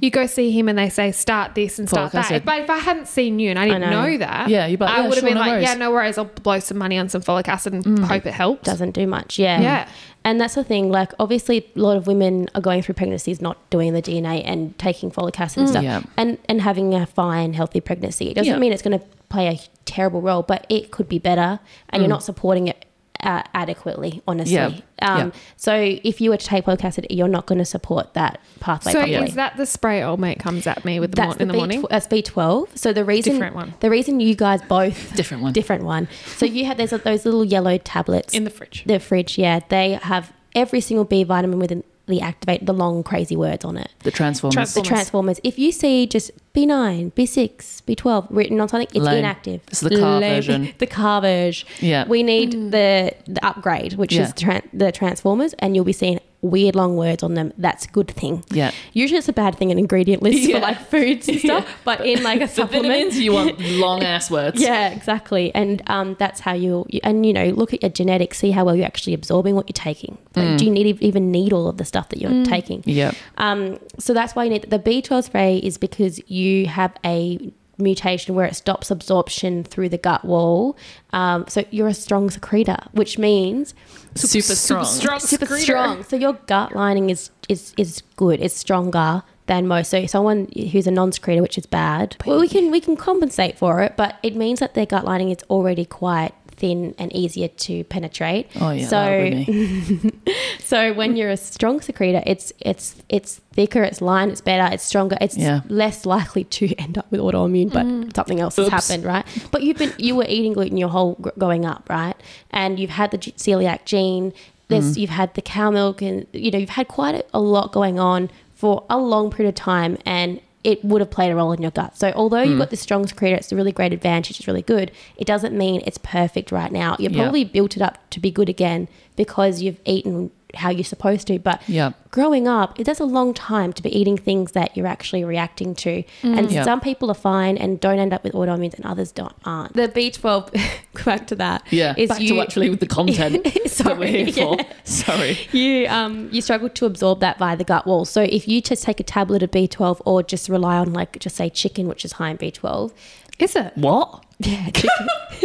Speaker 2: you go see him and they say, start this and start
Speaker 4: Folic
Speaker 2: that.
Speaker 4: acid.
Speaker 2: But if I hadn't seen you and I didn't know.
Speaker 3: know.
Speaker 2: that,
Speaker 4: Yeah, you'd be like,
Speaker 2: I
Speaker 4: "Yeah,
Speaker 2: would have
Speaker 4: sure,
Speaker 2: been
Speaker 4: no
Speaker 2: like,
Speaker 4: worries." Mm.
Speaker 2: yeah, no worries. I'll blow some money on some folic acid and hope it helps.
Speaker 3: doesn't do much. Yeah.
Speaker 2: Yeah.
Speaker 3: And that's the thing. Like, obviously, a lot of women are going through pregnancies not doing the DNA and taking folic acid
Speaker 2: Mm.
Speaker 3: and stuff,
Speaker 4: Yeah.
Speaker 3: and and having a fine, healthy pregnancy. It doesn't
Speaker 4: Yeah.
Speaker 3: mean it's going to play a terrible role, but it could be better, and
Speaker 2: Mm.
Speaker 3: you're not supporting it. Uh, adequately, honestly.
Speaker 4: Yeah.
Speaker 3: Um,
Speaker 4: Yeah.
Speaker 3: So, if you were to take folic acid, you're not going to support that pathway
Speaker 2: so
Speaker 3: properly.
Speaker 2: is that the spray old mate comes at me with the
Speaker 3: That's
Speaker 2: morning in the
Speaker 3: B-
Speaker 2: morning?
Speaker 3: That's B12. So the reason
Speaker 2: Different one.
Speaker 3: the reason you guys both
Speaker 4: Different one.
Speaker 3: different one. So you have there's those little yellow tablets
Speaker 2: In the fridge.
Speaker 3: the fridge, yeah. They have every single B vitamin within the activate, the long crazy words on it.
Speaker 4: The transformer.
Speaker 2: Transform-
Speaker 3: The transformers. If you see just B9, B6, B12 written on something, it's
Speaker 4: Lame.
Speaker 3: inactive.
Speaker 4: It's the car version.
Speaker 3: The car version.
Speaker 4: Yeah.
Speaker 3: We need the, the upgrade, which
Speaker 4: Yeah.
Speaker 3: is tran the transformers, and you'll be seeing weird long words on them. That's a good thing.
Speaker 4: Yeah.
Speaker 3: Usually it's a bad thing in ingredient lists
Speaker 4: Yeah.
Speaker 3: for like foods and stuff, but in like a
Speaker 4: the
Speaker 3: supplement.
Speaker 4: vitamins, you want long ass words.
Speaker 3: Yeah, exactly. And um, that's how you you- and you know look at your genetics, see how well you're actually absorbing what you're taking. Like, Do you need even need all of the stuff that you're taking?
Speaker 4: Yeah.
Speaker 3: Um, so that's why you need the B12 spray is because you have a mutation where it stops absorption through the gut wall. Um, so you're a strong secretor, which means
Speaker 4: Super, strong.
Speaker 3: super strong. So your gut lining is is is good. It's stronger than most. So someone who's a non-secretor, which is bad, well, we can we can compensate for it, but it means that their gut lining is already quite thin and easier to penetrate.
Speaker 4: Oh yeah.
Speaker 3: So
Speaker 4: that would be me.
Speaker 3: so when you're a strong secretor, it's it's it's thicker, it's lined, it's better, it's stronger, it's
Speaker 4: Yeah.
Speaker 3: less likely to end up with autoimmune, but something else has
Speaker 4: Oops.
Speaker 3: happened, right? But you've been you were eating gluten your whole gr- going up, right? And you've had the g- celiac gene.
Speaker 4: Mm.
Speaker 3: There's you've had the cow milk, and you know you've had quite a, a lot going on for a long period of time, and it would have played a role in your gut. So although
Speaker 4: Mm.
Speaker 3: you've got this strong secretor, it's a really great advantage. It's really good. It doesn't mean it's perfect right now. You're
Speaker 4: Yeah.
Speaker 3: probably built it up to be good again because you've eaten how you're supposed to. But
Speaker 4: Yeah.
Speaker 3: growing up, it that's a long time to be eating things that you're actually reacting to. And
Speaker 4: Yeah.
Speaker 3: some people are fine and don't end up with autoimmunes, and others don't aren't. The B12, go back to that.
Speaker 4: Yeah.
Speaker 3: is
Speaker 4: Back
Speaker 3: you,
Speaker 4: to actually with the content that we're here
Speaker 3: Sorry, yeah.
Speaker 4: for. Sorry.
Speaker 3: You um you struggle to absorb that via the gut wall. So if you just take a tablet of B12 or just rely on like just say chicken, which is high in B12,
Speaker 2: Is it?
Speaker 4: What?
Speaker 3: Yeah, chicken.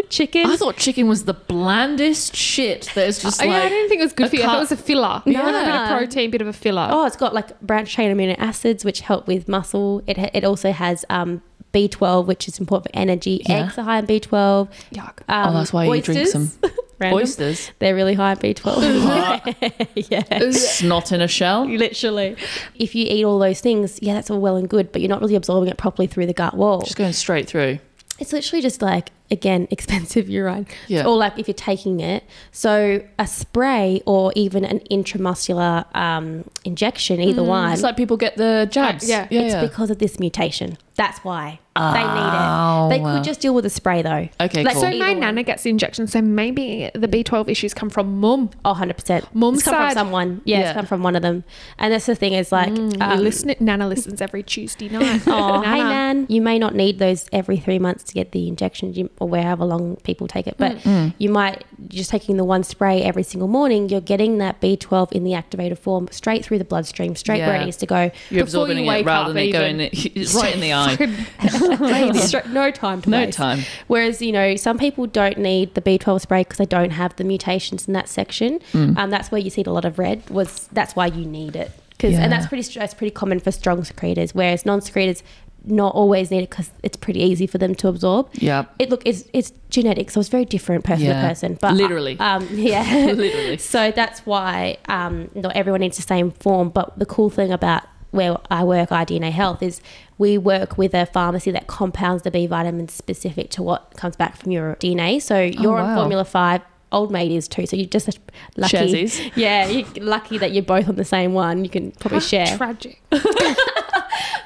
Speaker 3: chicken.
Speaker 4: I thought chicken was the blandest shit. That's just
Speaker 2: Oh, yeah, I
Speaker 4: like
Speaker 2: didn't think it was
Speaker 4: a
Speaker 2: good for you. I thought
Speaker 4: cut-
Speaker 2: it was a filler.
Speaker 4: Yeah.
Speaker 2: A bit of protein, bit of a filler.
Speaker 3: Oh, it's got like branched chain amino acids, which help with muscle. It ha- it also has um, B12, which is important for energy.
Speaker 4: Yeah.
Speaker 3: Eggs are high in B12.
Speaker 2: Yuck.
Speaker 3: Um,
Speaker 4: Oh, that's why you drink
Speaker 3: oysters.
Speaker 4: some
Speaker 3: Random.
Speaker 4: oysters.
Speaker 3: They're really high in B12. yeah,
Speaker 4: Snot in a shell.
Speaker 3: literally. If you eat all those things, yeah, that's all well and good, but you're not really absorbing it properly through the gut wall.
Speaker 4: Just going straight through.
Speaker 3: It's literally just like again expensive urine,
Speaker 4: Yeah.
Speaker 3: or like if you're taking it. So a spray or even an intramuscular um, injection,
Speaker 4: Mm.
Speaker 3: either one.
Speaker 4: It's like people get the jabs.
Speaker 2: yeah.
Speaker 4: yeah.
Speaker 3: It's
Speaker 4: yeah.
Speaker 3: because of this mutation. That's why
Speaker 4: Oh,
Speaker 3: they need it. They
Speaker 4: wow.
Speaker 3: could just deal with a spray though.
Speaker 4: Okay,
Speaker 3: Like,
Speaker 4: cool.
Speaker 2: So
Speaker 3: Either
Speaker 2: my
Speaker 3: one.
Speaker 2: nana gets the injection, so maybe the B12 issues come from mum.
Speaker 3: Oh, 100%.
Speaker 2: Mum's
Speaker 3: it's come from
Speaker 2: side.
Speaker 3: someone. Yeah,
Speaker 4: Yeah. Mm,
Speaker 3: it's come from one of them. And that's the thing is like,
Speaker 2: I
Speaker 3: um,
Speaker 2: listen, nana listens every Tuesday night.
Speaker 3: oh, hey
Speaker 4: Uh-huh.
Speaker 2: Nana.
Speaker 3: man, you may not need those every three months to get the injection you- or however long people take it, but
Speaker 4: Mm.
Speaker 3: you might just taking the one spray every single morning, you're getting that B12 in the activated form straight through the bloodstream, straight where
Speaker 4: Yeah.
Speaker 3: it needs to go.
Speaker 4: You're
Speaker 2: Before
Speaker 4: absorbing
Speaker 2: you
Speaker 4: it
Speaker 2: wake
Speaker 4: rather
Speaker 2: up
Speaker 4: than it
Speaker 2: even.
Speaker 4: going it's right in the eye.
Speaker 3: Straight- no time to
Speaker 4: No
Speaker 3: waste.
Speaker 4: time.
Speaker 3: Whereas, you know, some people don't need the B12 spray because they don't have the mutations in that section.
Speaker 4: Hmm.
Speaker 3: Um, that's where you see a lot of red. Was that's why you need it because,
Speaker 4: Yeah.
Speaker 3: and that's pretty that's pretty common for strong secretors. Whereas non-secretors not always need it because it's pretty easy for them to absorb.
Speaker 4: Yeah.
Speaker 3: It look it's it's genetic, so it's very different person
Speaker 4: Yeah.
Speaker 3: to person. But
Speaker 4: Literally.
Speaker 3: um, yeah,
Speaker 4: Literally.
Speaker 3: So that's why um, not everyone needs the same form. But the cool thing about where I work, iDNA Health, is we work with a pharmacy that compounds the B vitamins specific to what comes back from your DNA. So you're
Speaker 4: Oh, wow.
Speaker 3: on Formula 5. Old mate is too, so you're just lucky.
Speaker 4: Sharesies.
Speaker 3: Yeah, you're lucky that you're both on the same one. You can probably share.
Speaker 2: Tragic.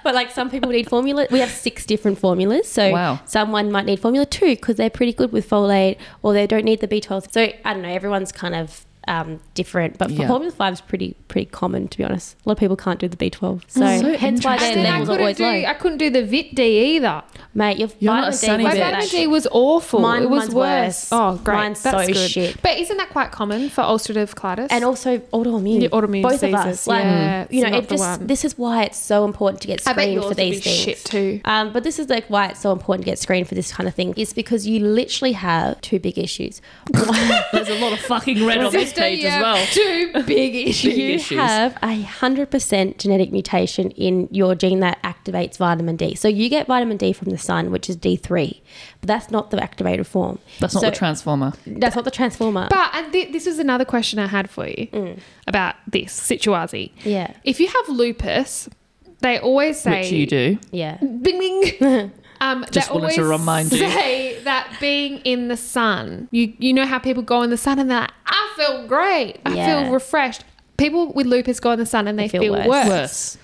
Speaker 3: But like some people need formula. We have six different formulas. So
Speaker 4: Wow.
Speaker 3: someone might need formula two because they're pretty good with folate or they don't need the B12. So I don't know. Everyone's kind of um, different. But for
Speaker 4: Yeah.
Speaker 3: formula five is pretty pretty common to be honest. A lot of people can't do the B12. So,
Speaker 4: So
Speaker 3: hence why their
Speaker 2: And then I
Speaker 3: levels are
Speaker 2: couldn't
Speaker 3: always
Speaker 2: do.
Speaker 3: low.
Speaker 2: I couldn't do the Vit D either.
Speaker 3: Mate, your
Speaker 4: You're
Speaker 3: vitamin
Speaker 4: not a sunny
Speaker 3: D.
Speaker 2: My
Speaker 4: Is it?
Speaker 2: vitamin D was awful.
Speaker 3: Mine-
Speaker 2: it was
Speaker 3: mine's
Speaker 2: worse.
Speaker 3: worse.
Speaker 2: Oh, great.
Speaker 3: Mine's
Speaker 2: That's
Speaker 3: so
Speaker 2: good.
Speaker 3: shit.
Speaker 2: But isn't that quite common for ulcerative colitis?
Speaker 3: And also autoimmune.
Speaker 2: Yeah, autoimmune
Speaker 3: Both of
Speaker 2: diseases.
Speaker 3: us. Like,
Speaker 2: Yeah,
Speaker 3: you
Speaker 2: it's
Speaker 3: know,
Speaker 2: not
Speaker 3: it
Speaker 2: the
Speaker 3: just
Speaker 2: one.
Speaker 3: this is why it's so important to get
Speaker 2: Mm. I
Speaker 3: screened
Speaker 2: bet yours
Speaker 3: for
Speaker 2: would be
Speaker 3: these things.
Speaker 2: shit too.
Speaker 3: Um, but this is like why it's so important to get screened for this kind of thing. Is because you literally have two big issues. One,
Speaker 4: There's a lot of fucking red on this
Speaker 2: Sister,
Speaker 4: page
Speaker 2: you
Speaker 4: as
Speaker 2: have
Speaker 4: well.
Speaker 2: Two big issues.
Speaker 4: Big
Speaker 3: you
Speaker 4: issues.
Speaker 3: have a hundred percent genetic mutation in your gene that activates vitamin D. So you get vitamin D from the sun, which is D three, but that's not the activated form.
Speaker 4: That's not
Speaker 3: So
Speaker 4: the transformer.
Speaker 3: that's not the transformer.
Speaker 2: But and th- this is another question I had for you
Speaker 3: Mm.
Speaker 2: about this situazi.
Speaker 3: yeah,
Speaker 2: If you have lupus, they always say
Speaker 4: Which you do.
Speaker 3: yeah.
Speaker 2: Bing bing. Um,
Speaker 4: Just
Speaker 2: they
Speaker 4: wanted to
Speaker 2: always
Speaker 4: remind you.
Speaker 2: say that being in the sun, you you know how people go in the sun and they're like, I feel great, I
Speaker 3: Yeah.
Speaker 2: feel refreshed. People with lupus go in the sun and they, feel, worse.
Speaker 4: Worse.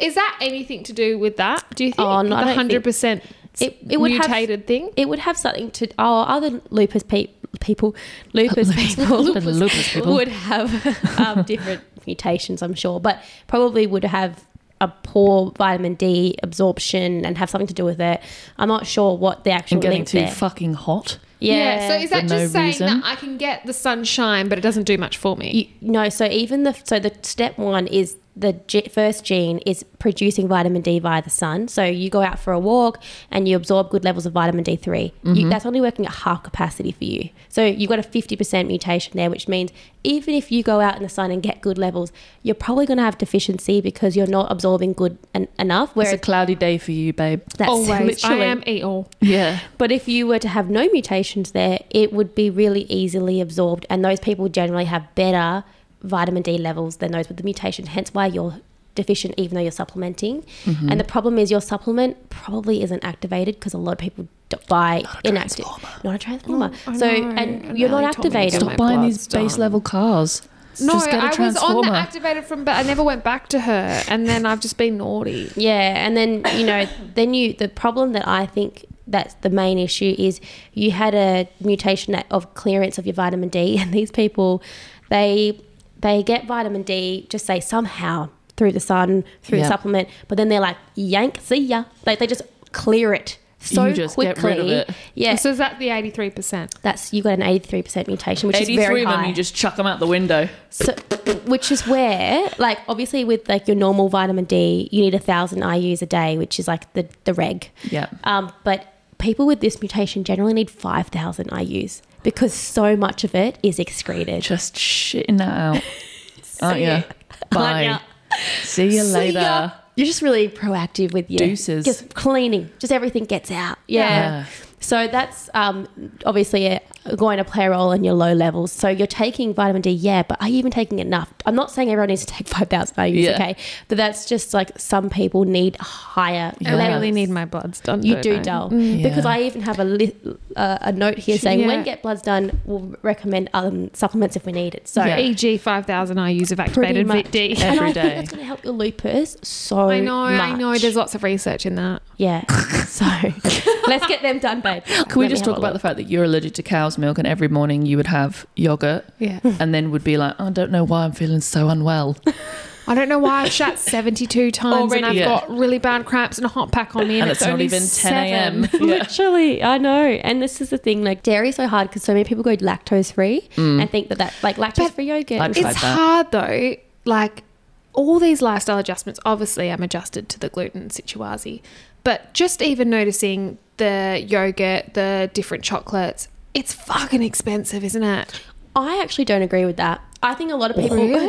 Speaker 2: Is that anything to do with that? Do you think
Speaker 3: Oh, no, I
Speaker 2: the
Speaker 3: don't
Speaker 2: hundred percent
Speaker 3: It- it would have-
Speaker 2: mutated thing?
Speaker 3: It would have something to. Oh, other lupus pe- people, lupus people,
Speaker 4: But lupus people.
Speaker 3: would have um, different mutations, I'm sure, but probably would have a poor vitamin D absorption and have something to do with it. I'm not sure what the actual
Speaker 4: And getting
Speaker 3: link
Speaker 4: too
Speaker 3: there.
Speaker 4: fucking hot.
Speaker 3: yeah.
Speaker 2: So is that
Speaker 4: For no
Speaker 2: just saying
Speaker 4: reason.
Speaker 2: that I can get the sunshine, but it doesn't do much for me?
Speaker 3: You- no, so even the so the step one is the ge- first gene is producing vitamin D via the sun. So you go out for a walk and you absorb good levels of vitamin D 3 You, that's only working at half capacity for you. So you've got a fifty percent mutation there, which means even if you go out in the sun and get good levels, you're probably going to have deficiency because you're not absorbing good en- enough.
Speaker 4: It's
Speaker 3: Whereas
Speaker 4: a cloudy day for you, babe.
Speaker 3: that's
Speaker 2: Always, I
Speaker 3: literally-
Speaker 2: am eel.
Speaker 4: Yeah.
Speaker 3: but if you were to have no mutations there, it would be really easily absorbed. And those people generally have better vitamin D levels than those with the mutation, hence why you're deficient even though you're supplementing. And the problem is your supplement probably isn't activated because a lot of people d- buy inactive. Not a transformer.
Speaker 2: Oh, I
Speaker 3: so,
Speaker 2: know.
Speaker 3: and you're not
Speaker 2: Ellie told me
Speaker 3: activated.
Speaker 2: to
Speaker 4: Stop
Speaker 2: My
Speaker 4: buying these
Speaker 2: blood's
Speaker 4: base
Speaker 2: done.
Speaker 4: level cars.
Speaker 2: No,
Speaker 4: Just get a
Speaker 2: I was on the
Speaker 4: transformer.
Speaker 2: activated from, but I never went back to her, and then I've just been naughty.
Speaker 3: Yeah, and then you know, then you the problem that I think that's the main issue is you had a mutation that- of clearance of your vitamin D, and these people, they they get vitamin D just say somehow through the sun through
Speaker 4: Yeah.
Speaker 3: the supplement, but then they're like yank, see ya, like they just clear it so
Speaker 4: You just get
Speaker 3: quickly.
Speaker 4: rid of it.
Speaker 3: Yeah,
Speaker 2: So is that the eighty-three percent?
Speaker 3: that's you got an eighty three percent mutation, which is
Speaker 4: 83
Speaker 3: very
Speaker 4: of
Speaker 3: high.
Speaker 4: them, you just chuck them out the window.
Speaker 3: So, which is where, like, obviously with like your normal vitamin D, you need a thousand IU's a day, which is like the the reg.
Speaker 4: Yeah.
Speaker 3: Um, but people with this mutation generally need 5,000 IUs because so much of it is excreted.
Speaker 4: Just shitting that out. Aren't ya? Bye.
Speaker 3: ya?
Speaker 4: See you
Speaker 3: See
Speaker 4: later.
Speaker 3: ya. You're just really proactive with your
Speaker 4: Deuces.
Speaker 3: Just cleaning, just everything gets out. Yeah.
Speaker 4: Yeah.
Speaker 3: So that's um, obviously uh going to play a role in your low levels. So you're taking vitamin D, yeah, but are you even taking enough? I'm not saying everyone needs to take 5,000 IUs,
Speaker 4: Yeah.
Speaker 3: okay? But that's just like some people need higher
Speaker 4: Yeah.
Speaker 2: I
Speaker 3: levels.
Speaker 2: really need my bloods done.
Speaker 3: You
Speaker 2: don't Mm.
Speaker 3: do
Speaker 2: I?
Speaker 3: dull
Speaker 4: Yeah.
Speaker 3: because I even have a li- uh, a note here saying when
Speaker 2: Yeah.
Speaker 3: get bloods done, we'll recommend um, supplements if we need it. So
Speaker 4: Yeah.
Speaker 2: E.g., 5,000 IUs of
Speaker 3: pretty
Speaker 2: activated
Speaker 3: much,
Speaker 2: vit D.
Speaker 3: and I
Speaker 4: Every
Speaker 3: think
Speaker 4: day.
Speaker 3: that's going to help your lupus so.
Speaker 2: I know, I know.
Speaker 3: much.
Speaker 2: There's lots of research in that.
Speaker 3: yeah. So let's get them done, babe.
Speaker 4: Can we just talk about the fact that you're allergic to cow's milk and every morning you would have yogurt
Speaker 2: Yeah.
Speaker 4: and then would be like, "Oh, I don't know why I'm feeling so unwell.
Speaker 2: I don't know why I've shat 72 times
Speaker 4: Already,
Speaker 2: and I've
Speaker 4: yeah.
Speaker 2: got really bad cramps and a hot pack on me.
Speaker 4: And
Speaker 2: And, it's,
Speaker 4: it's not
Speaker 2: only
Speaker 4: even 10
Speaker 2: 7.
Speaker 4: a.m. Yeah.
Speaker 3: Literally, I know, and this is the thing. Like dairy is so hard because so many people go lactose free and think that that like lactose free yogurt.
Speaker 4: I'd
Speaker 3: is-
Speaker 2: It's
Speaker 4: like that.
Speaker 2: hard though. Like all these lifestyle adjustments, obviously, I'm adjusted to the gluten situazi, but just even noticing the yogurt, the different chocolates, it's fucking expensive, isn't it?
Speaker 3: I actually don't agree with that. I think a lot of people.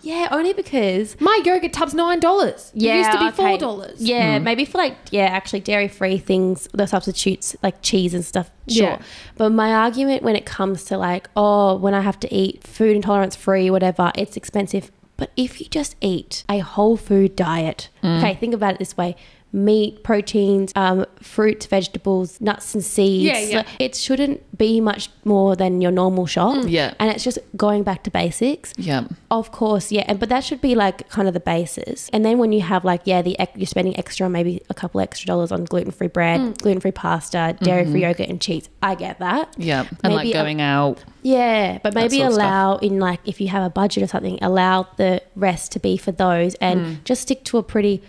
Speaker 3: yeah, only because
Speaker 2: My yogurt tub's nine dollars.
Speaker 3: Yeah,
Speaker 2: it used to be
Speaker 3: okay.
Speaker 2: four dollars.
Speaker 3: Yeah, maybe for like yeah, actually dairy free things, the substitutes like cheese and stuff. Sure,
Speaker 2: Yeah.
Speaker 3: but my argument when it comes to like oh, when I have to eat food intolerance free, whatever, it's expensive. But if you just eat a whole food diet, okay, think about it this way. Meat, proteins, um, fruits, vegetables, nuts and seeds.
Speaker 2: Yeah, yeah.
Speaker 3: Like, It shouldn't be much more than your normal shop.
Speaker 4: Yeah.
Speaker 3: And it's just going back to basics.
Speaker 4: Yeah.
Speaker 3: Of course, yeah, and but that should be like kind of the basis. And then when you have like yeah, the ex- you're spending extra on maybe a couple extra dollars on gluten free bread, gluten free pasta, dairy free yogurt and cheese. I get that.
Speaker 4: Yeah. And
Speaker 3: Maybe
Speaker 4: like
Speaker 3: a-
Speaker 4: going out.
Speaker 3: Yeah, but maybe
Speaker 4: sort of stuff.
Speaker 3: allow in like if you have a budget or something, allow the rest to be for those, and
Speaker 4: Hmm.
Speaker 3: just stick to a pretty.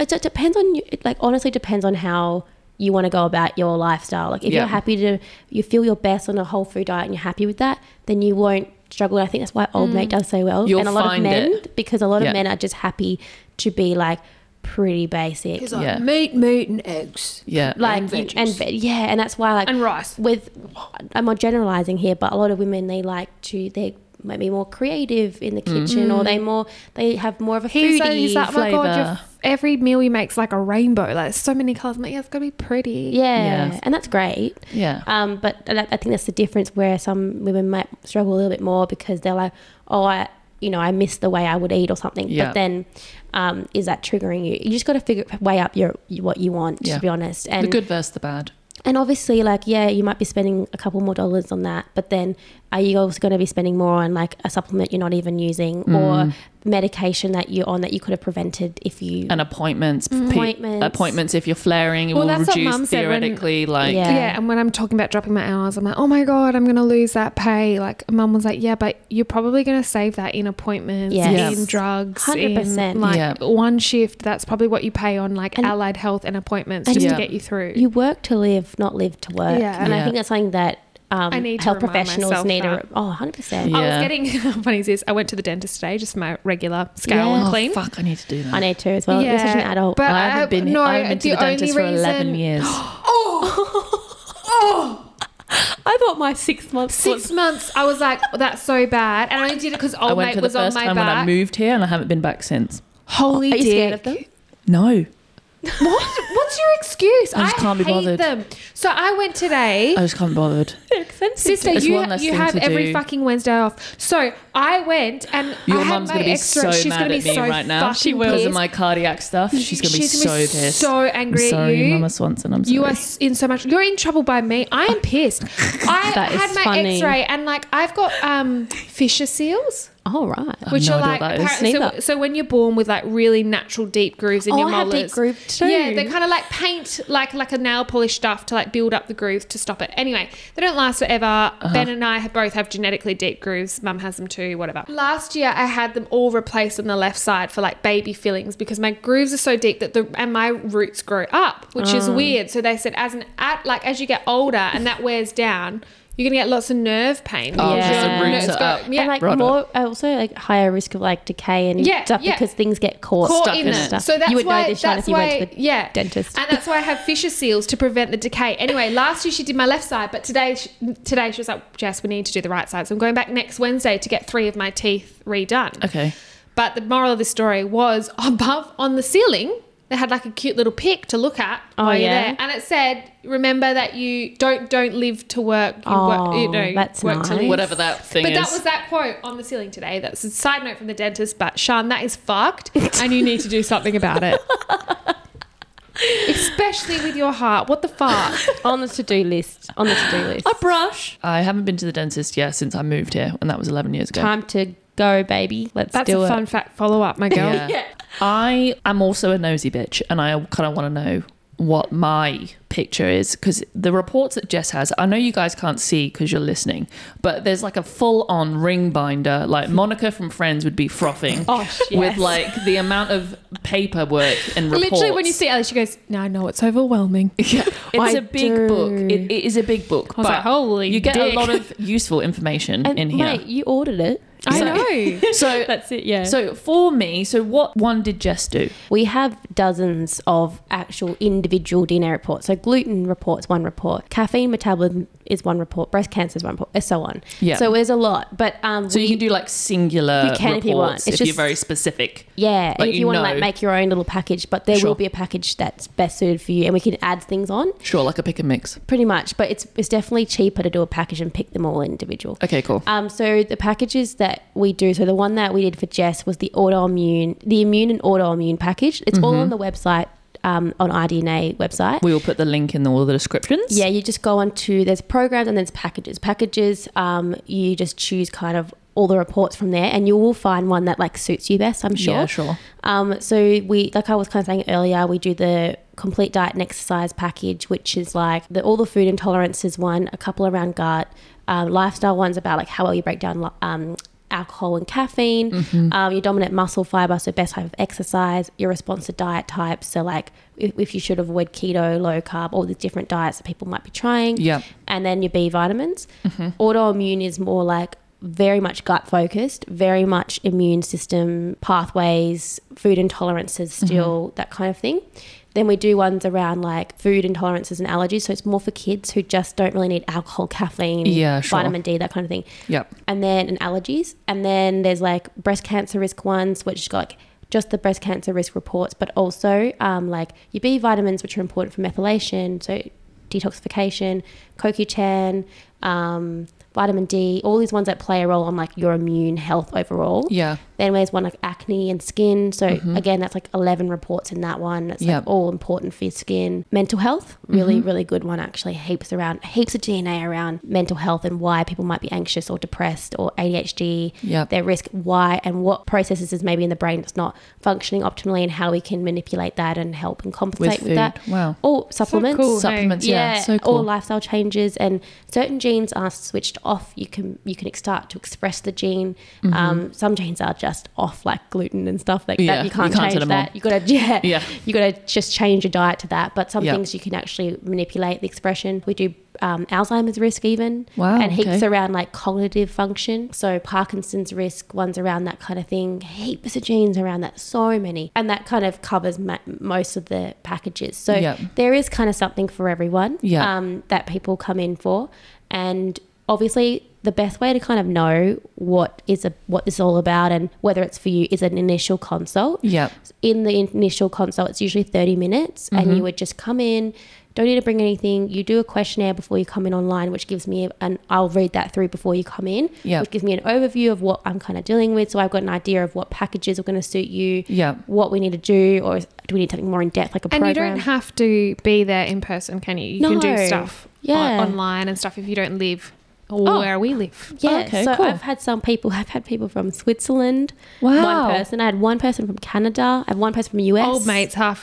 Speaker 3: It, it depends on you. It like honestly depends on how you want to go about your lifestyle. Like if
Speaker 4: Yeah.
Speaker 3: you're happy to, you feel your best on a whole food diet, and you're happy with that, then you won't struggle. And I think that's why old mate does so well,
Speaker 4: Hmm. You'll
Speaker 3: and a lot of
Speaker 4: find
Speaker 3: men
Speaker 4: it.
Speaker 3: because a lot
Speaker 4: Yeah.
Speaker 3: of men are just happy to be like pretty basic.
Speaker 2: It's like
Speaker 4: Yeah.
Speaker 2: meat, meat, and eggs.
Speaker 4: Yeah.
Speaker 3: Like
Speaker 2: and
Speaker 3: you-
Speaker 2: veggies.
Speaker 3: and ve- yeah, and that's why like
Speaker 2: And rice.
Speaker 3: with I'm not generalizing here, but a lot of women they like to they might be more creative in the kitchen or they more they have more of a
Speaker 2: He's,
Speaker 3: foodie
Speaker 2: like- he's like, my god,
Speaker 4: flavour.
Speaker 2: your, every meal he makes like a rainbow. Like there's so many colours. I'm like, yeah, it's gotta be pretty.
Speaker 3: yeah,
Speaker 4: Yes.
Speaker 3: and that's great.
Speaker 4: Yeah.
Speaker 3: Um, but I I think that's the difference where some women might struggle a little bit more because they're like, oh, I, you know, I miss the way I would eat or something.
Speaker 4: Yeah.
Speaker 3: But then, um, is that triggering you? You just got to figure way up your what you want
Speaker 4: Yeah.
Speaker 3: to be honest.
Speaker 4: the
Speaker 3: And
Speaker 4: good versus the bad.
Speaker 3: And obviously, like, yeah, you might be spending a couple more dollars on that, but then are you also going to be spending more on like a supplement you're not even using
Speaker 4: Hmm.
Speaker 3: or medication that you're on that you could have prevented if you.
Speaker 4: And appointments. pe-
Speaker 3: Appointments.
Speaker 4: appointments if you're flaring
Speaker 2: Well,
Speaker 4: will
Speaker 2: that's what Mum
Speaker 4: reduce
Speaker 2: said when-
Speaker 4: theoretically. like,
Speaker 3: Yeah.
Speaker 2: Yeah. and when I'm talking about dropping my hours, I'm like, oh my god, I'm gonna lose that pay. Like, mum was like, yeah, but you're probably gonna save that in appointments,
Speaker 3: Yes.
Speaker 2: in drugs,
Speaker 3: 100%.
Speaker 2: in, like
Speaker 4: Yeah.
Speaker 2: one shift. That's probably what you pay on like
Speaker 3: And-
Speaker 2: allied health and appointments
Speaker 3: and
Speaker 2: just
Speaker 4: Yeah.
Speaker 2: to get you through.
Speaker 3: you work to live, not live to work.
Speaker 2: Yeah.
Speaker 3: And I
Speaker 4: Yeah.
Speaker 3: think that's something that um,
Speaker 2: I need to
Speaker 3: health
Speaker 2: remind
Speaker 3: professionals
Speaker 2: myself
Speaker 3: need to.
Speaker 2: that.
Speaker 3: Oh, 100%.
Speaker 4: Yeah.
Speaker 2: I was getting how funny is this? I went to the dentist today just for my regular scale
Speaker 3: Yeah.
Speaker 2: and
Speaker 4: oh,
Speaker 2: clean.
Speaker 4: fuck, I need to do that.
Speaker 3: I need to as well. You're such an adult.
Speaker 2: But uh,
Speaker 4: I haven't been,
Speaker 2: no,
Speaker 4: I haven't been to the, dentist for
Speaker 2: only
Speaker 4: 11
Speaker 2: reason- Oh,
Speaker 4: years.
Speaker 3: I thought my six months.
Speaker 2: Six months, I was like, that's so bad, and I only did it because
Speaker 4: I
Speaker 2: old
Speaker 4: went
Speaker 2: mate
Speaker 4: for the
Speaker 2: was on
Speaker 4: first
Speaker 2: my
Speaker 4: time when I
Speaker 2: back.
Speaker 4: moved here and I haven't been back since.
Speaker 2: Holy
Speaker 3: Are you
Speaker 2: dick.
Speaker 3: scared of them?
Speaker 4: No.
Speaker 2: What? What's your excuse?
Speaker 4: I just can't be
Speaker 2: hate
Speaker 4: bothered.
Speaker 2: them. So I went today.
Speaker 4: I just can't be bothered.
Speaker 2: Sister,
Speaker 4: It's
Speaker 2: you,
Speaker 4: one less
Speaker 2: you
Speaker 4: thing
Speaker 2: have
Speaker 4: to
Speaker 2: every
Speaker 4: do.
Speaker 2: fucking Wednesday off. So I went and
Speaker 4: Your
Speaker 2: I had
Speaker 4: mum's
Speaker 2: my
Speaker 4: gonna be
Speaker 2: extra.
Speaker 4: so
Speaker 2: she's
Speaker 4: mad
Speaker 2: gonna be
Speaker 4: at me
Speaker 2: so
Speaker 4: right now.
Speaker 2: She
Speaker 4: because
Speaker 2: will.
Speaker 4: of my cardiac stuff. She's gonna be so pissed.
Speaker 2: So
Speaker 4: I'm
Speaker 2: angry
Speaker 4: sorry,
Speaker 2: at you.
Speaker 4: Mama Swanson. I'm sorry.
Speaker 2: You are s- in so much. You're in trouble by me. I am pissed. I
Speaker 3: That is
Speaker 2: had my
Speaker 3: funny.
Speaker 2: X-ray and like I've got um Fisher seals,
Speaker 3: All right.
Speaker 2: which
Speaker 4: no
Speaker 2: are
Speaker 4: idea
Speaker 2: like
Speaker 4: what that is.
Speaker 2: apparently so,
Speaker 3: Neither.
Speaker 2: so when you're born with like really natural deep grooves in
Speaker 3: Oh,
Speaker 2: your
Speaker 3: I have
Speaker 2: molars.
Speaker 3: deep groove too.
Speaker 2: Yeah, they're kind of like paint, like like a nail polish stuff to like build up the groove to stop it. Anyway, they don't last forever.
Speaker 3: Uh-huh.
Speaker 2: Ben and I have both have genetically deep grooves. Mum has them too. Whatever. Last year I had them all replaced on the left side for like baby fillings because my grooves are so deep that the and my roots
Speaker 3: Oh.
Speaker 2: grow up, which is weird. So they said as an at like as you get older and that wears down. you're gonna get lots of nerve pain.
Speaker 4: Oh,
Speaker 2: because
Speaker 3: just
Speaker 2: your
Speaker 3: the roots
Speaker 2: nerves
Speaker 4: are
Speaker 2: go-
Speaker 4: up.
Speaker 2: Yeah,
Speaker 3: and like
Speaker 4: Right
Speaker 3: more uh, also like higher risk of like decay and
Speaker 2: Yeah,
Speaker 3: stuff
Speaker 2: yeah.
Speaker 3: because things get caught,
Speaker 2: caught
Speaker 4: stuck
Speaker 2: in
Speaker 4: in
Speaker 2: it.
Speaker 3: stuff.
Speaker 2: So that's
Speaker 3: you would
Speaker 2: why
Speaker 3: know this Shannon,
Speaker 2: that's
Speaker 3: if you
Speaker 2: why
Speaker 3: went to the
Speaker 2: yeah
Speaker 3: dentist.
Speaker 2: and that's why I have Fisher seals to prevent the decay. Anyway, last year she did my left side, but today she, today she was like, Jess, we need to do the right side. So I'm going back next Wednesday to get three of my teeth redone.
Speaker 4: Okay.
Speaker 2: But the moral of the story was above on the ceiling, they had like a cute little pic to look at
Speaker 3: Oh,
Speaker 2: while you're
Speaker 3: yeah?
Speaker 2: there, and it said, "Remember that you don't don't live to work. You, work, you
Speaker 3: Oh,
Speaker 2: know,
Speaker 3: that's
Speaker 2: work to
Speaker 3: nice.
Speaker 2: live."
Speaker 4: Whatever that thing
Speaker 2: But
Speaker 4: is.
Speaker 2: that was that quote on the ceiling today. That's a side note from the dentist. But Sean, that is fucked, and you need to do something about it. Especially with your heart. What the fuck?
Speaker 3: on the to do list. On the to do list.
Speaker 4: a brush. I haven't been to the dentist yet since I moved here, and that was 11 years ago.
Speaker 3: Time to go, baby. Let's
Speaker 2: That's
Speaker 3: do
Speaker 2: a
Speaker 3: it.
Speaker 2: fun fact follow up, my girl.
Speaker 4: Yeah. I am also a nosy bitch, and I kind of want to know what my picture is because the reports that Jess has, I know you guys can't see because you're listening, but there's like a full on ring binder. Like Monica from Friends would be frothing
Speaker 3: Oh, yes.
Speaker 4: with like the amount of paperwork and reports.
Speaker 2: Literally, when you see Ellie, she goes, "No, no, it's overwhelming."
Speaker 4: Yeah, it's
Speaker 3: I
Speaker 4: a big
Speaker 3: do.
Speaker 4: book. It, it is a big book.
Speaker 2: I was
Speaker 4: but
Speaker 2: like, "Holy
Speaker 4: You get
Speaker 2: dick."
Speaker 4: a lot of useful information
Speaker 3: and
Speaker 4: in here.
Speaker 3: Mate, you ordered it.
Speaker 2: I
Speaker 4: So-
Speaker 2: know.
Speaker 4: So
Speaker 3: That's it, yeah.
Speaker 4: So for me, so what one did Jess do?
Speaker 3: We have dozens of actual individual DNA reports. So gluten reports, one report. Caffeine metabolism is one report. Breast cancer is one report, and so on.
Speaker 4: Yeah.
Speaker 3: So there's a lot. But um,
Speaker 4: So
Speaker 3: we-
Speaker 4: you can do like singular
Speaker 3: You can
Speaker 4: reports
Speaker 3: if you want. It's
Speaker 4: if you're
Speaker 3: just-
Speaker 4: very specific.
Speaker 3: yeah,
Speaker 4: like
Speaker 3: and if
Speaker 4: you
Speaker 3: you, want to
Speaker 4: know.
Speaker 3: like make your own little package, but there
Speaker 4: Sure.
Speaker 3: will be a package that's best suited for you, and we can add things on
Speaker 4: Sure, like a pick and mix.
Speaker 3: pretty much. But it's it's definitely cheaper to do a package and pick them all individual.
Speaker 4: Okay, cool.
Speaker 3: Um, so the packages that we do, so the one that we did for Jess was the autoimmune, the immune and autoimmune package. It's all on the website, um, on RDNA website.
Speaker 4: we will put the link in all the descriptions.
Speaker 3: yeah, you just go on to there's programs and there's packages. Packages, um, you just choose kind of all the reports from there, and you will find one that like suits you best. I'm sure.
Speaker 4: Yeah, sure.
Speaker 3: Um, so we, like I was kind of saying earlier, we do the complete diet and exercise package, which is like the, all the food intolerances one, a couple around gut, um, lifestyle ones about like how well you break down um, alcohol and caffeine, um, your dominant muscle fiber, so best type of exercise, your response to diet types, so like if, if you should avoid keto, low carb, all the different diets that people might be trying,
Speaker 4: Yeah.
Speaker 3: and then your B vitamins.
Speaker 4: Mm-hmm.
Speaker 3: Autoimmune is more like very much gut focused, very much immune system pathways, food intolerances,
Speaker 4: Mm-hmm.
Speaker 3: still that kind of thing. Then we do ones around like food intolerances and allergies. So it's more for kids who just don't really need alcohol, caffeine,
Speaker 4: Yeah, sure.
Speaker 3: vitamin D, that kind of thing.
Speaker 4: Yep.
Speaker 3: And then and allergies. And then there's like breast cancer risk ones, which has got like just the breast cancer risk reports, but also um, like your B vitamins, which are important for methylation, so detoxification, CoQ10, um, vitamin D, all these ones that play a role on like your immune health overall.
Speaker 4: Yeah.
Speaker 3: Then there's one like acne and skin. So again, that's like 11 reports in that one. It's
Speaker 4: Mm-hmm. Yep. Mm-hmm.
Speaker 3: like all important for your skin. Mental health, really, really good one actually. Heaps around, heaps of DNA around mental health and why people might be anxious or depressed or ADHD,
Speaker 4: Yep.
Speaker 3: their risk, why and what processes is maybe in the brain that's not functioning optimally and how we can manipulate that and help and compensate with,
Speaker 4: food.
Speaker 3: that.
Speaker 4: Wow.
Speaker 3: Or supplements
Speaker 2: cool.
Speaker 4: Supplements, yeah. So
Speaker 3: or
Speaker 4: cool.
Speaker 3: lifestyle changes and certain genes are switched off. You can you can start to express the gene.
Speaker 4: Mm-hmm.
Speaker 3: Um, some genes are just off, like gluten and stuff like
Speaker 4: Yeah,
Speaker 3: that. You can't,
Speaker 4: you can't turn
Speaker 3: change
Speaker 4: them
Speaker 3: that.
Speaker 4: on.
Speaker 3: You gotta yeah,
Speaker 4: Yeah.
Speaker 3: You gotta just change your diet to that. But some
Speaker 4: Yeah.
Speaker 3: things you can actually manipulate the expression. We do. Um, Alzheimer's risk, even,
Speaker 4: Wow,
Speaker 3: and heaps
Speaker 4: okay.
Speaker 3: around like cognitive function. So Parkinson's risk, ones around that kind of thing. Heaps of genes around that, so many, and that kind of covers ma- most of the packages. So
Speaker 4: Yeah.
Speaker 3: there is kind of something for everyone
Speaker 4: Yeah.
Speaker 3: um, that people come in for. And obviously, the best way to kind of know what is a, what this is all about and whether it's for you is an initial consult.
Speaker 4: Yeah.
Speaker 3: In the initial consult, it's usually 30 minutes, and
Speaker 2: Mm-hmm.
Speaker 3: you would just come in. Don't need to bring anything. You do a questionnaire before you come in online, which gives me, and I'll read that through before you come in,
Speaker 4: Yeah.
Speaker 3: which gives me an overview of what I'm kind of dealing with. So I've got an idea of what packages are going to suit you,
Speaker 4: Yeah.
Speaker 3: what we need to do, or do we need something more in depth, like a
Speaker 2: And
Speaker 3: program?
Speaker 2: you don't have to be there in person, can you? You can do
Speaker 3: No.
Speaker 2: stuff on-
Speaker 3: Yeah.
Speaker 2: online and stuff if you don't live where we live.
Speaker 3: Yeah,
Speaker 4: Oh, Okay,
Speaker 3: so
Speaker 4: cool.
Speaker 3: I've had some people. I've had people from Switzerland.
Speaker 4: Wow.
Speaker 3: One person. I had one person from Canada. I have one person from US.
Speaker 2: Old mates, half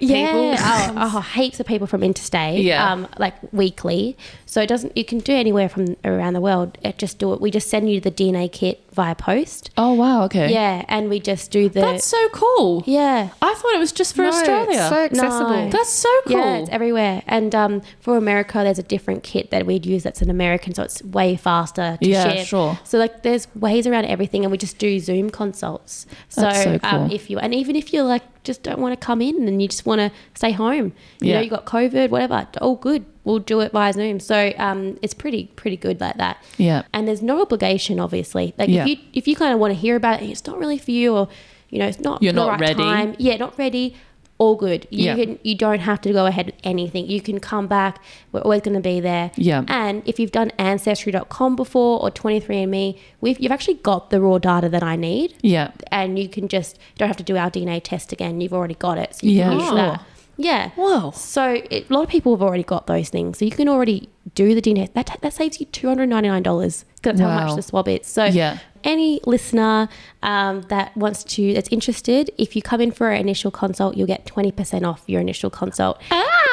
Speaker 2: people.
Speaker 3: Yeah. oh, oh, heaps of people from interstate.
Speaker 4: Yeah.
Speaker 3: Um, like weekly. So it doesn't. You can do anywhere from around the world. It just do it. We just send you the DNA kit via post.
Speaker 4: Oh wow. Okay.
Speaker 3: Yeah, and we just do the.
Speaker 4: That's so cool.
Speaker 3: yeah.
Speaker 4: I thought it was just for
Speaker 2: No,
Speaker 4: Australia.
Speaker 2: It's so accessible.
Speaker 3: No.
Speaker 4: That's so cool.
Speaker 3: Yeah, it's everywhere. And um, for America, there's a different kit that we'd use that's an American, so it's way faster to
Speaker 4: Yeah,
Speaker 3: ship.
Speaker 4: sure.
Speaker 3: So like, there's ways around everything, and we just do Zoom consults. So,
Speaker 4: That's so
Speaker 3: um,
Speaker 4: cool.
Speaker 3: if you and even if you like just don't want to come in and you just want to stay home, you
Speaker 4: Yeah.
Speaker 3: know, you got COVID, whatever, all good. We'll do it via Zoom. So um, it's pretty pretty good like that.
Speaker 4: Yeah.
Speaker 3: And there's no obligation, obviously. Like
Speaker 4: Yeah.
Speaker 3: if you if you kind of want to hear about it, it's not really for you, or you know, it's not
Speaker 4: You're
Speaker 3: the
Speaker 4: not
Speaker 3: right
Speaker 4: ready.
Speaker 3: Time. Um, Yeah, not ready. All good. You
Speaker 4: Yeah.
Speaker 3: can you don't have to go ahead with anything. You can come back. We're always going to be there.
Speaker 4: Yeah.
Speaker 3: And if you've done ancestry.com before or 23andme, we've you've actually got the raw data that I need
Speaker 4: yeah.
Speaker 3: and you can just you don't have to do our DNA test again. You've already got it. So you
Speaker 4: Yeah,
Speaker 3: can use
Speaker 4: sure.
Speaker 3: that. Yeah.
Speaker 4: Whoa.
Speaker 3: So it, a lot of people have already got those things. So you can already do the DNA. That, that saves you $299 because that's how
Speaker 4: Wow.
Speaker 3: much the swab is. So
Speaker 4: Yeah.
Speaker 3: any listener um, that wants to, that's interested, if you come in for an initial consult, you'll get 20% off your initial consult.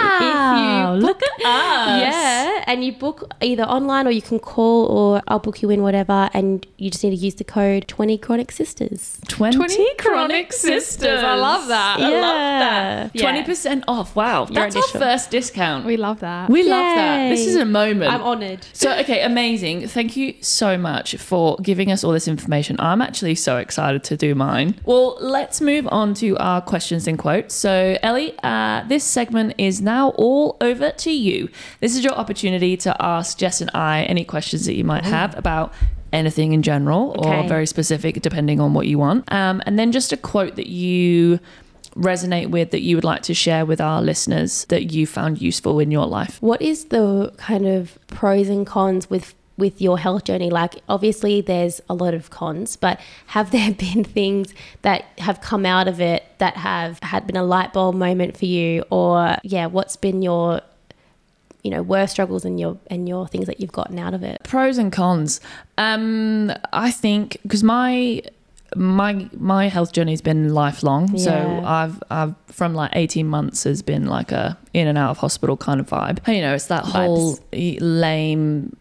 Speaker 4: Wow,
Speaker 3: If
Speaker 4: Ah,
Speaker 3: you
Speaker 4: look at us.
Speaker 3: Yeah, and you book either online or you can call, or I'll book you in, whatever. And you just need to use the code 20 Chronic Sisters.
Speaker 4: 20,
Speaker 2: 20
Speaker 4: chronic, sisters.
Speaker 2: I love that.
Speaker 4: I love
Speaker 3: Yeah.
Speaker 4: that. 20% off. Wow. That's our
Speaker 3: initial.
Speaker 4: first discount.
Speaker 2: We
Speaker 4: We,
Speaker 2: love that.
Speaker 4: love that. This
Speaker 3: Yay.
Speaker 4: is a moment.
Speaker 3: honoured.
Speaker 4: so, okay, amazing. Thank you so much for giving us all this information. I'm actually so excited to do mine. Well, let's move on to our questions and quotes. So, Ellie, uh, this segment is now all over to you. This is your opportunity to ask Jess and I any questions that you might have about anything in general or
Speaker 3: Okay.
Speaker 4: very specific depending on what you want. Um, and then just a quote that you resonate with that you would like to share with our listeners that you found useful in your life.
Speaker 3: What is the kind of pros and cons with with your health journey? Like, obviously, there's a lot of cons, but have there been things that have come out of it that have had been a light bulb moment for you, or yeah, what's been your you know worst struggles and your and your things that you've gotten out of it?
Speaker 4: pros and cons um i think because my my my health journey's been lifelong so
Speaker 3: Yeah.
Speaker 4: i've i've from like 18 months has been like a in and out of hospital kind of vibe you know it's that whole e- lame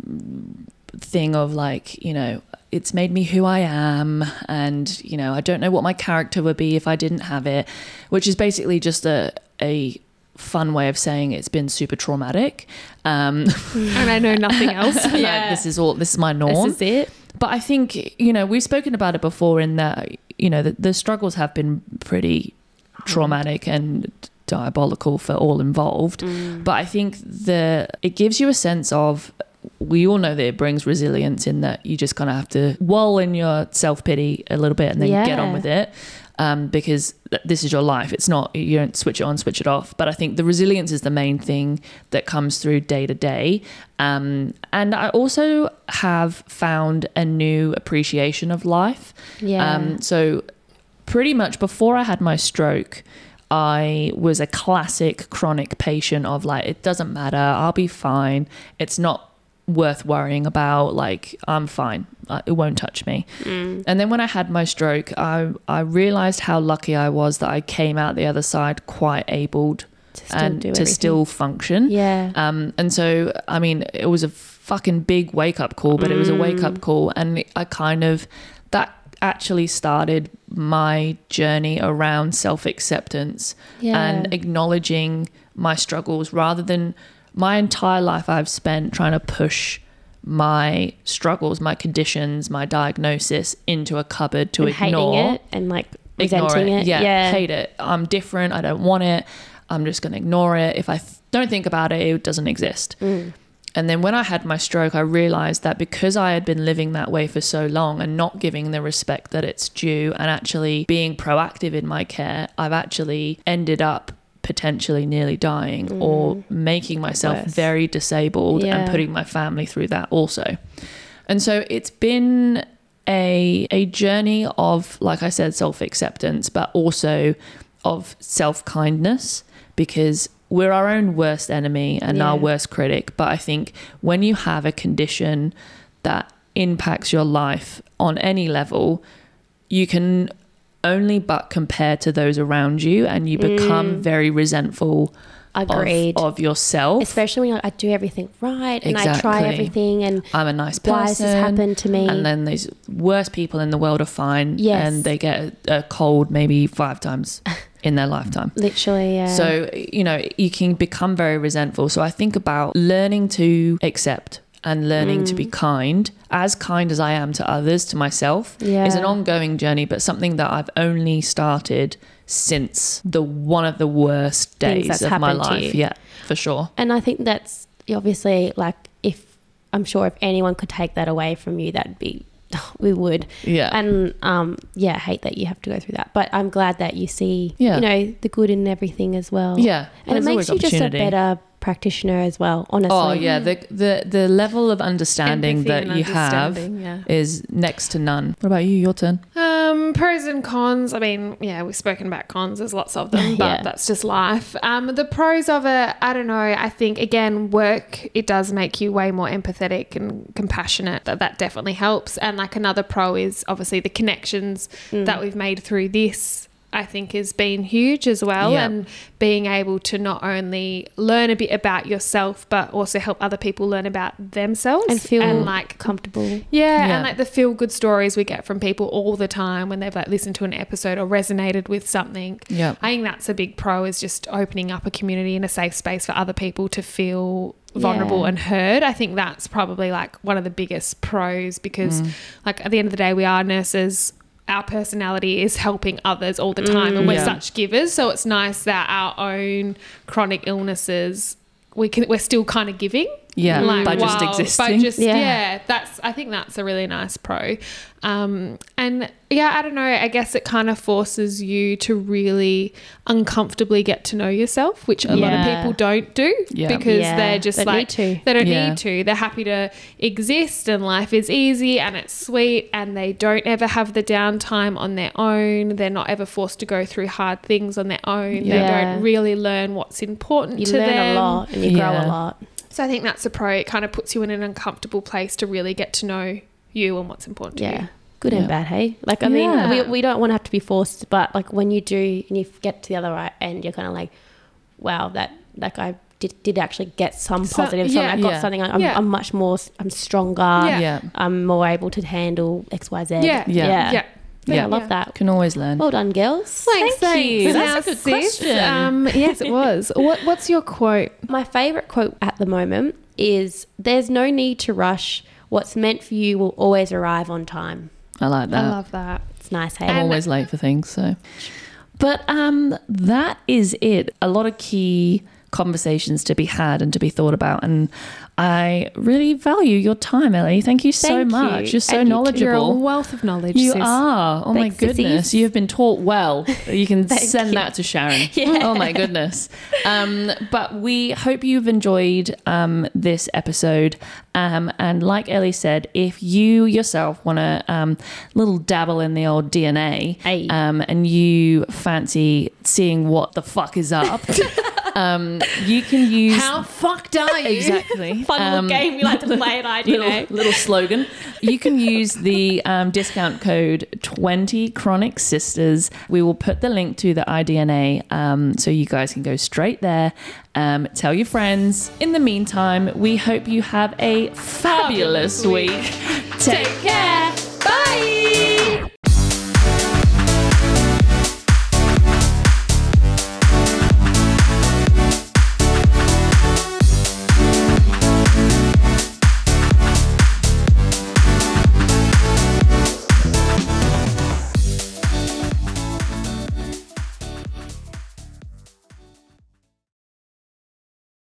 Speaker 4: thing of like you know it's made me who i am and you know i don't know what my character would be if i didn't have it which is basically just a a fun way of saying it's been super traumatic um
Speaker 2: And I know nothing else.
Speaker 4: like, this is all this is my norm
Speaker 3: This is it.
Speaker 4: but I think you know we've spoken about it before in that you know the, the struggles have been pretty traumatic and diabolical for all involved.
Speaker 3: Mm.
Speaker 4: But I think the it gives you a sense of we all know that it brings resilience in that you just kind of have to wall in your self pity a little bit and then get on
Speaker 3: Yeah.
Speaker 4: with it. Um, because th- this is your life. It's not, you don't switch it on, switch it off. But I think the resilience is the main thing that comes through day to day. Um, and I also have found a new appreciation of life.
Speaker 3: Yeah.
Speaker 4: Um, so, pretty much before I had my stroke, I was a classic chronic patient of like, it doesn't matter, I'll be fine. It's not worth worrying about. Like, I'm fine, Uh, it won't touch me.
Speaker 3: Mm.
Speaker 4: And then when I had my stroke, I, I realized how lucky I was that I came out the other side quite abled
Speaker 3: To still
Speaker 4: and to
Speaker 3: do everything.
Speaker 4: still function.
Speaker 3: Yeah.
Speaker 4: Um, and so, I mean, it was a fucking big wake up call, but it
Speaker 3: Mm.
Speaker 4: was a wake up call. And I kind of, that actually started my journey around self acceptance
Speaker 3: Yeah.
Speaker 4: and acknowledging my struggles rather than my entire life I've spent trying to push my struggles, my conditions, my diagnosis into a cupboard to
Speaker 3: and
Speaker 4: ignore
Speaker 3: hating it and like
Speaker 4: ignore
Speaker 3: resenting it.
Speaker 4: Yeah, hate it. I'm different. I don't want it. I'm just going to ignore it. If I th- don't think about it, it doesn't exist.
Speaker 3: Mm.
Speaker 4: And then when I had my stroke, I realized that because I had been living that way for so long and not giving the respect that it's due and actually being proactive in my care, I've actually ended up potentially nearly dying or making myself
Speaker 3: Mm. Worse.
Speaker 4: very disabled and
Speaker 3: Yeah.
Speaker 4: putting my family through that also. And so it's been a a journey of like I said self-acceptance but also of self-kindness because we're our own worst enemy and our
Speaker 3: Yeah.
Speaker 4: worst critic. But I think when you have a condition that impacts your life on any level, you can only but compare to those around you and you become very resentful of,
Speaker 3: Mm. Agreed.
Speaker 4: of yourself.
Speaker 3: Especially when you're like, I do everything right and I try
Speaker 4: Exactly.
Speaker 3: everything and
Speaker 4: I'm a nice person.
Speaker 3: why has this happened to me?
Speaker 4: And then these worst people in the world are fine.
Speaker 3: Yes.
Speaker 4: And they get a, a cold maybe five times in their lifetime.
Speaker 3: Literally, yeah.
Speaker 4: So, you know, you can become very resentful. So I think about learning to accept and learning to be
Speaker 3: Mm.
Speaker 4: kind, as kind as I am to others, to myself, is an
Speaker 3: Yeah.
Speaker 4: ongoing journey, but something that I've only started since the one of the worst days
Speaker 3: Things that's
Speaker 4: of my
Speaker 3: happened to
Speaker 4: life.
Speaker 3: you.
Speaker 4: Yeah, for sure.
Speaker 3: And I think that's obviously like if I'm sure if anyone could take that away from you, that'd be we would.
Speaker 4: Yeah.
Speaker 3: And um, yeah, I hate that you have to go through that, but I'm glad that you see
Speaker 4: Yeah.
Speaker 3: you know the good in everything as well.
Speaker 4: yeah.
Speaker 3: and it
Speaker 4: there's always
Speaker 3: makes you just a
Speaker 4: opportunity.
Speaker 3: better practitioner as well. Honestly,
Speaker 4: Oh yeah, the the the level of understanding
Speaker 2: mm. Empathy
Speaker 4: that
Speaker 2: and
Speaker 4: you have
Speaker 2: understanding, yeah.
Speaker 4: is next to none. What about you? Your turn.
Speaker 2: Um, pros and cons. I mean, yeah, we've spoken about cons. There's lots of them, but
Speaker 3: Yeah.
Speaker 2: that's just life. Um, the pros of it, I don't know. I think again, work it does make you way more empathetic and compassionate. That that definitely helps. And like another pro is obviously the connections
Speaker 3: Mm.
Speaker 2: that we've made through this. I think has been huge as well,
Speaker 4: Yeah.
Speaker 2: and being able to not only learn a bit about yourself, but also help other people learn about themselves
Speaker 3: and feel
Speaker 2: like
Speaker 3: comfortable.
Speaker 2: yeah,
Speaker 4: Yeah.
Speaker 2: and like the feel good stories we get from people all the time when they've like listened to an episode or resonated with something.
Speaker 4: Yeah.
Speaker 2: I think that's a big pro is just opening up a community and a safe space for other people to feel
Speaker 3: Yeah.
Speaker 2: vulnerable and heard. I think that's probably like one of the biggest pros because like at the end of the day we are nurses. Our personality is helping others all the time and we're
Speaker 4: Yeah.
Speaker 2: such givers, so it's nice that our own chronic illnesses we can we're still kind of giving
Speaker 4: Yeah,
Speaker 2: like,
Speaker 4: by just
Speaker 2: wow,
Speaker 4: existing.
Speaker 2: By just, yeah.
Speaker 3: Yeah.
Speaker 2: that's. I think that's a really nice pro, um, and yeah, I don't know. I guess it kind of forces you to really uncomfortably get to know yourself, which a lot of
Speaker 3: Yeah.
Speaker 2: people don't do
Speaker 4: Yeah.
Speaker 2: because
Speaker 3: Yeah,
Speaker 2: they're just
Speaker 3: don't
Speaker 2: like
Speaker 3: need to.
Speaker 2: they don't
Speaker 4: Yeah.
Speaker 2: need to. They're happy to exist, and life is easy and it's sweet, and they don't ever have the downtime on their own. They're not ever forced to go through hard things on their own. They
Speaker 3: Yeah.
Speaker 2: don't really learn what's important
Speaker 3: You
Speaker 2: to
Speaker 3: learn
Speaker 2: them.
Speaker 3: a lot and you grow
Speaker 4: Yeah.
Speaker 3: a lot.
Speaker 2: So I think that's a pro. It kind of puts you in an uncomfortable place to really get to know you and what's important to
Speaker 3: Yeah.
Speaker 2: you.
Speaker 3: Good
Speaker 4: Yeah.
Speaker 3: and bad, hey? Like, I
Speaker 4: Yeah.
Speaker 3: mean, we, we don't want to have to be forced, but like when you do and you get to the other right end, you're kind of like, wow, that, that guy did, did actually get some
Speaker 2: So-
Speaker 3: positives
Speaker 2: yeah,
Speaker 3: from it. I got
Speaker 4: yeah.
Speaker 3: something. I'm,
Speaker 2: Yeah.
Speaker 3: I'm much more, s- I'm stronger.
Speaker 2: Yeah.
Speaker 4: yeah.
Speaker 3: I'm more able to handle X, Y, Z.
Speaker 2: Yeah.
Speaker 4: Yeah.
Speaker 2: Yeah.
Speaker 3: Yeah.
Speaker 4: Yeah.
Speaker 3: I love that.
Speaker 4: Can always learn.
Speaker 3: Well done, girls.
Speaker 2: Thanks,
Speaker 4: Thank you.
Speaker 2: thanks.
Speaker 4: That's a good
Speaker 2: Now, sis,
Speaker 4: question.
Speaker 2: Um, yes, it was. What, what's your quote?
Speaker 3: My favorite quote at the moment is there's no need to rush. What's meant for you will always arrive on time.
Speaker 4: I like that.
Speaker 2: I love that.
Speaker 3: It's nice, hey?
Speaker 4: I'm
Speaker 2: And-
Speaker 4: always late for things, so. But um, that is it. A lot of key conversations to be had and to be thought about, and I really value your time, Ellie. Thank you so
Speaker 3: Thank you.
Speaker 4: much. You're so
Speaker 3: And you too.
Speaker 4: knowledgeable.
Speaker 2: You're a wealth of knowledge.
Speaker 4: You
Speaker 2: sis.
Speaker 4: are. Oh my
Speaker 3: Thanks, sissies.
Speaker 4: goodness. You have been taught well. You can
Speaker 3: Thank
Speaker 4: send
Speaker 3: you.
Speaker 4: that to Sharon. Oh my goodness. Um, but we hope you've enjoyed um, this episode. Um, and like Ellie said, if you yourself want to um, little dabble in the old DNA
Speaker 3: Aye.
Speaker 4: um, and you fancy seeing what the fuck is up, um, you can use.
Speaker 2: How fucked are you?
Speaker 4: Exactly.
Speaker 3: Fun little
Speaker 4: Um,
Speaker 3: game we like to play at IDNA.
Speaker 4: little, little slogan. You can use the um, discount code 20 Chronic Sisters. We will put the link to the iDNA um, so you guys can go straight there. Um, tell your friends. In the meantime, we hope you have a fabulous,
Speaker 2: Fabulous
Speaker 4: week. Take, care.